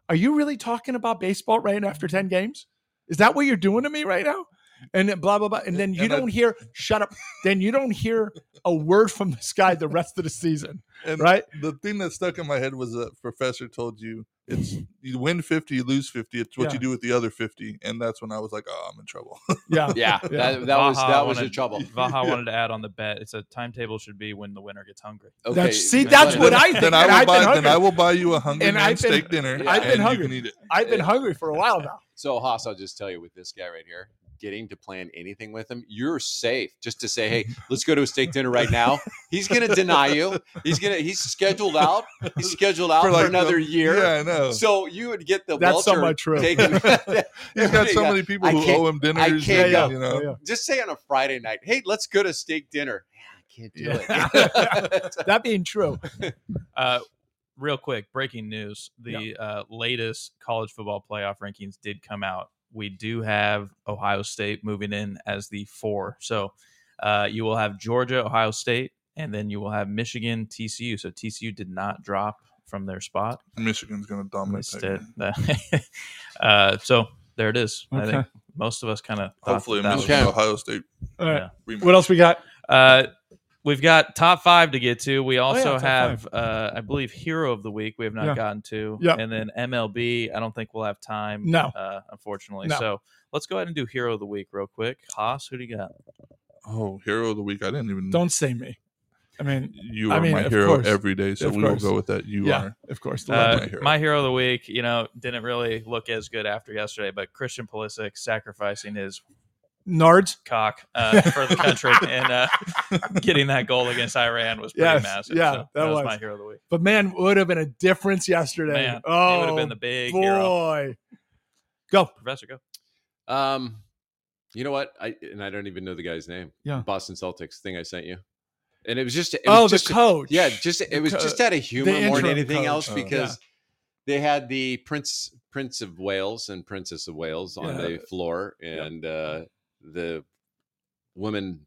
E: "Are you really talking about baseball right after ten games? Is that what you're doing to me right now?" and then blah blah blah. And then you
B: And I-
E: don't hear shut up. Then you don't hear a word from this guy the rest of the season,
B: And
E: right?
B: the thing that stuck in my head was that professor told you it's you win 50 you lose 50 it's what
E: Yeah.
B: you do with the other 50 and that's when i was like oh i'm in trouble
E: Yeah.
F: Yeah,
E: Yeah.
F: that, that was
D: Vaha
F: that was
D: wanted-
F: your trouble.
D: Vaha wanted to add on the bet. It's a timetable should be when the winner gets hungry.
F: Okay,
E: That's- see,
F: but-
E: that's what
B: Then-
E: I think,
B: then
E: and
B: i
E: I've
B: will buy
E: been
B: then i
E: hungry.
B: will buy you a hungry
E: And
B: man
E: I've been-
B: steak dinner
F: I've
E: been
B: and
E: hungry.
B: you can eat it
E: I've been hungry for a while now.
F: So Haas, I'll just tell you with this guy right here, getting to plan anything with him, you're safe. Just to say, hey, let's go to a steak dinner right now. He's gonna deny you. He's gonna he's scheduled out. He's scheduled out for,
B: like the-
F: another year.
B: yeah i know
F: So you would get the
E: That's
F: Welcher
E: somewhat true.
F: Taken,
B: he's got so
F: Yeah.
B: many people
F: I
B: who
F: can't-
B: owe him dinners and,
F: can't
E: go.
B: you know
E: Yeah.
F: just say on a Friday night, hey, let's go to steak dinner. Yeah, I can't do it.
E: That being true,
D: Uh, real quick, breaking news: the uh, latest college football playoff rankings did come out. We do have Ohio State moving in as the four. So uh, you will have Georgia, Ohio State, and then you will have Michigan, TCU. So TCU did not drop from their spot.
B: michigan's gonna dominate that
D: Instead,
B: game.
D: that- uh, so there it is. I think
E: Okay.
D: most of us kind of
B: hopefully
D: that was-
B: michigan ohio state
E: All right.
B: rematch.
E: What else we got?
D: Uh, we've got top five to get to. We
E: Oh, yeah,
D: also
E: top
D: have, uh, I believe, hero of the week. We have not
E: Yeah.
D: gotten to,
E: Yeah.
D: and then MLB. I don't think we'll have time.
E: No.
D: uh, unfortunately.
E: No.
D: So let's go ahead and do hero of the week real quick. Haas, who do you got?
B: oh hero of the week i didn't even
E: Don't say me. I mean,
B: you
E: I
B: are
E: mean,
B: my
E: of
B: hero
E: course.
B: every day so
E: Of
B: we will
E: course.
B: go with that you
E: yeah,
B: are
E: of course. the
D: Uh,
E: legend.
B: my hero.
D: my hero of the week, you know, didn't really look as good after yesterday, but Christian Pulisic sacrificing his
E: Nards.
D: cock uh, for the country and uh, getting that goal against Iran was pretty
E: Yes,
D: massive.
E: yeah,
D: So
E: that
D: that, was,
E: was.
D: my hero of the week.
E: But man, would have been a difference yesterday.
D: Man,
E: oh,
D: he would have been the big
E: boy.
D: hero.
E: Go.
D: Professor, go.
F: um, you know what? I and I don't even know the guy's name.
E: Yeah.
F: Boston Celtics thing I sent you, and it was just it
E: Oh,
F: was
E: the
F: just
E: coach.
F: Yeah, just it was
E: co-
F: just out of humor more than
E: interim
F: anything
E: coach.
F: else
B: Uh,
F: because they had the prince Prince of Wales and Princess of Wales on
E: Yeah.
F: the floor, and uh, the woman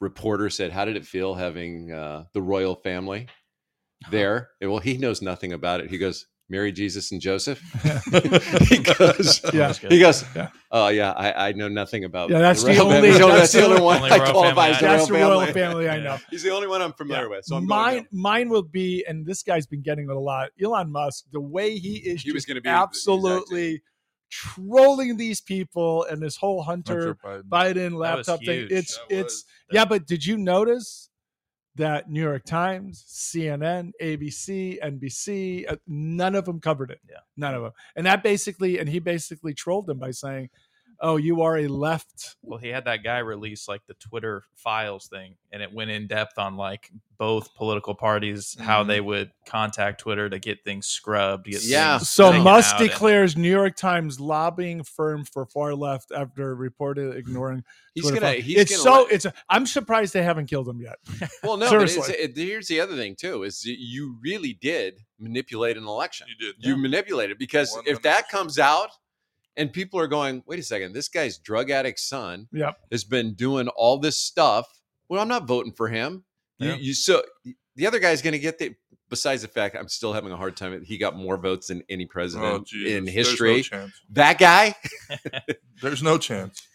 F: reporter said, "How did it feel having uh, the royal family
E: Uh-huh.
F: there?" And, well, he knows nothing about it. He goes, "Mary, Jesus, and Joseph." he goes.
E: Yeah.
D: That's good.
F: He goes,
E: Yeah.
F: oh yeah, I, I know nothing about.
E: Yeah, that's the
F: royal
E: only-
F: family." So
E: that's
F: that's
E: the
F: the only
E: only-
F: one
D: Only
F: I
D: royal
F: qualify as the
D: family I
F: royal
E: That's the
F: family.
E: royal family I
D: Yeah.
E: know.
F: He's the only one I'm familiar
E: Yeah.
F: with, so I'm going
E: mine,
F: him.
E: mine will be, and this guy's been getting it a lot. Elon Musk, the way he is,
F: He was
E: just
F: gonna be-
E: absolutely trolling these people and this whole
B: Hunter
E: Hunter
B: Biden.
E: Biden
D: That was
E: laptop thing.
D: huge.
E: It's
B: That
E: it's
B: was-
E: yeah, but did you notice that New York Times, CNN, ABC, NBC, uh, none of them covered it.
D: Yeah.
E: none of them. And that basically, and he basically trolled them by saying, "Oh, you are a left."
D: Well, he had that guy release like the Twitter files thing, and it went in depth on like both political parties, how
B: Mm-hmm.
D: they would contact Twitter to get things scrubbed. Get
F: Yeah.
D: things
E: So
D: taken
E: Musk
D: out, and-
E: declares New York Times lobbying firm for far left after reported ignoring.
F: He's
E: Twitter
F: gonna.
E: files.
F: He's
E: it's
F: gonna
E: so.
F: let-
E: it's. A, I'm surprised they haven't killed him yet.
F: well, no. but it's-
E: seriously.
F: it- here's the other thing too: is that you really did manipulate an election.
B: you did
F: You manipulated because if that
B: 100%.
F: comes out. And people are going, wait a second, this guy's drug addict son
E: Yep.
F: has been doing all this stuff. Well, I'm not voting for him.
D: Yeah.
F: You, you so the other guy's going to get the. Besides the fact, I'm still having a hard time. He got more votes than any president in history.
B: Oh, There's no chance.
F: that guy,
B: There's no chance.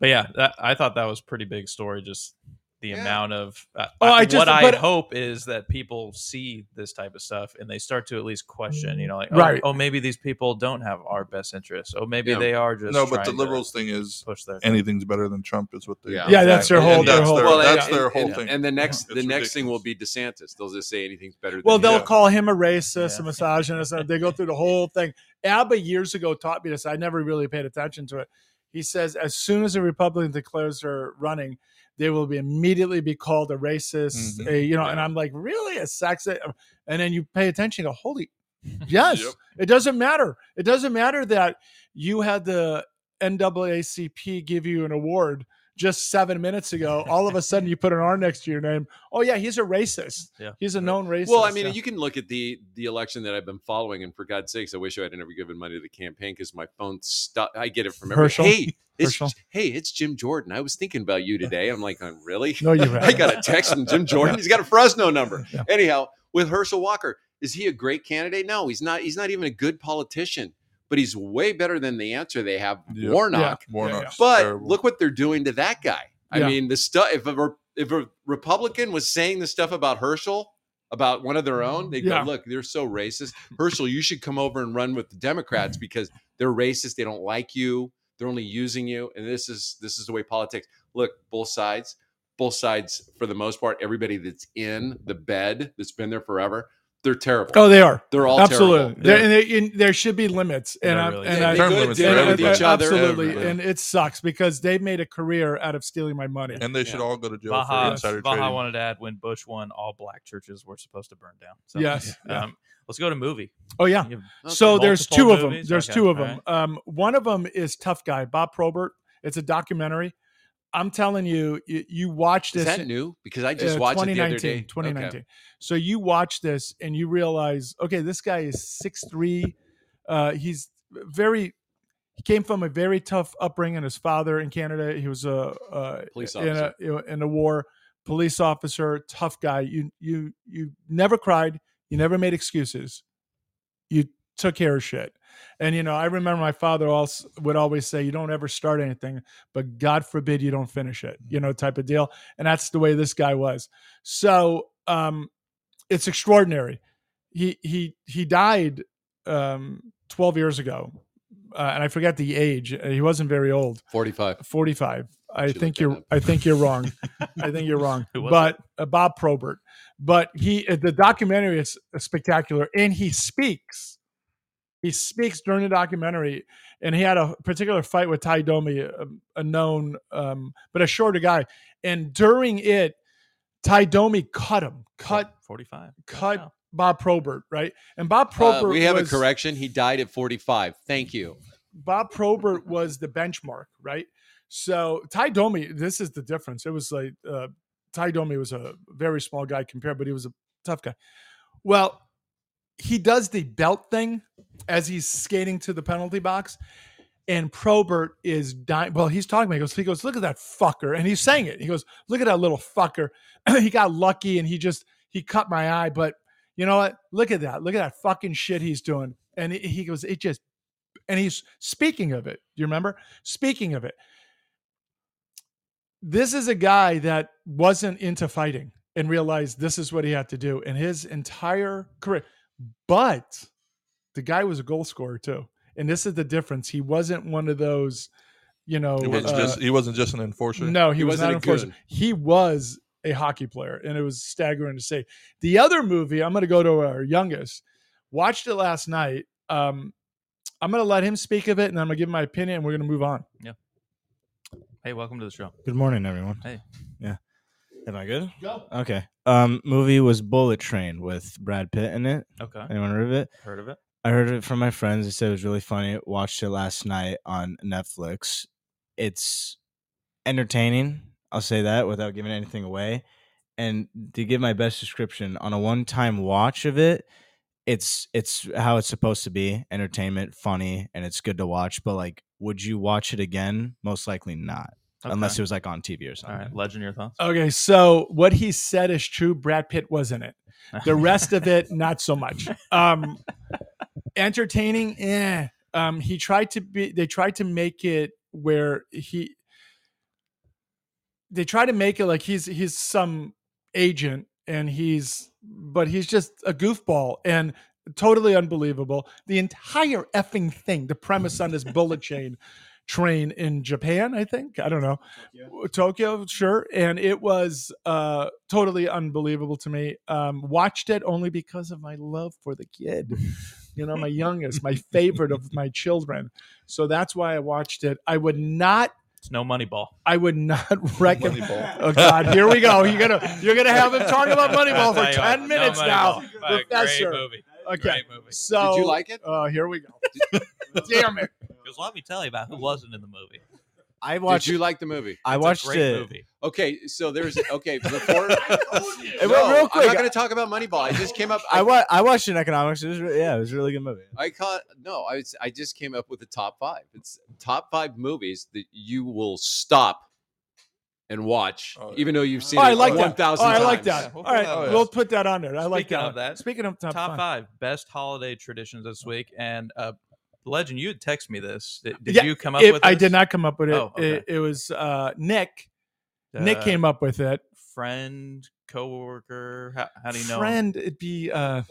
D: but yeah, that, I thought that was pretty big story. Just the
F: Yeah.
D: amount of uh,
E: Oh,
D: I-
E: I just-
D: what I
E: but-
D: hope is that people see this type of stuff and they start to at least question. You know, like oh,
E: Right.
D: oh maybe these people don't have our best interests. Oh, maybe
F: Yeah.
D: they are just
B: no, but the
D: trying to
B: liberals thing is
D: push their
B: anything's better than Trump is what they.
F: Yeah.
E: Yeah, that's their
B: And
E: whole-
B: That's
E: their whole-
B: their,
E: Well,
B: that's
F: and-
B: their
F: and-
B: whole
F: and,
B: thing.
F: And the next,
B: It's
F: the next thing will
B: ridiculous.
F: be DeSantis. They'll just say anything's better.
E: Well,
F: than
E: they'll
F: him.
B: Yeah.
E: call him a racist,
D: Yeah.
E: a misogynist. and they go through the whole thing. Abba years ago taught me this. I never really paid attention to it. He says as soon as a Republican declares they're running, they will be immediately be called a racist.
B: Mhm.
E: a- you know, and
F: Yeah.
E: I'm like, really a sexist? And then you pay attention. You go, holy, yes,
B: Yep.
E: it doesn't matter. It doesn't matter that you had the NAACP give you an award just seven minutes ago. All of a sudden, you put an R next to your name. Oh yeah, he's a racist.
D: Yeah.
E: he's a known racist.
F: Well, I mean,
E: Yeah.
F: you can look at the the election that I've been following, and for God's sakes, I wish I had never given money to the campaign because my phone stuck. I get it from every.
E: Herschel?
F: Hey, it's
E: Herschel?
F: hey, it's Jim Jordan. I was thinking about you today. I'm like, oh, really?
E: No, you're right.
F: I got a text from Jim Jordan. He's got a Fresno number.
E: Yeah.
F: Anyhow, with Herschel Walker, is he a great candidate? No, he's not. He's not even a good politician. but he's way better than the answer they have
B: Yep.
F: Warnock.
B: Warnock's
F: But
B: terrible.
F: look what they're doing to that guy. I
E: Yeah.
F: mean, the stuff. If a re- if a Republican was saying the stuff about Herschel, about one of their own, they
E: Yeah.
F: go, "Look, they're so racist. Herschel, you should come over and run with the Democrats because they're racist. They don't like you. They're only using you. And this is this is the way politics. Look, both sides, both sides. For the most part, everybody that's in the bed that's been there forever, they're terrible.
E: Oh, they are.
F: they're all
E: Absolutely.
F: Terrible.
E: There, and they, and there should be limits. And,
D: There
E: I,
D: really
E: and
D: should
E: I,
D: be.
B: Term
F: They go
B: limits
F: to
B: for
F: dinner with
B: everybody.
F: each other.
E: Absolutely.
B: Everybody.
E: And it sucks because they've made a career out of stealing my money.
B: and they should
F: Yeah.
B: all go to jail for
D: Baja,
B: insider
D: Baja
B: trading.
D: wanted to add when Bush won, all black churches were supposed to burn down. So,
E: Yes. Yeah.
D: Um, let's go to movie.
E: oh, yeah.
F: Okay.
E: So there's
D: Multiple
E: two of them.
D: movies?
E: There's
D: Okay,
E: two of
D: all
E: them. Um, one of them is Tough Guy, Bob Probert. It's a documentary. I'm telling you, you, you watch
F: Is
E: this.
F: that new? Because I just
E: uh,
F: watched it the other day.
E: 2019. So you watch this and you realize, okay, this guy is 6'3". Uh, he's very. He came from a very tough upbringing. His father in Canada, he was a, a
F: Police
E: in
F: officer.
E: a you know, in a war, police officer, tough guy. You you you never cried. You never made excuses. You took care of shit. And you know, I remember my father also would always say, "You don't ever start anything, but God forbid you don't finish it." You know, type of deal. And that's the way this guy was. So um, it's extraordinary. He he he died um, 12 years ago, uh, and I forget the age. Uh, He wasn't very old.
F: 45.
E: 45. I
F: Should look
E: think
F: that
E: you're.
F: up.
E: I think you're wrong. I think you're wrong.
D: Who was
E: But uh, Bob Probert. But he. uh, The documentary is uh, spectacular, and he speaks. He speaks during the documentary, and he had a particular fight with Ty Domi, a, a known um, but a shorter guy. And during it, Ty Domi cut him,
F: Oh,
E: cut
D: forty-five.
E: cut
D: Wow.
E: Bob Probert, right? And Bob
F: Uh,
E: Probert.
F: we have
E: was-
F: a correction. He died at 45. Thank you.
E: Bob Probert was the benchmark, right? So Ty Domi, this is the difference. It was like uh, Ty Domi was a very small guy compared, but he was a tough guy. Well, he does the belt thing as he's skating to the penalty box, and Probert is dying. Well, he's talking about. it. He goes, he goes, look at that fucker, and he's saying it. He goes, look at that little fucker. he got lucky, and he just he cut my eye, but you know what? Look at that. Look at that fucking shit he's doing. And he- he goes, it just, and he's speaking of it. Do you remember? Speaking of it. This is a guy that wasn't into fighting and realized this is what he had to do in his entire career. But the guy was a goal scorer too. And this is the difference. He wasn't one of those, you know,
B: He wasn't
E: uh,
B: just he wasn't just an enforcer.
E: no, he,
F: He
E: was
F: wasn't
E: not
F: a
E: unfortunate.
F: goon.
E: He was a hockey player, and it was staggering to see. The other movie, I'm going to go to our youngest. Watched it last night. Um, I'm going to let him speak of it, and I'm going to give my opinion, and we're going to move on.
D: Hey, welcome to the show.
H: Good morning, everyone.
D: Hey.
H: Yeah. Am I good?
E: Go.
H: Okay. Um, movie was Bullet Train with Brad Pitt in it.
D: Okay,
H: Anyone heard of it?
D: heard of it?
H: I heard it from my friends. They said it was really funny. Watched it last night on Netflix. It's entertaining. I'll say that without giving anything away. And to give my best description on a one-time watch of it, it's it's how it's supposed to be: entertainment, funny, and it's good to watch. But like, would you watch it again? Most likely not,
D: Okay.
H: unless it was like on TV or
D: all
H: something.
D: right. Legend, your thoughts?
E: Okay, so what he said is true. Brad Pitt was in it. The rest of it, not so much. Um, entertaining, eh. Um, he tried to be. They tried to make it where he. They try to make it like he's he's some agent and he's but he's just a goofball and totally unbelievable. The entire effing thing, the premise on this bullet chain train in Japan, I think. I don't know. Tokyo, sure, and it was uh, totally unbelievable to me. Um, watched it only because of my love for the kid, you know, my youngest, my favorite of my children. So that's why I watched it. I would not,
D: It's no Moneyball.
E: I would not recommend.
B: Moneyball.
E: Oh God, here we go. You're gonna, you're gonna have him talk about Moneyball for ten minutes now, Professor.
D: movie.
E: Okay,
D: movie.
E: so
F: Did you like it?
E: Uh, here we go. Damn it!
D: Because let me tell you about who wasn't in the movie.
H: I
F: Did
H: watched.
F: you like the movie?
H: I
D: It's a
H: watched
D: great
H: it.
D: Movie.
F: Okay, so there's okay before. no,
H: Hey, wait, real
F: I'm
H: quick.
F: not going to talk about Moneyball. I just came up.
H: I,
F: I,
H: wa- I watched it in economics. It was re- yeah, it was a really good movie.
F: I caught no. I was, I just came up with the top five. It's top five movies that you will stop and watch,
B: Oh, yeah.
F: even though you've seen
E: Oh,
F: it
E: I like
F: one
E: that. Oh,
F: thousand.
E: I like
F: times.
E: that.
D: We'll
E: All
D: put
E: right,
D: that
B: on.
E: we'll put that on there. I like
D: Speaking
E: that.
D: of that,
E: Speaking of top,
D: Top
E: five.
D: five best holiday traditions this week, and uh, Legend, you had texted me this. Did, did
E: Yeah,
D: you come up
E: It-
D: with?
E: I
D: this?
E: did not come up with it.
D: Oh, okay.
E: it. It was uh, Nick. Nick
D: Uh,
E: came up with it.
D: Friend, coworker. How, how do you know?
E: Friend, it'd be uh,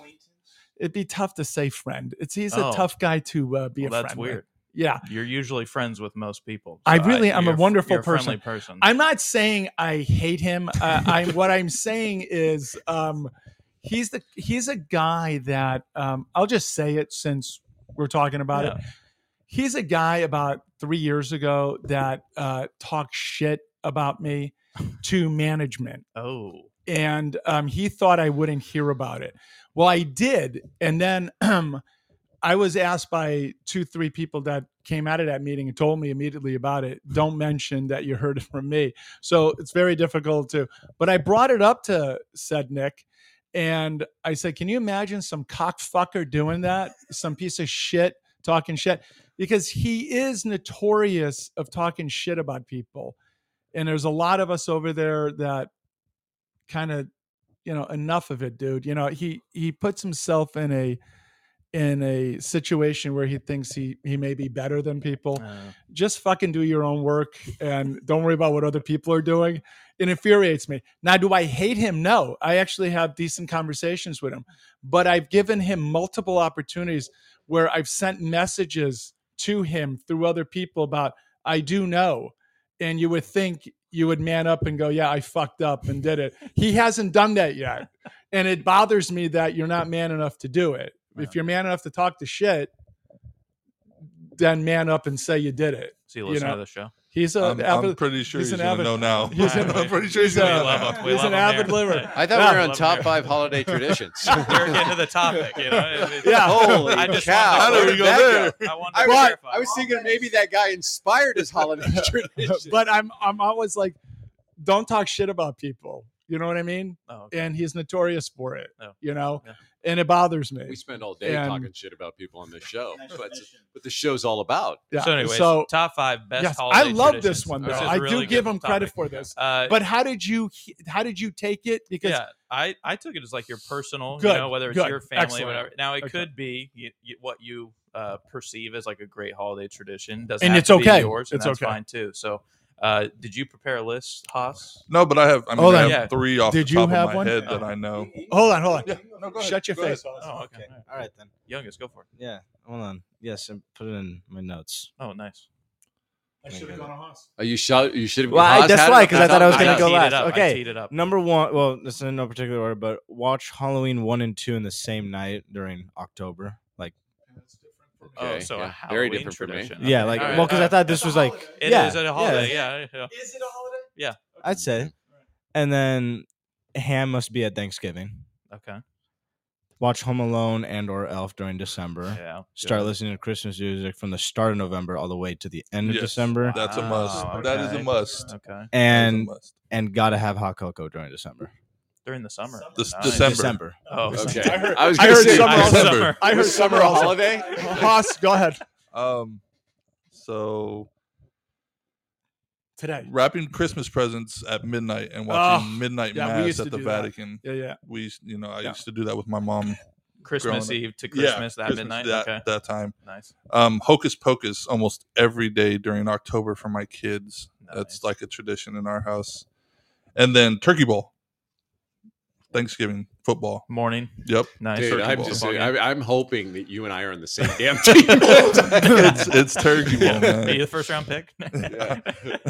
E: it'd be tough to say friend. It's he's
D: Oh.
E: a tough guy to uh, be
D: Well,
E: a friend.
D: that's
E: with.
D: weird.
E: Yeah,
D: You're usually friends with most people. uh,
E: I really am a
D: you're f-
E: wonderful
D: you're
E: person.
D: friendly person.
E: I'm not saying I hate him. Uh, I what I'm saying is um, he's the he's a guy that um, I'll just say it since we're talking about it. He's a guy about three years ago that uh, talked shit about me to management
D: Oh,
E: and um, he thought I wouldn't hear about it. Well, I did, and then I was asked by two, three people that came out of that meeting and told me immediately about it. Don't mention that you heard it from me. So it's very difficult to. But I brought it up to said Nick, and I said, "Can you imagine some cockfucker doing that? Some piece of shit talking shit." Because he is notorious of talking shit about people. And there's a lot of us over there that kind of you know enough of it dude you know he he puts himself in a in a situation where he thinks he he may be better than people
D: Uh,
E: just fucking do your own work and don't worry about what other people are doing it infuriates me now do i hate him no i actually have decent conversations with him but i've given him multiple opportunities where i've sent messages to him through other people about i do know and you would think you would man up and go, "Yeah, I fucked up and did it." He hasn't done that yet, and it bothers me that you're not man enough to do it.
D: Yeah.
E: If you're man enough to talk to shit, then man up and say you did it.
D: so you
E: You
D: listen
E: know,
D: to the show.
E: He's a
B: I'm,
E: avid,
B: I'm pretty sure
E: he's an
B: he's, gonna
E: avid-
B: know now.
E: he's
D: an-
B: I'm pretty sure he's
E: he's
B: gonna
E: a-
B: know
D: love
B: now.
D: him. We
E: he's
D: love
E: an
D: him
E: avid
D: here.
E: liver.
F: I thought
E: Yeah.
F: we were on
D: Love
F: top
D: Mary.
F: five holiday traditions.
D: We're getting to the topic, you know. It- it-
E: Yeah.
F: Holy
D: I just wanted
F: cow!
D: to-
B: How do we go
F: Where'd that
B: there?
D: I wanted to
F: I was,
D: clarify.
F: I was thinking maybe that guy inspired his holiday tradition.
E: but I'm I'm always like, don't talk shit about people. You know what I mean?
D: Oh, okay.
E: And he's notorious for it.
D: Oh.
E: You know,
D: Yeah.
E: and it bothers me.
F: we spend all day
E: And-
F: talking shit about people on this show. That's what- that's what the show's all about.
E: Yeah.
D: So, anyways,
E: so
D: top five best.
E: yes, I
D: holiday
E: love
D: traditions.
E: this one though.
D: This is
E: I
D: really
E: do give
D: good
E: him credit
D: topic.
E: for this.
D: Uh,
E: But how did you how did you take it? Because
D: yeah, I, I took it as like your personal,
E: Good,
D: you know, whether it's
E: good,
D: your family,
E: excellent.
D: whatever. Now it
E: Okay.
D: could be y y what you uh, perceive as like a great holiday tradition. Doesn't
E: And
D: have
E: it's
D: to be
E: okay.
D: yours, and
E: It's
D: that's
E: okay.
D: fine too. So, uh, did you prepare a list, Haas?
B: No, but I have. I mean,
E: Hold
B: I
D: on.
B: have
D: Yeah.
B: three off
E: Did
B: the
E: you
B: top of
E: have
B: my
E: one?
B: head that
D: Oh.
B: I know.
E: hold on, hold on.
B: no, go
E: Shut your
B: Go ahead.
E: face. Oz.
D: Oh, okay.
H: All right then.
D: Youngest, go for it.
H: Yeah. Hold on. Yes, and put it in my notes.
D: Oh, nice.
E: I should have gone on Haas.
F: Are you shout? You should have.
H: Well, I-
F: Haas
H: that's
F: had
H: why,
F: it?
H: 'cause I thought I was gonna
D: teed
H: go
D: it
H: last.
D: up. I
H: Okay.
D: teed it up.
H: Number one. Well, this is in no particular order, but watch Halloween one and two in the same night during October. Like
D: Oh,
F: Okay,
D: so a
F: yeah.
D: Halloween
F: Very different for me.
D: tradition.
H: yeah,
D: Okay.
H: like
D: All
H: well,
D: right,
H: 'cause well, because
D: all
H: I
D: right.
H: thought this was like
D: It
H: yeah,
D: is a holiday. Yeah. yeah.
E: Is it a holiday?
D: Yeah.
H: I'd say, and then ham must be at Thanksgiving.
D: Okay.
H: Watch Home Alone and or Elf during December.
D: Yeah.
H: Start listening to Christmas music from December from the start of November all the way to the end of
B: Yes.
H: December,
B: That's a must.
D: Wow,
B: That is
D: okay.
B: a must.
D: Okay.
B: That is a
H: and
B: must.
H: and gotta have hot cocoa during December.
D: During the summer.
B: This
D: Nice.
B: December.
H: December.
D: Oh,
F: Okay.
E: I heard-
F: was
E: I
F: gonna
E: heard
F: say,
E: summer
F: was-
E: also.
D: Summer.
E: I heard
F: was
E: summer also.
F: holiday.
E: Haas, go ahead.
B: Um, so
E: Today.
B: wrapping Christmas presents at midnight and watching
E: Oh,
B: midnight
E: yeah, we
B: mass
E: used to
B: at the
E: do that.
B: Vatican.
E: Yeah, yeah.
B: We, used- you know, I
E: Yeah.
B: used to do that with my mom.
D: Christmas
B: Growing
D: Eve to Christmas that
B: Christmas
D: midnight.
B: That,
D: okay.
B: that time.
D: Nice.
B: Um, Hocus Pocus almost every day during October for my kids.
D: Nice.
B: That's like a tradition in our house. And then Turkey Bowl, Thanksgiving football.
D: Morning.
B: Yep,
D: Nice.
F: Dude,
D: Turkey
F: I'm
D: Bowl.
F: just.
D: Football game.
F: I, I'm hoping that you and I are on the same damn team.
B: it's, it's Turkey Bowl,
D: Are you
B: man.
D: the first round pick?
B: Yeah.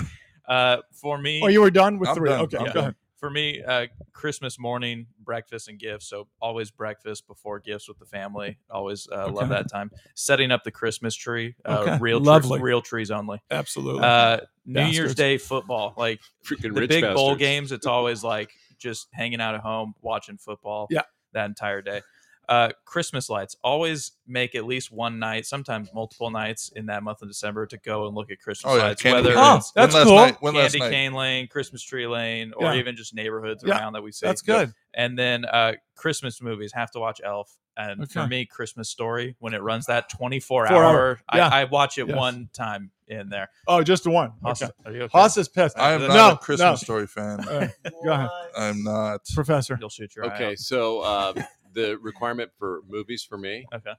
D: uh, for me,
E: Oh, you were done with
B: I'm
E: three.
B: done.
E: Okay,
B: I'm
E: go
B: done.
E: ahead.
D: for me, uh, Christmas morning, breakfast and gifts. So always breakfast before gifts with the family. Always uh, love
E: Okay.
D: that time. Setting up the Christmas tree. Uh,
E: Okay.
D: Real
E: Lovely.
D: trees, real trees only.
E: Absolutely.
D: Uh, New Year's
E: Bastards.
D: Day football, like
F: Freaking
D: the
F: rich
D: big bowl
F: bastards.
D: games. It's always like just hanging out at home, watching football.
E: Yeah.
D: that entire day. Uh, Christmas lights always make at least one night, sometimes multiple nights in that month of December to go and look at Christmas
B: Oh yeah,
D: lights.
B: candy
D: Whether
B: canes.
E: Oh,
B: When
D: it's
E: that's
B: last
E: cool.
B: night- when last
D: Candy
B: night?
D: Cane Lane, Christmas Tree Lane, or
E: Yeah.
D: even just neighborhoods
E: Yeah.
D: around that we see.
E: That's good.
D: And then uh, Christmas movies have to watch Elf. And for
E: Okay.
D: me, Christmas Story when it runs that twenty four
E: Four
D: hour,
E: hour. Yeah.
D: I, I watch it
E: Yes.
D: one time in there.
E: Oh, just the one.
D: Haas,
E: Okay.
D: are you okay?
E: Haas is pissed.
B: I am
E: no,
B: not
E: no.
B: a Christmas story fan.
E: All right, Go ahead,
B: I'm not.
E: Professor.
D: You'll shoot your eye
F: Okay,
D: out.
F: so uh, the requirement for movies for me,
D: Okay.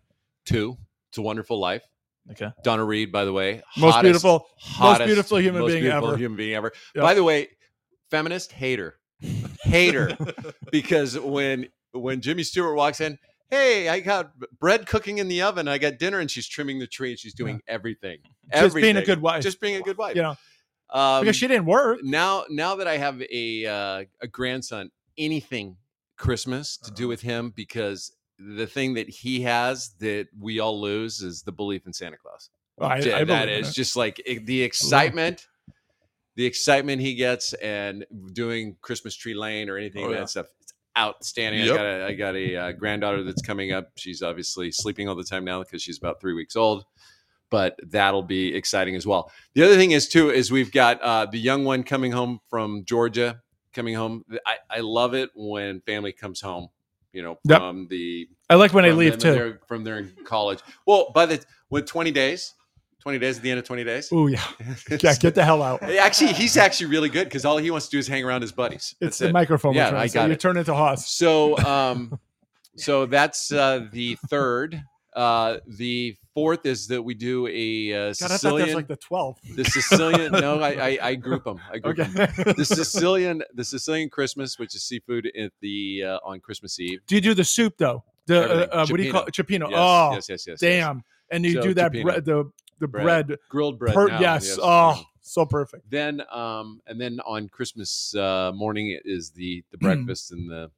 F: two, It's a Wonderful Life,
D: Okay.
F: Donna Reed, by the way,
E: Most
F: hottest-
E: beautiful- most
F: hottest-
E: beautiful human
F: most
E: being
F: beautiful
E: ever.
F: human being ever.
E: Yeah.
F: By the way, feminist hater, hater, because when when Jimmy Stewart walks in, hey, I got bread cooking in the oven, I got dinner, and she's trimming the tree, and she's doing everything,
E: Just being a
F: everything.
E: good wife.
F: just being a good wife,
E: you know,
F: Um,
E: because she didn't work.
F: now now that I have a uh, a grandson, anything Christmas to
E: Uh-huh.
F: do with him because the thing that he has that we all lose is the belief in Santa Claus.
E: I,
F: J-
E: I
F: that
E: believe in
F: is
E: it.
F: just like it- the excitement, the excitement he gets, and doing Christmas tree lane or anything
B: Oh,
F: of
B: yeah.
F: that stuff. It's outstanding.
B: Yep.
F: I got a, I got a uh, granddaughter that's coming up. She's obviously sleeping all the time now because she's about three weeks old, but that'll be exciting as well. The other thing is too is we've got uh, the young one coming home from Georgia, coming home. I, I love it when family comes home. You know,
E: Yep.
F: from the
E: I like when they
F: from
E: leave
F: them
E: too.
F: and their- from their college. Well, by the with twenty days, twenty days at the end of twenty days.
E: Oh yeah, yeah. Get the hell out.
F: actually, he's actually really good because all he wants to do is hang around his buddies.
E: It's
F: That's
E: the
F: it.
E: microphone.
F: Yeah,
E: we're trying
F: I
E: to say.
F: got
E: You
F: it.
E: turn into Hoss.
F: So, um, so that's uh, the third. Uh, the fourth is that we do a uh,
E: God, I thought that's
F: Sicilian.
E: like the 12th.
F: the Sicilian. no, I, I I group them. I group
E: Okay.
F: 'em. The Sicilian, the Sicilian Christmas, which is seafood at the uh, on Christmas Eve.
E: do you do the soup though? The
F: Everything.
E: uh, uh, what do you call it? Chipino?
F: Yes,
E: oh,
F: yes, yes, yes, yes.
E: damn! And you
F: So
E: do that
F: chipino.
E: bread, the the
F: Bread.
E: bread.
F: Grilled bread.
E: Per-
F: now,
E: yes. Oh, so perfect.
F: then um and then on christmas uh morning it is the the breakfast and the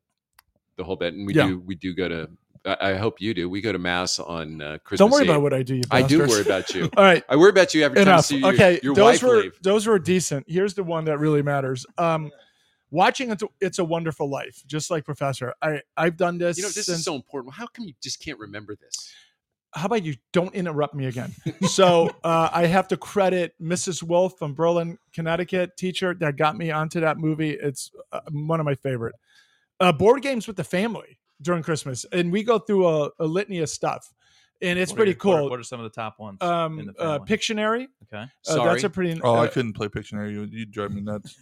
F: the whole bit and we
E: Mm. Yeah.
F: do we do go to I, I hope you do we go to mass on uh christmas
E: Don't worry
F: Eve.
E: about what I do. You
F: i do
E: bastards.
F: worry about you
E: All right,
F: i worry about you every time I
E: enough.
F: see you,
E: okay,
F: your
E: those
F: wife
E: were
F: leave
E: those were decent. Here's the one that really matters. Um, watching it's a, it's a Wonderful Life, just like Professor. I I've done this.
F: you know this
E: since-
F: is so important how come you just can't remember this
E: how about you don't interrupt me again? so uh, I have to credit Mrs. Wolf from Berlin, Connecticut, teacher that got me onto that movie. It's uh, one of my favorite. Uh, board games with the family during Christmas, and we go through a, a litany of stuff, and it's
D: What are
E: pretty
D: your- what are-
E: cool.
D: What, are some of the top ones? in
E: um,
D: the
E: uh,
D: family?
E: Pictionary,
D: okay.
E: uh,
F: sorry
E: that's a pretty.
B: Oh,
E: uh,
B: I couldn't play Pictionary. You you drive me nuts.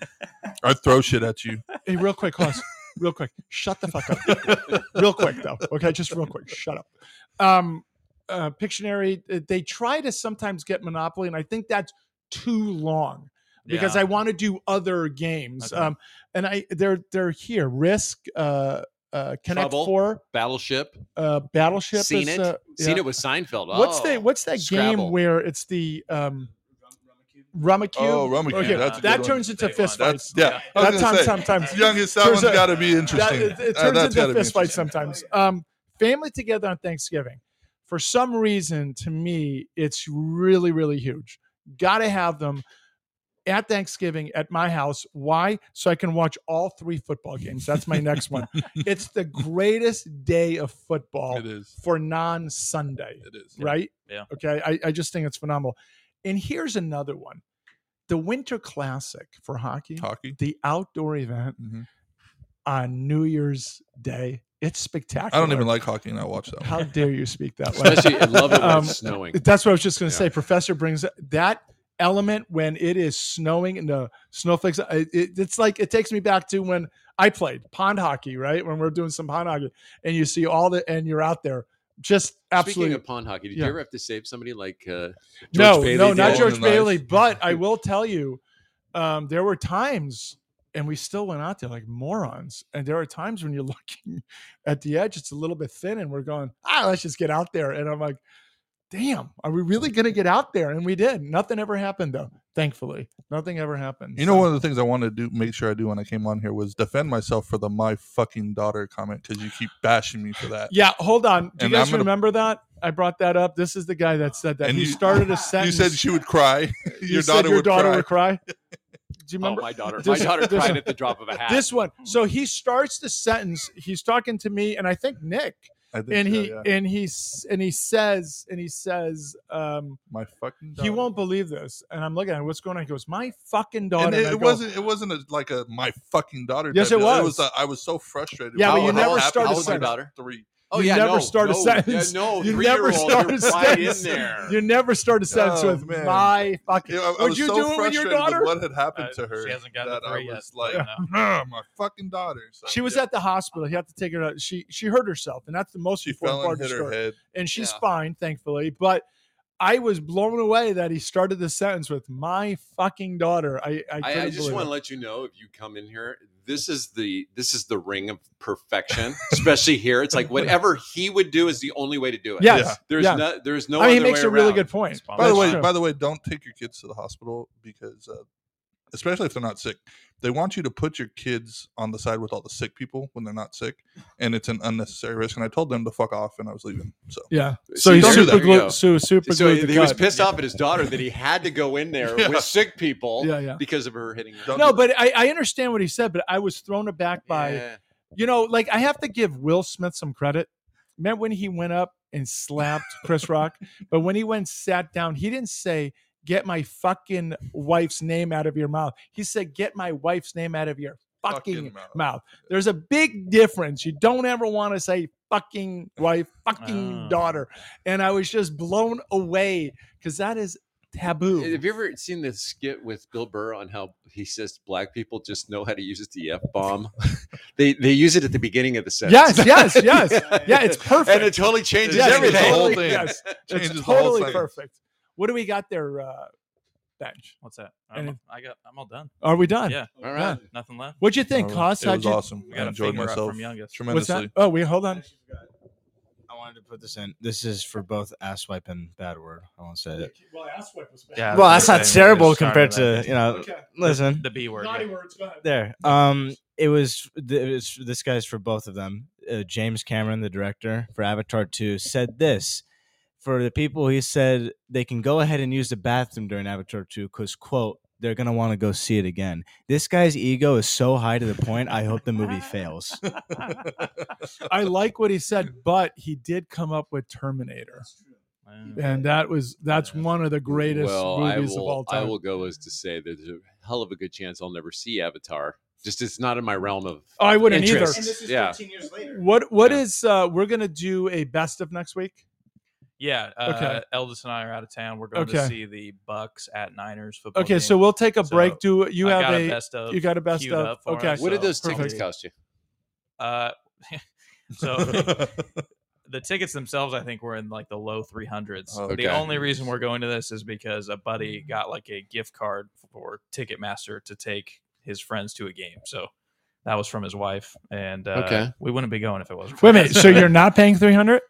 B: I throw shit at you.
E: Hey, real quick, Hoss. real quick. Shut the fuck up. real quick, though. Okay, just real quick. Shut up. Um, uh, Pictionary. uh, They try to sometimes get Monopoly, and I think that's too long because
D: Yeah.
E: I want to do other games.
D: Okay.
E: Um, and I they're they're here. Risk. Uh, uh, Connect
F: Trouble.
E: Four.
F: battleship
E: Uh, Battleship.
F: seen
E: is,
F: it
E: uh,
F: seen
E: yeah.
F: it with seinfeld
E: What's
F: oh,
E: that? What's that
F: Scrabble.
E: game where it's the um, Rummikub?
B: Oh, Rummikub,
E: Okay,
B: that's a
E: that
B: good one.
E: turns into
D: Big one.
E: fist
B: That's yeah. I
E: That's
B: was gonna
E: some-
B: say,
E: sometimes.
B: youngest. That
E: Turns
B: one's
E: out-
B: got to be
E: That-
B: interesting.
E: it, it
B: Uh,
E: turns
B: that's
E: into
B: gotta be
E: fist fights
B: interesting.
E: sometimes. Um, family together on Thanksgiving. For some reason, to me, it's really, really huge. Got to have them at Thanksgiving at my house. Why? So I can watch all three football games. That's my next one. It's the greatest day of football
B: It is.
E: Oh, for non Sunday,
B: It is.
E: right?
D: Yeah.
E: Okay. I, I just think it's phenomenal. And here's another one the Winter Classic for hockey,
B: Hockey.
E: the outdoor event
B: Mhm.
E: on New Year's Day. It's spectacular.
B: I don't even like hockey, and I watch that.
E: How
B: One.
E: dare you speak that way?
F: especially i love it when
E: Um,
F: it's snowing
E: That's what I was just going to
F: Yeah.
E: say. Professor brings that element when it is snowing and the snowflakes. I- It, it's like it takes me back to when I played pond hockey, right? When we are doing some pond hockey, and you see all the and you're out there, just absolutely
F: Speaking of pond hockey, did
E: Yeah.
F: you ever have to save somebody like uh, George
E: no,
F: Bailey
E: no, not
F: did?
B: Golden
E: George
B: Knife.
E: Bailey. But I will tell you, um, there were times, and we still went out there like morons. And there are times when you're looking at the edge, it's a little bit thin, and we're going, ah, let's just get out there. And I'm like, damn, are we really going to get out there? And we did. Nothing ever happened though. Thankfully, nothing ever happened.
B: You know,
E: So-
B: one of the things I wanted to do, make sure I do when I came on here was defend myself for the "my fucking daughter" comment because you keep bashing me for that.
E: Yeah, hold on. Do you
B: And
E: guys
B: I'm gonna-
E: remember that? I brought that up. This is the guy that said that.
B: And
E: he
B: you-
E: started a
B: you
E: sentence.
B: said she would cry.
E: You
B: your daughter
E: your
B: would
E: daughter
B: cry.
E: would cry. Do you remember?
F: Oh, my daughter.
E: This-
F: my daughter
E: this-
F: cried at the drop of a hat.
E: this one. So he starts the sentence. He's talking to me, and I think Nick.
B: I think
E: And
B: so,
E: he
B: yeah.
E: and he s- and he says and he says um,
B: my fucking. Daughter.
E: he won't believe this. And I'm looking at him, what's going on. He goes, "My fucking daughter."
B: And it,
E: I
B: it
E: go,
B: wasn't. It wasn't a, like a my fucking daughter.
E: Yes,
B: type
E: it
B: deal. It
E: was.
B: was. a- I was so frustrated.
E: Yeah, but
B: with how
E: you
B: it
E: never
B: happened.
E: started
B: I
E: a
B: was
E: sentence.
B: about Three.
F: Oh
E: you
F: yeah,
E: never
F: no,
E: start a
F: no,
E: sentence.
F: Yeah, no,
E: You never
F: three-year-old,
E: start
F: you're
E: a
F: right
E: sentence.
F: in there.
E: You never start a sentence
B: Oh,
E: with
B: man.
E: my fucking.
B: Yeah, I, I
E: Would
B: was
E: you
B: so
E: do it with your
B: frustrated
E: daughter?
B: what had happened
D: Uh,
B: to her.
D: She hasn't gotten
B: that
D: the three
B: I
D: yet.
B: was like,
D: I know.
B: "Nah, my fucking daughter. So
E: She was at the hospital. He had to take her out. She she hurt herself, and that's the most
B: She
E: important
B: fell
E: part
B: and
E: of the
B: hit her
E: story.
B: head.
E: And she's
F: Yeah.
E: fine, thankfully. But I was blown away that he started the sentence with "my fucking daughter." I I,
F: I, I
E: couldn't
F: just
E: believe
F: want to
E: it.
F: let you know if you come in here, this is the this is the ring of perfection, especially here. It's like whatever he would do is the only way to do it.
E: Yes,
B: Yeah.
F: there's
E: yeah.
F: no there's no.
E: I mean, he
F: other
E: makes
F: way
E: a really
F: around.
E: good point.
D: By
B: By the
E: That's
B: way,
E: true.
B: by the way, don't take your kids to the hospital because, uh, especially if they're not sick, they want you to put your kids on the side with all the sick people when they're not sick, and it's an unnecessary risk. And I told them to fuck off, and I was leaving. So
E: yeah.
F: See,
E: So he
F: there- there
E: super
F: you go.
E: glued, so super
F: So
E: glued the
F: he was
E: cut.
F: pissed off at his daughter that he had to go in there
B: Yeah.
F: with sick people
E: Yeah, yeah.
F: because of her hitting.
B: Don't
E: No,
B: do
E: but I, I understand what he said, but I was thrown aback by
F: Yeah.
E: you know, like I have to give Will Smith some credit. Remember when he went up and slapped Chris Rock? But when he went and sat down, he didn't say, Get my fucking wife's name out of your mouth. He said, Get my wife's name out of your fucking,
B: Fucking
E: mouth.
B: mouth.
E: There's a big difference. You don't ever want to say fucking wife, fucking
D: Oh.
E: daughter. And I was just blown away because that is taboo.
F: Have you ever seen the skit with Bill Burr on how he says black people just know how to use the f bomb? they they use it at the beginning of the sentence.
E: Yes, yes, yes. Yeah, it's perfect.
F: and it totally changes
E: Yes,
F: everything.
B: The whole
E: totally,
B: thing.
E: yes.
B: Changes the
E: it's
B: whole
E: totally
B: sentence.
E: perfect. What do we got there, uh, Bench?
D: What's that?
E: Any-
D: I'm, I got. I'm all done.
E: Are we done?
D: Yeah,
F: All right.
D: nothing left.
E: What'd you think,
B: Uh,
E: Klaus?
B: It
E: How'd
B: was
E: you?
B: awesome.
D: We got
B: I
D: a
B: enjoyed
D: finger up
B: myself
D: from youngest.
E: What's that?
B: tremendously.
E: Oh, wait, hold on.
H: I wanted to put this in. This is for both ass wipe and bad word. I won't say it.
E: Well, ass wipe was bad.
D: Yeah.
H: Well, that's
D: Sorry,
H: not
D: we
H: terrible
D: just started
H: compared to
D: that.
H: you know. Listen,
D: The B word. yeah.
E: words. Go ahead.
H: there. Um, it was, it was this guy's for both of them. Uh, James Cameron, the director for Avatar Two, said this for the people. He said they can go ahead and use the bathroom during Avatar Two because quote they're gonna want to go see it again. This guy's ego is so high to the point. I hope the movie fails.
E: I like what he said, but he did come up with Terminator,
D: Wow.
E: and that was that's
D: Yeah.
E: one of the greatest
F: well, I
E: movies
F: will,
E: of all time.
F: I will go as to say that there's a hell of a good chance I'll never see Avatar. Just it's not in my realm of
E: oh, I wouldn't
F: interest.
E: either.
F: yeah.
G: years later.
E: What What
F: Yeah.
E: is uh, we're gonna do a best of next week?
D: Yeah. Uh,
E: Okay.
D: Eldest and I are out of town. We're going
E: Okay.
D: to see the Bucks at Niners football.
E: Okay,
D: game.
E: so we'll take a
D: Oh, So,
E: break. Do you
D: I
E: have
D: got
E: a?
D: best of?
E: you got a best
D: queued
E: of?
D: up for
E: Okay.
D: us,
F: What did
D: so-
F: those tickets
E: perfect.
F: cost you?
D: Uh, so the tickets themselves, I think, were in like the low 300s.
B: Oh,
F: okay.
D: The only reason we're going to this is because a buddy got like a gift card for Ticketmaster to take his friends to a game. So that was from his wife, and uh,
F: Okay.
D: we wouldn't be going if it wasn't. For
E: Wait a
D: that.
E: minute. So you're not paying three hundred?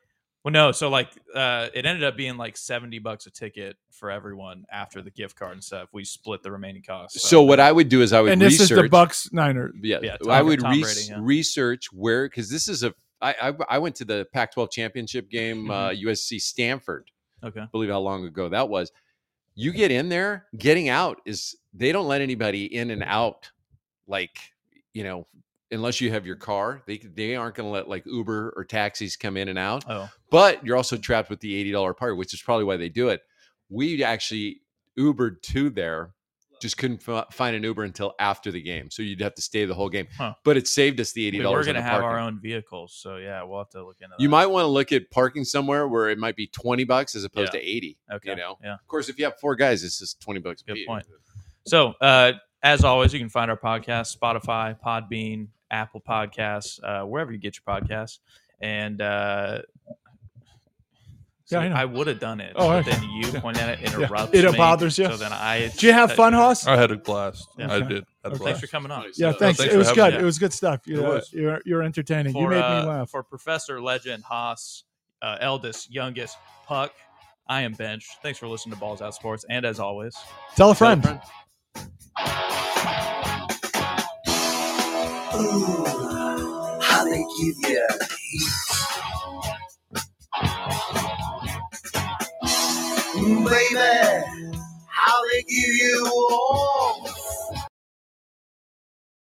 D: well, no. So like, uh, it ended up being like 70 bucks a ticket for everyone after the gift card and stuff. We split the remaining costs.
F: So what I would do is I would
E: And this is
F: research.
E: the Bucks Niners.
F: yeah,
D: Yeah,
F: I
D: Tom-
F: would
D: Tom Brady,
F: res-
D: yeah.
F: research where because this is a. I, I I went to the Pac-12 championship game, uh, USC Stanford.
D: Okay.
F: Believe how long ago that was. You get in there, getting out is they don't let anybody in and out, like you know, unless you have your car. They they aren't going to let like Uber or taxis come in and out.
D: Oh.
F: but you're also trapped with the eighty dollar party, which is probably why they do it. We actually Ubered to there, just couldn't fi- find an Uber until after the game, so you'd have to stay the whole game.
D: Huh.
F: But it saved us the eighty
D: We were
F: dollars.
D: going to have our uh, own vehicles, so yeah, we'll have to look into that.
F: You might want to look at parking somewhere where it might be twenty bucks as opposed to eighty.
D: okay,
F: You know,
D: yeah.
F: of course, if you have four guys, it's just twenty bucks. a
D: Good
F: piece.
D: point. So, uh, as always, you can find our podcast, Spotify, Podbean, Apple Podcasts, uh, wherever you get your podcasts. And uh,
E: Yeah, I know.
D: would have done it,
E: Oh,
D: but
E: okay.
D: then you pointed at it,
E: Yeah.
D: interrupts.
E: It
D: me,
E: bothers you.
D: So then I.
E: Did you have fun, Hoss?
B: I had a blast.
D: Yeah.
B: I
E: Okay.
B: did. Had a
E: Okay.
D: Thanks
B: blast.
D: for coming on.
F: Nice.
E: Yeah,
F: So- oh,
E: thanks. It
B: thanks for
E: was
B: having
E: good.
B: me.
E: It was good stuff. You,
B: It
E: uh,
B: was.
E: You're, you're entertaining. you
D: For,
E: made
D: uh,
E: me laugh.
D: For Professor Legend, Haas, uh, eldest, youngest, Puck. I am Bench. Thanks for listening to Balls Out Sports. And as always,
E: Tell a friend.
I: how they give you Ooh, baby, how they give you